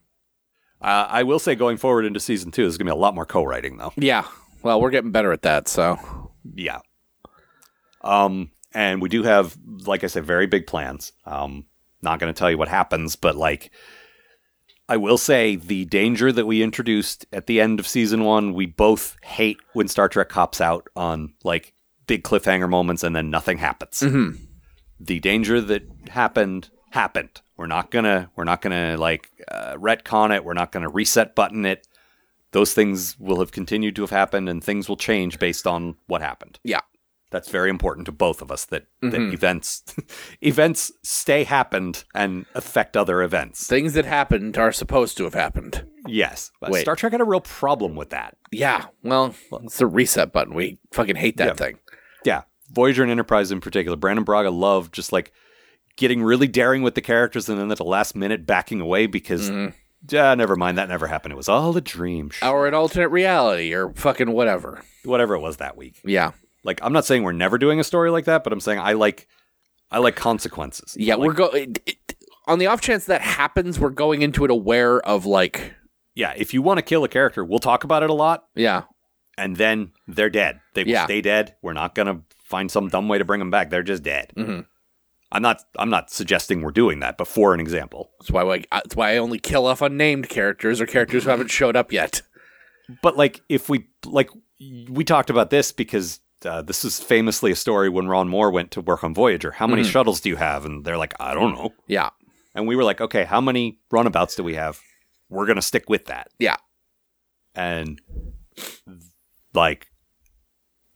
Speaker 2: Uh, I will say, going forward into season two, there's gonna be a lot more co-writing though.
Speaker 3: Yeah. Well, we're getting better at that. So,
Speaker 2: Yeah. Um, and we do have, like I said, very big plans. Um, not going to tell you what happens, but like, I will say the danger that we introduced at the end of season one, we both hate when Star Trek cops out on like big cliffhanger moments and then nothing happens. The danger that happened happened. We're not gonna, we're not gonna like uh, retcon it. We're not gonna reset button it. Those things will have continued to have happened, and things will change based on what happened
Speaker 3: yeah.
Speaker 2: that's very important to both of us that,
Speaker 3: Mm-hmm.
Speaker 2: that events events stay happened and affect other events.
Speaker 3: Things that happened are supposed to have happened.
Speaker 2: Yes. But
Speaker 3: Wait.
Speaker 2: Star Trek had a real problem with that.
Speaker 3: Yeah. Well, it's the reset button. We fucking hate that
Speaker 2: Yeah.
Speaker 3: thing.
Speaker 2: Yeah. Voyager and Enterprise in particular. Brandon Braga loved just like getting really daring with the characters and then at the last minute backing away because
Speaker 3: Mm-hmm.
Speaker 2: "Ah, never mind, that never happened. It was all a dream. Sh-
Speaker 3: Or an alternate reality or fucking whatever.
Speaker 2: Whatever it was that week.
Speaker 3: Yeah.
Speaker 2: Like I'm not saying we're never doing a story like that, but I'm saying I like I like consequences.
Speaker 3: Yeah. we're go it, it- on the off chance that happens, we're going into it aware of like,
Speaker 2: Yeah, if you want to kill a character, we'll talk about it a lot,
Speaker 3: yeah.
Speaker 2: and then they're dead. They
Speaker 3: Yeah.
Speaker 2: will stay dead. We're not gonna find some dumb way to bring them back. They're just dead. I'm not. I'm not suggesting we're doing that, but for an example.
Speaker 3: That's why, like, that's why I only kill off unnamed characters or characters who haven't showed up yet.
Speaker 2: But like, if we like, we talked about this because uh, this is famously a story when Ron Moore went to work on Voyager. How many shuttles do you have? And they're like, I don't know.
Speaker 3: Yeah.
Speaker 2: And we were like, okay, how many runabouts do we have? We're going to stick with that.
Speaker 3: Yeah.
Speaker 2: And like,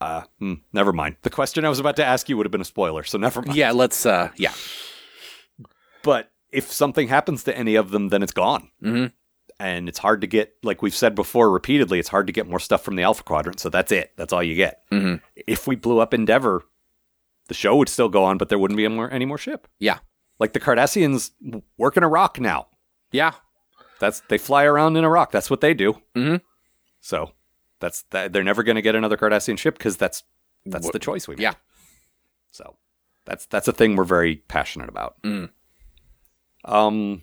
Speaker 2: uh, hmm, never mind. The question I was about to ask you would have been a spoiler, so never mind.
Speaker 3: Yeah, let's uh yeah.
Speaker 2: But if something happens to any of them, then it's gone.
Speaker 3: Mhm.
Speaker 2: And it's hard to get, like we've said before repeatedly, it's hard to get more stuff from the Alpha Quadrant, so that's it. That's all you get.
Speaker 3: Mhm.
Speaker 2: If we blew up Endeavor, the show would still go on, but there wouldn't be any more, any more ship.
Speaker 3: Yeah.
Speaker 2: Like the Cardassians work in Iraq now.
Speaker 3: Yeah.
Speaker 2: That's they fly around in Iraq. That's what they do.
Speaker 3: Mhm.
Speaker 2: So that's that. They're never going to get another Cardassian ship because that's that's
Speaker 3: Wh-
Speaker 2: the choice we made.
Speaker 3: yeah.
Speaker 2: So that's that's a thing we're very passionate about.
Speaker 3: Mm.
Speaker 2: Um,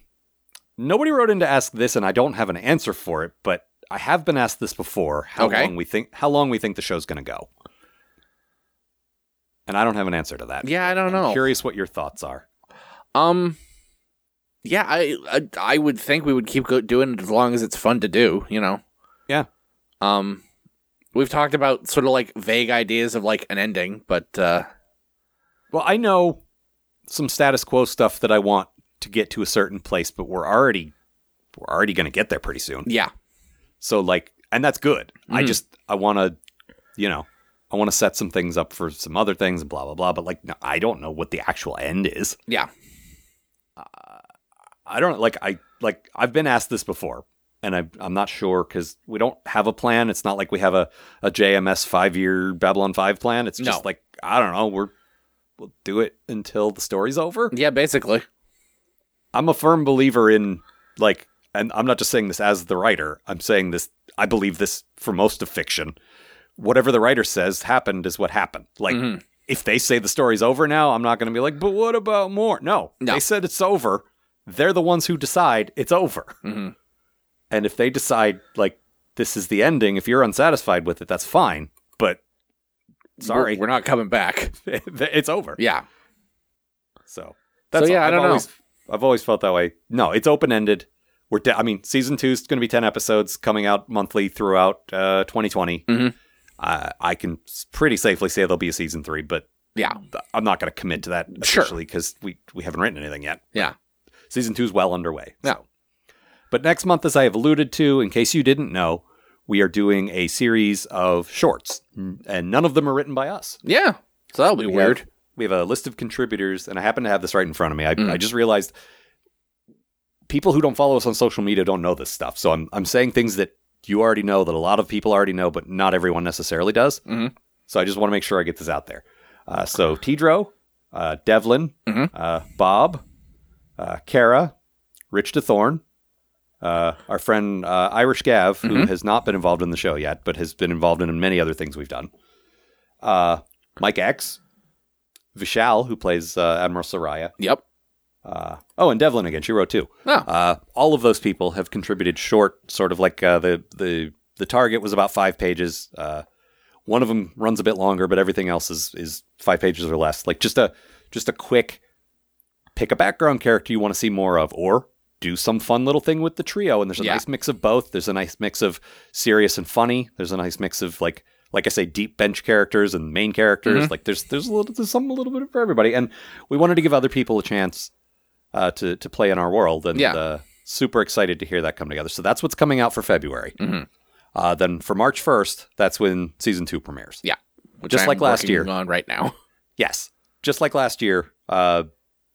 Speaker 2: nobody wrote in to ask this, and I don't have an answer for it, but I have been asked this before. How
Speaker 3: Okay.
Speaker 2: long we think how long we think the show's going to go? And I don't have an answer to that.
Speaker 3: Yeah, I don't know.
Speaker 2: I'm curious what your thoughts are.
Speaker 3: Um yeah, I, I I would think we would keep go- doing it as long as it's fun to do, you know.
Speaker 2: Yeah.
Speaker 3: Um we've talked about sort of like vague ideas of like an ending, but uh
Speaker 2: Well, I know some status quo stuff that I want to get to a certain place, but we're already we're already going to get there pretty soon.
Speaker 3: yeah.
Speaker 2: So like, and that's good. I
Speaker 3: Mhm.
Speaker 2: just I want to, you know, I want to set some things up for some other things and blah blah blah. But like, no, I don't know what the actual end is.
Speaker 3: Yeah.
Speaker 2: I don't like I like I've been asked this before, and I, I'm not sure because we don't have a plan. It's not like we have a a JMS five year Babylon five plan. It's just
Speaker 3: No.
Speaker 2: like I don't know. We're we'll do it until the story's over.
Speaker 3: Yeah, basically.
Speaker 2: I'm a firm believer in like, and I'm not just saying this as the writer. I'm saying this. I believe this for most of fiction. Whatever the writer says happened is what happened. Like,
Speaker 3: Mhm.
Speaker 2: if they say the story's over now, I'm not going to be like, but what about more? No,
Speaker 3: No.
Speaker 2: they said it's over. They're the ones who decide it's over.
Speaker 3: Mhm.
Speaker 2: And if they decide like this is the ending, if you're unsatisfied with it, that's fine. But sorry,
Speaker 3: We're, we're not coming back.
Speaker 2: it's over.
Speaker 3: Yeah.
Speaker 2: So
Speaker 3: yeah, I
Speaker 2: I've
Speaker 3: don't know.
Speaker 2: always, I've always felt that way. No, it's open ended. We're de- I mean, season two is going to be ten episodes coming out monthly throughout uh, 2020.
Speaker 3: Mhm.
Speaker 2: Uh, I can s- pretty safely say there'll be a season three, but
Speaker 3: Yeah.
Speaker 2: th- I'm not going to commit to that
Speaker 3: Sure.
Speaker 2: officially because we we haven't written anything yet.
Speaker 3: Yeah.
Speaker 2: Season two is well underway.
Speaker 3: Yeah.
Speaker 2: so. But next month, as I have alluded to, in case you didn't know, we are doing a series of shorts, n- and none of them are written by us.
Speaker 3: Yeah. So that'll be
Speaker 2: We
Speaker 3: weird.
Speaker 2: have- we have a list of contributors, and I happen to have this right in front of me. I, I just realized people who don't follow us on social media don't know this stuff. So I'm I'm saying things that you already know, that a lot of people already know, but not everyone necessarily does.
Speaker 3: Mhm.
Speaker 2: So I just want to make sure I get this out there. Uh, so Tidro, uh, Devlin,
Speaker 3: Mhm.
Speaker 2: uh, Bob, uh, Kara, Rich DeThorn, uh, our friend uh, Irish Gav, who has not been involved in the show yet, but has been involved in many other things we've done. Uh, Mike X, Vishal, who plays uh, Admiral Soraya.
Speaker 3: Yep.
Speaker 2: Uh, oh, and Devlin again. She wrote too.
Speaker 3: Oh.
Speaker 2: Uh, all of those people have contributed short, sort of like uh, the the the target was about five pages. Uh, one of them runs a bit longer, but everything else is is five pages or less. Like just a just a quick pick a background character you want to see more of, or do some fun little thing with the trio. And there's a
Speaker 3: Yeah.
Speaker 2: nice mix of both. There's a nice mix of serious and funny. There's a nice mix of like like I say, deep bench characters and main characters.
Speaker 3: Mm-hmm.
Speaker 2: Like there's there's a little there's some a little bit for everybody. And we wanted to give other people a chance uh, to to play in our world, and
Speaker 3: Yeah.
Speaker 2: uh, super excited to hear that come together. So that's what's coming out for February.
Speaker 3: Mm-hmm.
Speaker 2: Uh, then for March first, that's when season two premieres.
Speaker 3: Yeah. Which
Speaker 2: Just
Speaker 3: I'm
Speaker 2: like last
Speaker 3: working
Speaker 2: year.
Speaker 3: on right now.
Speaker 2: Yes, just like last year, uh,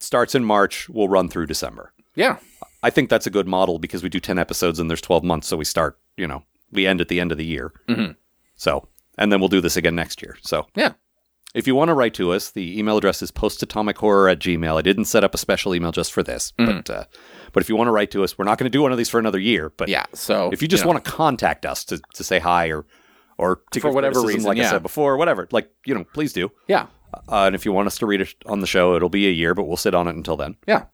Speaker 2: starts in March, will run through December.
Speaker 3: Yeah.
Speaker 2: I think that's a good model because we do ten episodes and there's twelve months, so we start, you know, we end at the end of the year.
Speaker 3: Mhm.
Speaker 2: So, and then we'll do this again next year. So
Speaker 3: Yeah.
Speaker 2: if you want to write to us, the email address is postatomichorror at gmail. I didn't set up a special email just for this,
Speaker 3: Mm-hmm.
Speaker 2: but uh, but if you want to write to us, we're not going to do one of these for another year. But
Speaker 3: Yeah. So
Speaker 2: if you just
Speaker 3: know.
Speaker 2: want to contact us to, to say hi or or to
Speaker 3: For
Speaker 2: give
Speaker 3: whatever
Speaker 2: criticism,
Speaker 3: reason,
Speaker 2: like I
Speaker 3: yeah.
Speaker 2: said before, whatever, like you know, please do.
Speaker 3: Yeah.
Speaker 2: Uh, and if you want us to read it on the show, it'll be a year, but we'll sit on it until then.
Speaker 3: Yeah.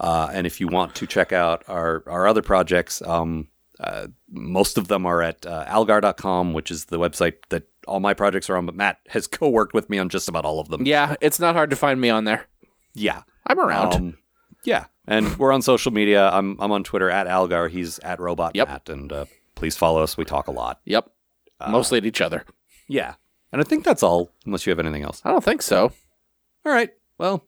Speaker 2: Uh, and if you want to check out our, our other projects, um, uh, most of them are at uh, algar.com, which is the website that all my projects are on. But Matt has co worked with me on just about all of them.
Speaker 3: Yeah. It's not hard to find me on there.
Speaker 2: Yeah.
Speaker 3: I'm around.
Speaker 2: Um, yeah. And we're on social media. I'm, I'm on Twitter at Algar. He's at Robot
Speaker 3: Yep.
Speaker 2: Matt. And uh, please follow us. We talk a lot.
Speaker 3: yep. Mostly at each other.
Speaker 2: Yeah. And I think that's all, unless you have anything else.
Speaker 3: I don't think so.
Speaker 2: All right. Well,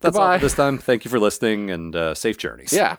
Speaker 2: that's all
Speaker 3: Goodbye.
Speaker 2: for this time. Thank you for listening and uh, safe journeys.
Speaker 3: Yeah.